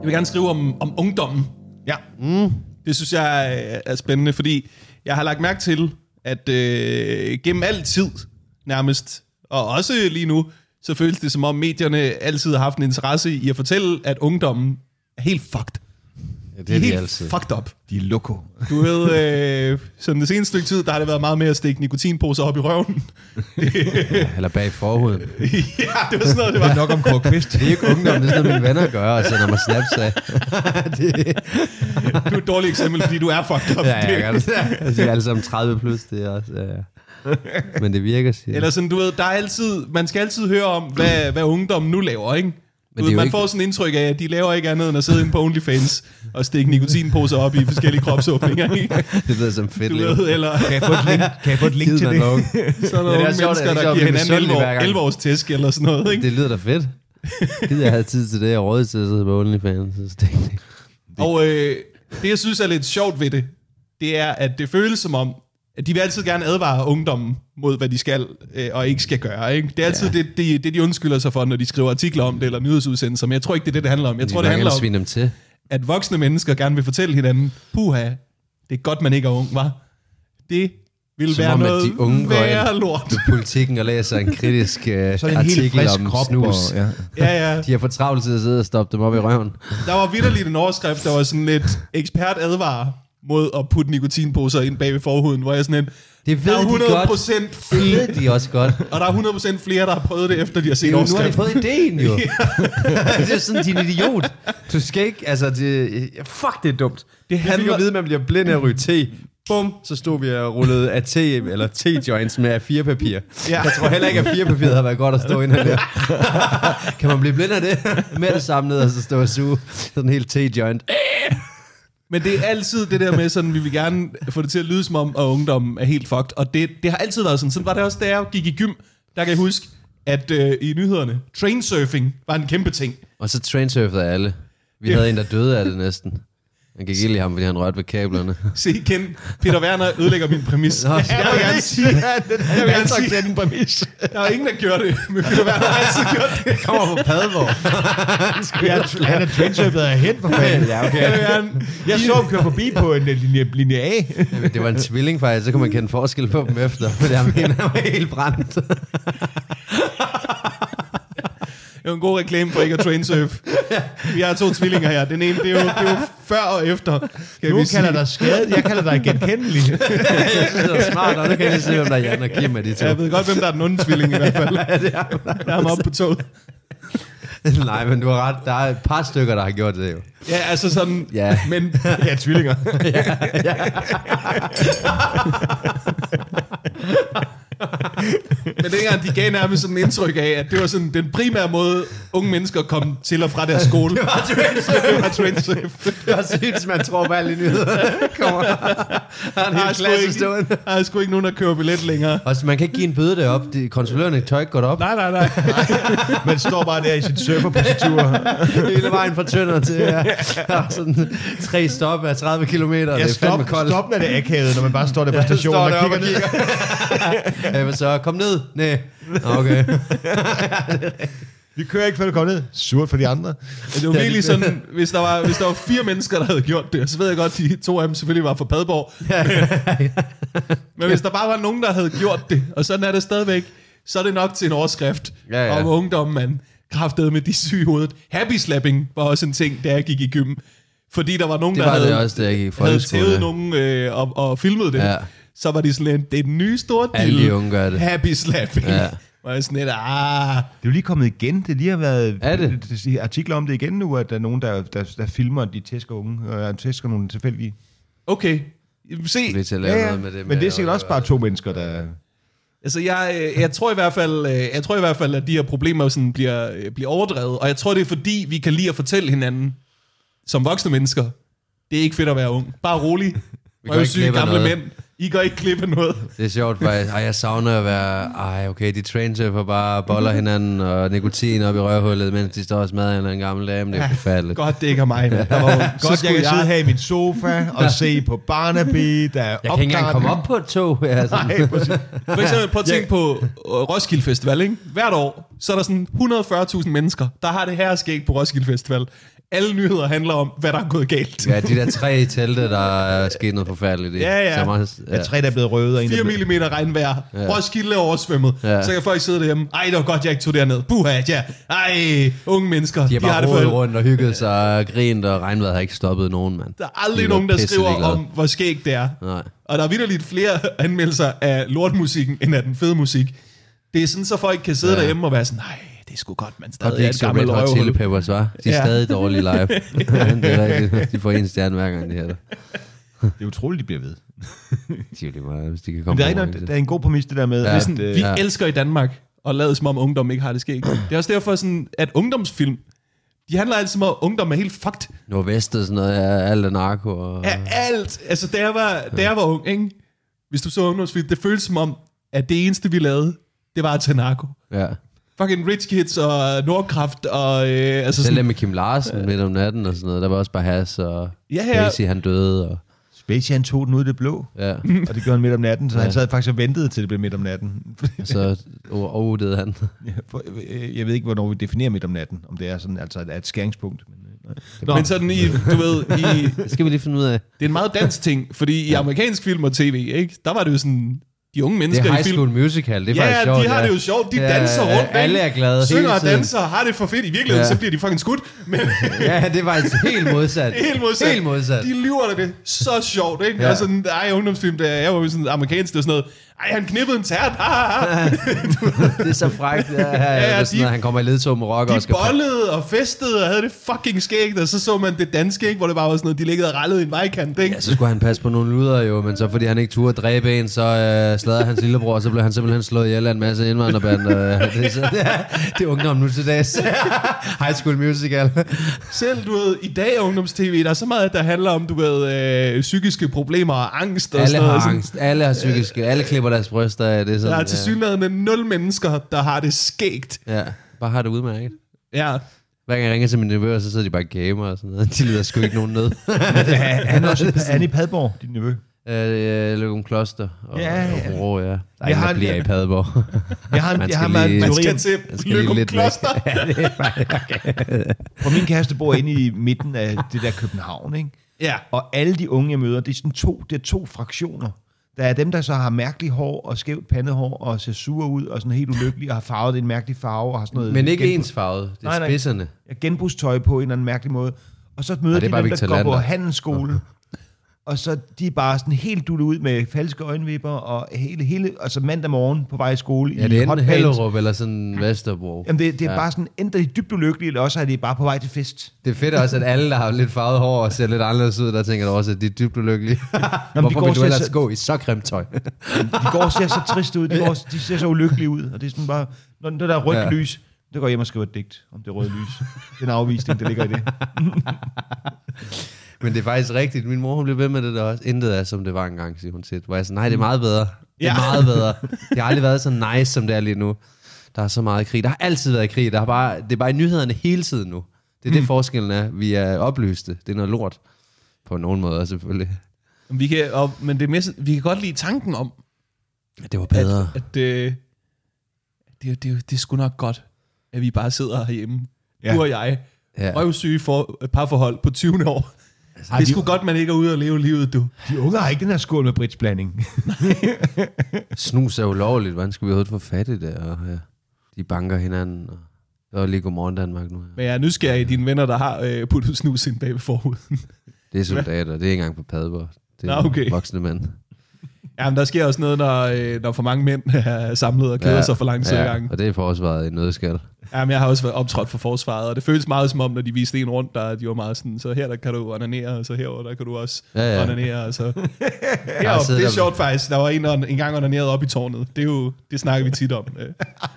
A: Jeg vil gerne skrive om, om ungdommen. Mm.
B: Ja.
A: Det synes jeg øh, er spændende, fordi jeg har lagt mærke til, at øh, gennem altid nærmest, og også lige nu, så føles det som om medierne altid har haft en interesse i at fortælle, at ungdommen er helt fucked.
C: Ja, det
A: De er
C: er de
A: helt
C: altid.
A: fucked up.
B: De er loco.
A: Du ved, øh, sådan det seneste stykke tid, der har det været meget med at stikke nikotinposer op i røven.
C: Eller bag forhovedet.
A: ja, det var sådan noget, det var.
B: Det er nok om Kåre Kvist.
C: Det er ikke ungdom, det er sådan noget, mine venner gør, og sender mig snaps af.
A: Du er et dårligt eksempel, fordi du er fucked up.
C: Ja, ja, jeg gør det. Altså, de er alle sammen 30 plus, det er også, ja, ja. Men det virker, siger jeg.
A: Eller sådan, du ved, der er altid, man skal altid høre om, hvad, hvad ungdommen nu laver, ikke?
C: det
A: Men
C: er
A: ved,
C: jo
A: man
C: ikke-
A: får sådan en indtryk af, at de laver ikke andet end at sidde inde på OnlyFans og stikke nikotinposer op i forskellige kropsåbninger, ikke?
C: Det lyder som fedt.
A: Du ved, eller
B: Kan jeg få et link, kan jeg få et link til
A: sådan
B: det?
A: nogle
C: det er
A: ja,
C: sjovt,
A: mennesker,
C: det
A: der giver
C: er sjovt, det er
A: hinanden 11,
C: misundeligt
A: år,
C: hver gang.
A: 11 års tæsk eller sådan noget, ikke?
C: Det lyder da fedt. Gider jeg havde tid til det, og råd til at sidde på OnlyFans. Så det,
A: Og øh, det, jeg synes er lidt sjovt ved det, det er, at det føles som om, at de vil altid gerne advare ungdommen mod, hvad de skal øh, og ikke skal gøre. Ikke? Det er altid ja. det, det, det, de undskylder sig for, når de skriver artikler om det, eller nyhedsudsendelser, men jeg tror ikke, det er det, det handler om. Jeg tror, det handler om,
C: svine dem til.
A: at voksne mennesker gerne vil fortælle hinanden, puha, det er godt, man ikke er ung, var. Det vil
C: Som
A: være
C: om, at
A: noget
C: de unge går
A: værre
C: ind.
A: lort.
C: Til politikken og læser en kritisk uh,
B: Så er det en helt
C: artikel
B: frisk
C: om
B: krop.
C: snus.
B: Og, ja.
A: Ja, ja.
C: De har for travlt til at sidde og stoppe dem op i røven.
A: Der var vidderligt en overskrift, der var sådan lidt ekspert advarer mod at putte nikotinposer ind bag ved forhuden, hvor jeg sådan en,
C: Det ved
A: der er
C: de
A: 100
C: godt.
A: procent
C: Det ved de også godt.
A: og der er 100% flere, der har prøvet det, efter de har set
C: Jo, nu har de
A: overskriften.
C: fået ideen jo. det er sådan, din idiot. Du skal ikke, altså, det, fuck, det er dumt. Det handler... Vi fik
A: handler-
C: at vide, at man bliver blind af at ryge te. Bum, så stod vi og rullede af te, eller te-joints med af fire papir.
A: Ja.
C: Ja. Jeg tror heller ikke, at fire papir havde været godt at stå ind af det. kan man blive blind af det? Med det samme ned, og så stå og suge sådan en hel te-joint.
A: Men det er altid det der med, sådan, vi vil gerne få det til at lyde som om, at ungdommen er helt fucked. Og det, det har altid været sådan. Sådan var det også, da jeg gik i gym. Der kan jeg huske, at øh, i nyhederne, trainsurfing var en kæmpe ting.
C: Og så trainsurfede alle. Vi
A: Ja.
C: havde en, der døde af det næsten. Han gik ild i ham, fordi han rørte ved kablerne.
A: Se igen, Peter Werner ødelægger min præmis.
C: Nå,
A: jeg vil gerne sige, jeg vil gerne
B: Tak
A: sige,
B: til den præmis.
A: der er ingen, der gjorde det, men Peter Werner har altid gjort det.
C: Kommer på Padborg.
B: Han er trendsurfet af hen, for fanden. Ja, okay.
A: Jeg vil gerne
B: Jeg så ham køre forbi på en øh, linje, linje A.
C: Jamen, det var en tvilling faktisk, så kunne man kende forskel på dem efter, for der mener han var helt brændt.
A: Det er jo en god reklame for ikke at trainsurf. Vi har to tvillinger her. Den ene, det er jo, det er jo før og efter, kan
B: Nu
A: vi sige.
B: kalder dig skadet, jeg kalder dig genkendelig.
C: Jeg synes, det var smart, og nu kan jeg lige se, hvem der er Jan og Kim af de to.
A: Ja, jeg ved godt, hvem der er den onde tvilling i hvert fald. Der er ham oppe på toget.
C: Nej, men du har ret. Der er et par stykker, der har gjort det jo.
A: Ja, altså sådan,
C: Ja.
A: men
B: Ja, tvillinger.
A: Men dengang, de gav nærmest sådan en indtryk af, at det var sådan den primære måde, unge mennesker kom til og fra deres skole. det var trainsurf. det var trainsurf.
C: Det er sygt, man tror på alle nyhederne. Kommer. Der er en
A: Der er
C: hel
A: sgu
C: klasse
A: ikke-
C: stående.
A: Der er sgu ikke nogen, der køber billet længere.
C: Og så man kan ikke give en bøde derop. De, kontrollørerne tør ikke gå derop.
A: Nej, nej, nej.
B: Man står bare der i sin surferpositur.
C: Hele vejen fra Tønder til ja. Der er sådan tre stop af 30 km. Ja, det
B: Ja,
C: er
B: stop,
C: fandme koldt.
B: stop, når det er akavet, når man bare står der på stationen
C: står
B: og
C: deroppe
B: kigger
C: og
B: ned.
C: kigger. Ja, men så kom ned. Nej. Okay.
B: Vi kører ikke, før du kommer ned. Surt for de andre.
A: Det var virkelig sådan, hvis der var, hvis der var fire mennesker, der havde gjort det, så ved jeg godt, de to af dem selvfølgelig var fra Padborg. Men hvis der bare var nogen, der havde gjort det, og sådan er det stadigvæk, så er det nok til en overskrift
C: Ja, ja.
A: om ungdommen, man kraftede med de syge i hovedet. Happy slapping var også en ting, da jeg gik i gym. Fordi der var nogen,
C: Det
A: der
C: var
A: havde,
C: det også, da jeg gik i
A: havde
C: folkeskole.
A: tævet nogen øh, og, og filmet det.
C: Ja.
A: Så var de sådan lidt, det er den nye store deal.
C: Alle de unge gør det.
A: Happy slapping.
C: Ja.
A: Og jeg er sådan lidt, ah,
B: Det er jo lige kommet igen. Det er lige har været
C: Er det?
B: artikler om det igen nu, at der er nogen, der, der, der filmer, at de tæsker unge, og tæsker nogle tilfældige.
A: okay. Se,
C: Vi til at lave ja, ja. noget med det.
B: Men det
C: med-
B: er sikkert også bare to mennesker, der...
A: Altså, jeg, øh, jeg, tror i hvert fald, øh, jeg tror i hvert fald, at de her problemer sådan bliver, øh, bliver overdrevet. Og jeg tror, det er fordi, vi kan lide at fortælle hinanden, som voksne mennesker, det er ikke fedt at være ung. Bare rolig. Vi
C: går ikke
A: syge
C: glip af
A: gamle
C: noget.
A: mænd. I går ikke klippe noget.
C: Det er sjovt faktisk. Ej, jeg savner at være... Ej, okay, de trainsurfer bare boller hinanden og nikotin op i røvhullet, mens de står og smadrer en eller anden gammel dame. Det er forfærdeligt.
A: Godt, det ikke er mig. mand. Der var ung.
B: Godt, jeg kan sidde her i min sofa og se på Barnaby, der er
C: Jeg kan ikke engang komme op på et tog. Ja, sådan.
B: Nej, præcis.
A: For eksempel, prøv at tænke på øh, Roskilde Festival, ikke? Hvert år, så er der sådan 140.000 mennesker, der har det her skæg på Roskilde Festival. Alle nyheder handler om, hvad der er gået galt.
C: Ja, de der tre i telte, der er sket noget forfærdeligt. i.
A: Ja, ja.
C: Så meget,
B: Ja.
C: ja.
B: Tre, der er blevet røvet, og en,
A: 4
B: der blev...
A: mm regnvejr. Ja. Roskilde er oversvømmet. Ja.
C: Ja.
A: Så kan folk sidde derhjemme. Ej, det var godt, jeg ikke tog derned. Buha, ja. Ej, unge mennesker.
C: De har bare
A: det
C: rodet
A: fået-
C: rundt og hygget sig og grint, og regnvejret har ikke stoppet nogen, mand.
A: Der er aldrig
C: De
A: er
C: været
A: nogen, der
C: pisse
A: skriver
C: ligeglade.
A: om, hvor skægt det er.
C: Nej.
A: Og der er vidderligt flere anmeldelser af lortmusikken, end af den fede musik. Det er sådan, så folk kan sidde ja. derhjemme og være sådan, nej, det er sgu godt, man
C: Og
A: stadig
C: det er
A: er
C: ikke
A: et
C: så
A: gammelt
C: Red Hot Chili
A: røvhul.
C: Peppers, var. De er
A: Ja.
C: stadig dårlige live. det er rigtigt. De får en stjerne hver gang, de her.
B: Det er utroligt, de bliver ved.
C: De er jo lige meget, hvis de kan
B: Men
C: komme
B: der er,
C: over
B: ikke,
C: det.
B: noget- der er en god præmis, det der med, ja.
C: Ja.
A: Det er
B: at,
A: sådan,
B: øh,
A: vi ja. elsker i Danmark at lade som om ungdom ikke har det skægt. Det er også derfor, sådan, at ungdomsfilm, de handler altid om, at ungdom er helt fucked.
C: Nordvest og sådan noget, ja, alt er narko. Og...
A: af alt. Altså, da jeg var, da jeg var ung, ikke? hvis du så ungdomsfilm, det føltes som om, at det eneste, vi lavede, det var at tage narko.
C: Ja.
A: Fucking Rich Kids og Nordkraft og... Øh, altså
C: Selv det
A: sådan,
C: med Kim Larsen midt om natten og sådan noget, der var også bare has, og
A: Ja,
C: ja,
A: ja.
C: ja. Casey, han døde. Og...
B: Spacey, han tog den ud i det blå,
C: Ja.
B: og det gjorde han midt om natten, så ja. han sad faktisk og ventede til det blev midt om natten.
C: Så overudede han.
B: Ja, for, øh, jeg ved ikke, hvornår vi definerer midt om natten, om det er sådan altså et, et skæringspunkt. Men, øh, nej.
A: Nå. Men sådan i, du ved, i,
C: Det skal vi lige finde ud af.
A: det er en meget dansk ting, fordi i amerikansk film og tv, ikke? der var det jo sådan, de unge
C: Det
A: mennesker i
C: er High
A: film,
C: School Musical, det er
A: Ja,
C: faktisk
A: ja,
C: sjovt.
A: de har det jo sjovt. De danser rundt. ikke?
C: Alle er glade
A: Synger
C: hele
A: og
C: tiden.
A: danser og har det for fedt. I virkeligheden, ja.
C: Ja.
A: så bliver de fucking skudt. Men
C: Ja, det var altså helt modsat.
A: helt modsat.
C: Helt modsat.
A: De lyver da det. Så sjovt, ikke? Ja.
C: Ja.
A: Og sådan, ej, ungdomsfilm, der, jeg var jo sådan amerikansk, det var sådan noget, ej, han knippede en tært, ah, ah, ah.
C: Det er så frækt. Ja, ja, ja,
A: ja,
C: ja,
A: de-
C: de, han kommer i ledtog med rock og
A: De
C: skal
A: bollede og festede og havde det fucking skægt, og så så man det danske, ikke? Hvor det bare var sådan noget, de liggede og rallede i en vejkant, ikke?
C: Ja, så skulle han passe på nogle luder jo, men så fordi han ikke turde dræbe en, så øh, sladrede hans lillebror, og så blev han simpelthen slået ihjel af en masse indvandrerbander. Øh, det, er så, ja, det er ungdom nu til dags. High School Musical.
A: Selv, du ved, i dag er ungdomstv, der er så meget, der handler om, du ved, øh, psykiske problemer og angst og
C: Alle
A: sådan noget.
C: har
A: Sådan,
C: angst, alle har psykiske, alle klipper deres bryster af. Det er
A: Der er
C: sådan,
A: til synligheden nul mennesker, der har det skægt.
C: ja, ja, bare har det udmærket.
A: Ja,
C: Hver gang jeg ringer til mine nevøer, så sidder de bare og gamer og sådan noget. De lider sgu ikke nogen ned.
B: Ja, han er også han er i Padborg, din nevø.
C: Øh, Løgum Kloster og
B: Ja,
C: ja,
B: ja.
C: ja. Hobro, ja. Der er
B: Jeg
C: ingen,
B: har-
C: der bliver i Padborg.
B: Jeg har, en,
C: Man
B: jeg har
C: skal
B: bare en
C: lige-
A: man
B: teori
A: skal
B: om-
A: til
C: man skal lige
A: Løgum
C: lidt væk.
A: Kloster.
B: for min kæreste bor inde i midten af det der København, ikke?
A: Ja.
B: Og alle de unge, jeg møder, det er sådan to, det er to fraktioner. Der er dem, der så har mærkeligt hår og skævt pandehår og ser sure ud og sådan helt ulykkelige og har farvet det i en mærkelig farve og har sådan noget...
C: Men ikke
B: genbru-
C: ensfarvet. Det
B: Nej,
C: er
B: nej.
C: spidserne.
B: genbrugstøj på en eller anden mærkelig måde. Og så møder
C: Nej,
B: og
C: det er
B: de
C: bare
B: dem, der
C: Victor
B: går på
C: Lander.
B: handelsskole. og så de er bare sådan helt dullet ud med falske øjenvipper og hele, hele altså mandag morgen på vej i skole
C: Ja,
B: i
C: det er
B: hot
C: enten
B: pants.
C: Hellerup eller sådan Vesterbro.
B: Jamen det, det er ja.
C: Ja.
B: bare sådan, enten er de dybt ulykkelige, eller også er de bare på vej til fest.
C: Det er fedt også, at alle, der har lidt farvet hår og ser lidt anderledes ud, der tænker du også, at de er dybt ulykkelige. Hvorfor
B: går
C: vil du
B: til-
C: ellers gå i så grimt tøj?
B: De går og ser så triste ud, de, går, de ser så ulykkelige ud, og det er sådan bare, når, når der er rødt ja.
C: Ja.
B: lys, der går jeg hjem og skriver et digt om det røde lys. Den afvisning, der ligger i det.
C: Men det er faktisk rigtigt. Min mor hun blev ved med det der også. Intet er, som det var engang, siger hun tit. Hvor jeg sådan, nej, det er meget bedre. Det er
A: Ja.
C: meget bedre. Det har aldrig været så nice, som det er lige nu. Der er så meget krig. Der har altid været krig. Der har bare, det er bare i nyhederne hele tiden nu. Det
A: Mm.
C: er det, forskellen er. Vi er oplyste. Det er noget lort. På nogen måder selvfølgelig.
A: Vi kan, og, men det er mest, vi kan godt lide tanken om,
C: Det var bedre.
A: at, at øh, det, det, det er sgu nok godt, at vi bare sidder herhjemme, ja.
B: Ja.
A: du og jeg,
C: Ja.
A: ja. røvsyge for, parforhold på 20 år. Altså, det er sgu godt, man ikke er ude og leve livet, du.
B: De unge har ikke den her skål med britsblanding.
C: Snus er ulovligt. Hvordan skal vi overhovedet få fat i det? Og, ja, de banker hinanden. Og... Der var lige godmorgen Danmark nu.
A: Men jeg er nysgerrig i dine venner, der har øh, puttet snus ind bag ved forhuden.
C: Det er soldater. Det er ikke engang på Padborg. Det er
A: Nå, okay.
C: voksne mænd.
A: Jamen, der sker også noget, når, øh, når for mange mænd er samlet og keder ja. sig for lang tid ja. gang.
C: Og det er forsvaret i nødskal.
A: Jamen, jeg har også været optrådt for forsvaret, og det føles meget som om, når de viste en rundt, der de var meget sådan, så her der kan du onanere, og så herover der kan du også ja,
C: Ja,
A: ja.
C: ja.
A: onanere. Og så.
C: Jeg
A: Heroppe,
C: sidder
A: det er
C: der-
A: sjovt faktisk, der var en, der engang onanerede op i tårnet. Det, er jo, det snakker vi tit om. Øh,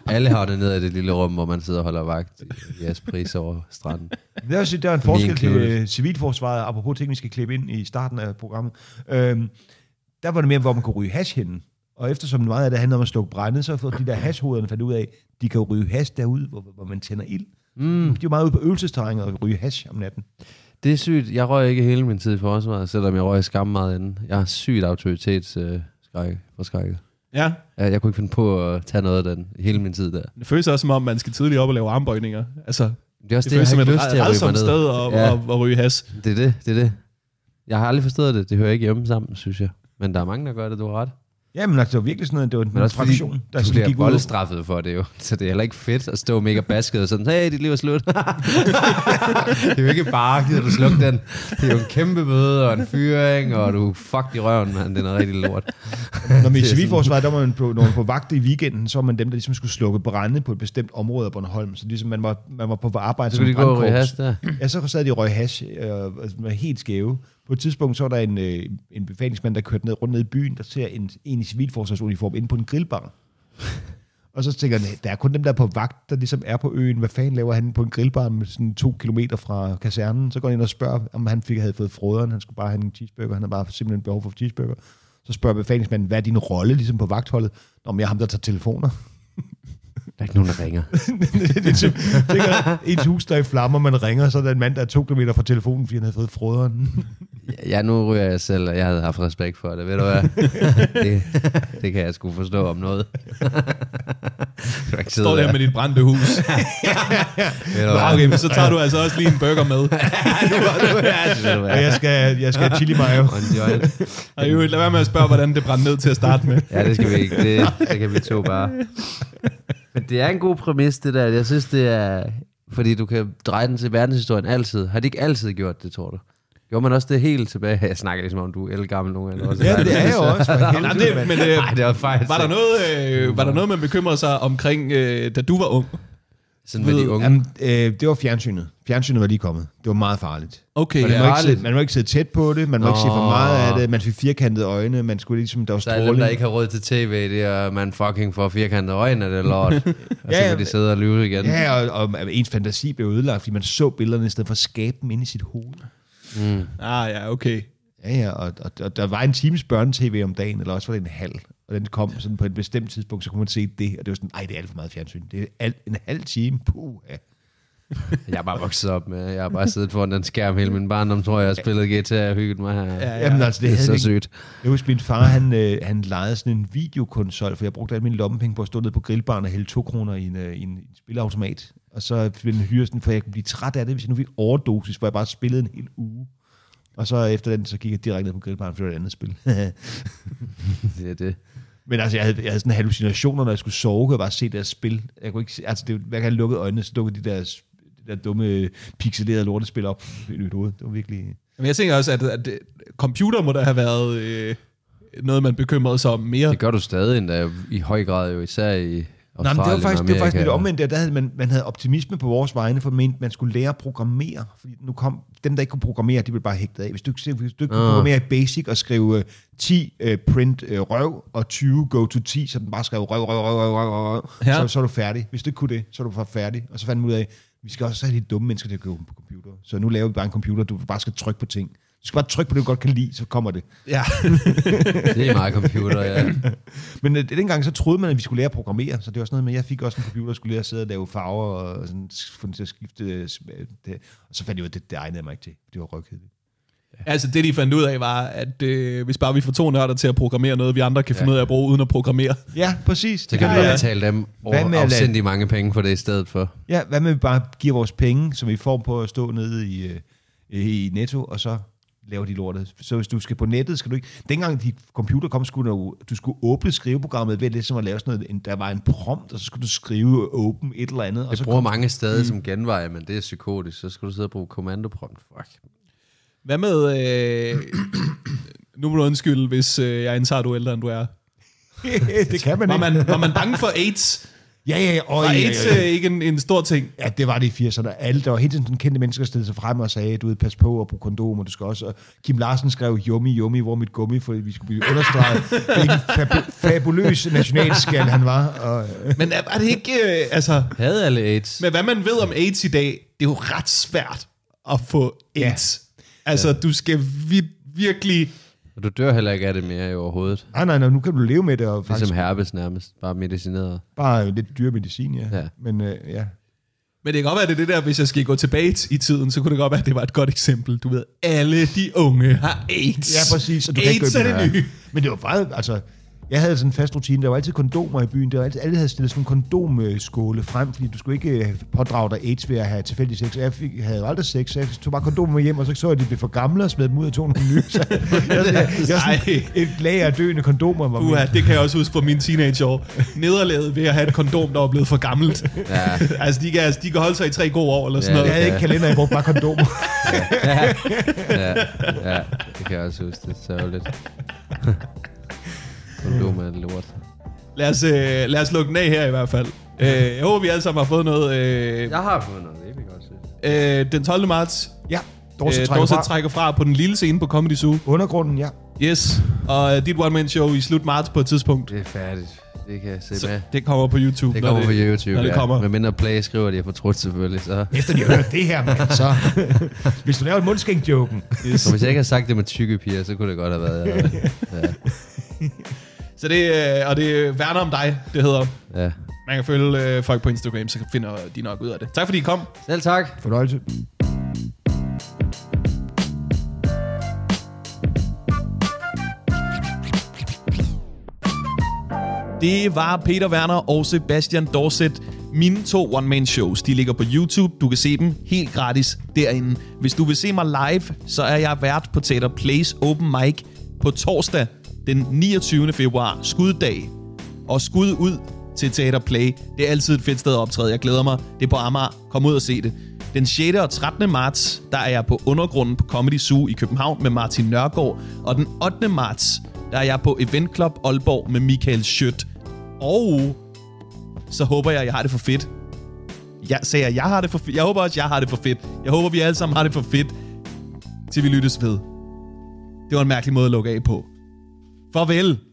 C: Alle har det nede i det lille rum, hvor man sidder og holder vagt i jeres pris over stranden.
B: Det er, også, der er en forskel til
C: included.
B: øh, civilforsvaret, apropos ting, vi skal klippe ind i starten af programmet. Øhm, der var det mere, hvor man kunne ryge hash henne. Og eftersom meget af det handler om at slukke brænde, så har de der hashhovederne fandt ud af, de kan jo ryge hash derud, hvor, hvor man tænder ild. Mm. De er jo meget ude på øvelsesterrænet og ryge hash om natten.
C: Det er sygt. Jeg røg ikke hele min tid i forsvaret, selvom jeg røg skam meget inden. Jeg har sygt autoritets øh, skræk, forskrækket.
A: ja,
C: Jeg, jeg kunne ikke finde på at tage noget af den hele min tid der.
A: det føles også som om, man skal tidligt op og lave armbøjninger. Altså,
C: Det er også
A: Det
C: det,
A: føles
C: jeg
A: som
C: har
A: et
C: ikke lyst til at ryge mig
A: redsomt
C: ned.
A: sted at,
C: Ja.
A: ja. at, at ryge has.
C: Det er det, det er det. Jeg har aldrig forstået det. Det hører ikke hjemme sammen, synes jeg. Men der er mange, der gør det, du har ret.
B: Ja, men altså, det var virkelig sådan noget, det var
C: Men
B: en
C: også fordi,
B: fraktion, der
C: du
B: sådan
C: bliver
B: gik ud.
C: voldstraffet for det jo. Så det er heller ikke fedt at stå mega basket og sådan, hey, dit liv er slut. det er jo ikke bare, gider du slukke den. Det er jo en kæmpe bøde og en fyring, og du er fucked i røven, mand. Det er noget rigtig lort.
B: Når man i
C: Det er
B: civilforsvaret, der var man på, når man var på vagt i weekenden, så var man dem, der ligesom skulle slukke brænde på et bestemt område af Bornholm. Så ligesom man var, man var på arbejde
C: Så skulle de
B: som
C: gå og ryge
B: brandkorps.
C: hash der.
B: Ja, så sad de og røg hash, øh, altså, man var helt skæve. På et tidspunkt, så var der en, øh, en befalingsmand, der kørte ned, rundt ned i byen, der ser en, en i civilforsvarsuniform inde på en grillbar. Og så tænker han, der er kun dem, der er på vagt, der ligesom er på øen. Hvad fanden laver han på en grillbar med sådan to kilometer fra kasernen? Så går han ind og spørger, om han fik, havde fået frøderen. Han skulle bare have en cheeseburger. Han havde bare simpelthen behov for en cheeseburger. Så spørger befalingsmanden, hvad er din rolle ligesom på vagtholdet? Nå, men jeg er ham, der tager telefoner.
C: Der er ikke nogen, der ringer.
B: det er typ, tænker, ens hus, der er i flammer, man ringer, så er der en mand, der er to kilometer fra telefonen, fordi han havde fået frøderen.
C: Ja, nu ryger jeg selv, og jeg havde haft respekt for det, ved du hvad? det, det kan jeg sgu forstå om noget. du ikke sidde
A: Står der med dit brændte hus.
C: ved du
A: Nå,
C: hvad?
A: Okay, men så tager du altså også lige en burger med.
C: Ja, det ved du hvad?
B: Og jeg skal, jeg skal have chili mayo.
C: Og en joint.
A: Og i øvrigt, lad være med at spørge, hvordan det brændte ned til at starte med.
C: Ja, det skal vi ikke. Det, det kan vi to bare. Men det er en god præmis, det der. Jeg synes, det er... Fordi du kan dreje den til verdenshistorien altid. Har de ikke altid gjort det, tror du? Gjorde man også det helt tilbage? Jeg snakker ligesom om, du er gammel nogen. Eller også.
B: Ja, det er jeg jo også. For
A: Nej,
B: helvede,
A: det,
B: mand.
A: men øh,
C: Nej, det var faktisk...
A: var, der noget, øh, var der noget, man bekymrede sig omkring, øh, da du var ung?
C: Sådan med de unge.
B: Jamen, øh, det var fjernsynet. Fjernsynet var lige kommet. Det var meget farligt.
A: Okay,
C: Var det
B: Man må, ikke
C: Farligt?
B: sidde, man må ikke sidde tæt på det, man må ikke se for
C: Nå.
B: meget af det, man fik firkantede øjne, man skulle ligesom, der var
C: Så er dem,
B: stråling.
C: der ikke har råd til tv, det er, at man fucking får firkantede øjne, det er lort. Og så
B: Ja,
C: kan de sidde og lyve igen.
B: Ja, og, og, ens fantasi blev ødelagt, fordi man så billederne i stedet for at skabe dem inde i sit hoved.
A: Ah ja, okay.
B: Ja, ja, og, og, og der var en times børnetv om dagen, eller også var det en halv, og den kom sådan på et bestemt tidspunkt, så kunne man se det, og det var sådan, nej, det er alt for meget fjernsyn. Det er alt, en halv time, puh, ja.
C: Jeg er bare vokset op med, jeg har bare siddet foran den skærm hele min barndom, tror jeg, og spillet GTA og hygget mig her.
A: Ja, ja.
B: Jamen altså, det,
C: Det
B: havde
C: er så
B: vi ikke-
C: sygt.
B: Jeg husker, min far, han, øh, han lejede sådan en videokonsol, for jeg brugte alle mine lommepenge på at stå nede på grillbaren og hælde to kroner i en, øh, i en spilleautomat. Og så ville han hyre sådan, for jeg kunne blive træt af det, hvis jeg nu fik overdosis, hvor jeg bare spillede en hel uge. Og så efter den, så gik jeg direkte ned på grillbaren, for det var et andet spil.
C: Det er det.
B: Men altså, jeg havde, jeg havde sådan hallucinationer, når jeg skulle sove, kunne jeg bare se deres spil. Jeg kunne ikke se, altså, det, var- hver gang jeg lukkede øjnene, så dukkede de der, de der dumme, øh, pixelerede lortespil op i mit hoved. Det var virkelig...
A: Men jeg tænker også, at, at øh, computer må da have været øh, noget, man bekymrede sig om mere.
C: Det gør du stadig endda i høj grad jo, især i
B: Nej,
C: Australien
B: men det var
C: og
B: faktisk, det var faktisk lidt
C: Amerika.
B: omvendt der. Der havde man, man havde optimisme på vores vegne, for man mente, man skulle lære at programmere. Fordi nu kom, dem, der ikke kunne programmere, de blev bare hægtet af. Hvis du ikke, se- hvis du ikke kunne
C: Ah.
B: programmere i BASIC og skrive øh, 10 øh, print øh, røv og 20 go to 10, så den bare skrev røv, røv, røv, røv, røv, røv,
A: Ja.
B: ja. så, så er du færdig. Hvis du ikke kunne det, så er du bare færdig. Og så fandt man ud af, vi skal også have de dumme mennesker til at gå på computer. Så nu laver vi bare en computer, du bare skal trykke på ting. Du skal bare trykke på det, du godt kan lide, så kommer det.
A: Ja.
C: Det er meget computer, ja.
B: Men øh, dengang så troede man, at vi skulle lære at programmere, så det var sådan noget med, jeg fik også en computer, og skulle lære at sidde og lave farver, og sådan, få den til at skifte. øh, sm- øh, Det. Og så fandt jeg ud af, at det, det egnede jeg mig ikke til. Det var røvkedeligt.
A: altså det, de fandt ud af, var, at øh, hvis bare vi får to nørder til at programmere noget, vi andre kan finde ud af at bruge uden at programmere.
B: Ja, præcis.
C: Så kan vi
B: ja.
C: bare betale dem
B: Hvad med
C: over
B: at lade-
C: afsindig mange penge for det i stedet for.
B: ja, hvad med, at vi bare giver vores penge, som vi får på at stå nede i, øh, i Netto, og så laver de lortet. Så hvis du skal på nettet, skal du ikke... Dengang de computer kom, skulle du, du skulle åbne skriveprogrammet ved ligesom at lave sådan noget, en- der var en prompt, og så skulle du skrive åben et eller andet. Og
C: Det
B: så Mm.
C: bruger mange steder som genveje, men det er psykotisk. Så skal du sidde og bruge kommandoprompt. Fuck.
A: Hvad med... Øh, nu må du undskylde, hvis øh, jeg indtager, du er ældre, end du er.
B: det kan man
A: Var
B: ikke.
A: man, var man bange for AIDS?
B: Ja, ja, ja. Og,
A: Var
B: ja, ja,
A: AIDS
B: ja.
A: øh, ikke en, en stor ting?
B: Ja, det var det i 80'erne. Alle, der var hele tiden sådan kendte mennesker, stillede sig frem og sagde, du ved, pas på og brug kondom, og du skal også... Og Kim Larsen skrev, yummy, yummy, hvor er mit gummi, for vi skulle blive understreget, hvilken fab- fabuløs nationalskal han var. Og, øh,
A: Men er, er det ikke... Øh, altså,
C: Havde alle AIDS?
A: med hvad man ved om AIDS i dag, det er jo ret svært at få
B: Ja.
A: AIDS. Altså, du skal vi, virkelig...
C: Og du dør heller ikke af det mere i overhovedet.
B: nej, nej, nej, nu kan du leve med det, og faktisk
C: Ligesom herpes nærmest. Bare medicineret.
B: bare øh, lidt dyr medicin, ja.
C: Ja.
B: ja. Men øh, ja,
A: Men det kan godt være, det er det der, hvis jeg skal gå tilbage i tiden, så kunne det godt være, at det var et godt eksempel. Du ved, alle de unge har AIDS.
B: Ja, præcis.
A: Og
B: Og du kan ikke
A: AIDS
B: gøre
A: er det nye.
B: Men det var bare, altså, Jeg havde sådan en fast rutine. Der var altid kondomer i byen. Der var altid, alle havde stillet sådan en kondomskåle frem, fordi du skulle ikke øh, pådrage dig AIDS ved at have tilfældig sex. Jeg fik, havde jo aldrig sex, så jeg tog bare kondomer med hjem, og så så jeg, at de blev for gamle og smed dem ud og tog nogle nye. Så jeg, jeg, jeg, jeg,
A: Ej.
B: sådan, et lager af døende kondomer var
A: Uha,
B: med.
A: det kan jeg også huske fra mine teenageår. Nederlaget ved at have et kondom, der var blevet for gammelt.
C: Ja.
A: altså, de kan, altså, de kan holde sig i tre gode år, eller sådan
C: Ja,
A: noget.
B: Jeg havde ikke kalender, jeg brugte bare kondomer.
C: Ja, ja, det kan jeg også huske. Det er sørgeligt. Kondom er lort.
A: Lad os, øh, lad os lukke den af her i hvert fald. Øh, jeg håber, vi alle sammen har fået noget. Øh,
C: Jeg har fået noget, det kan godt se.
A: øh, den 12. marts,
B: ja, Dorset
A: Dorset, øh,
B: trækker
A: Dorset
B: fra.
A: trækker fra på den lille scene på Comedy Zoo.
B: Undergrunden, ja.
A: Yes, og øh, dit one-man-show i slut marts på et tidspunkt.
C: Det er færdigt. Det kan jeg se
A: Så
C: med.
A: det kommer på YouTube.
C: Det
A: når
C: kommer på YouTube,
A: Når det kommer.
C: Ja. Med mindre Play skriver, at de har fortrudt selvfølgelig. Så.
B: Efter de har hørt det her, mand, så... Hvis du laver en mundskænk-joken,
C: så hvis jeg ikke har sagt det med tykke piger, så kunne det godt have været. jeg. Ja.
A: Så det, øh, og det er Værner om dig, det hedder.
C: ja.
A: Man kan følge øh, folk på Instagram, så finder de nok ud af det. Tak fordi I kom.
C: Selv tak.
B: fornøjelse.
A: Det var Peter Werner og Sebastian Dorset. Mine to one-man-shows, de ligger på YouTube. Du kan se dem helt gratis derinde. Hvis du vil se mig live, så er jeg vært på Teater Place Open Mic på torsdag den 29. februar, skuddag. Og skud ud til Teater Play. Det er altid et fedt sted at optræde. Jeg glæder mig. Det er på Amager. Kom ud og se det. Den 6. og 13. marts, der er jeg på Undergrunden på Comedy Zoo i København med Martin Nørgaard. Og den 8. marts, der er jeg på Event Club Aalborg med Michael Schødt. Og så håber jeg, at jeg har det for fedt. Jeg sagde, at jeg har det for fedt. Jeg håber også, at jeg har det for fedt. Jeg håber, vi alle sammen har det for fedt, til vi lyttes ved. Det var en mærkelig måde at lukke af på. Farvel!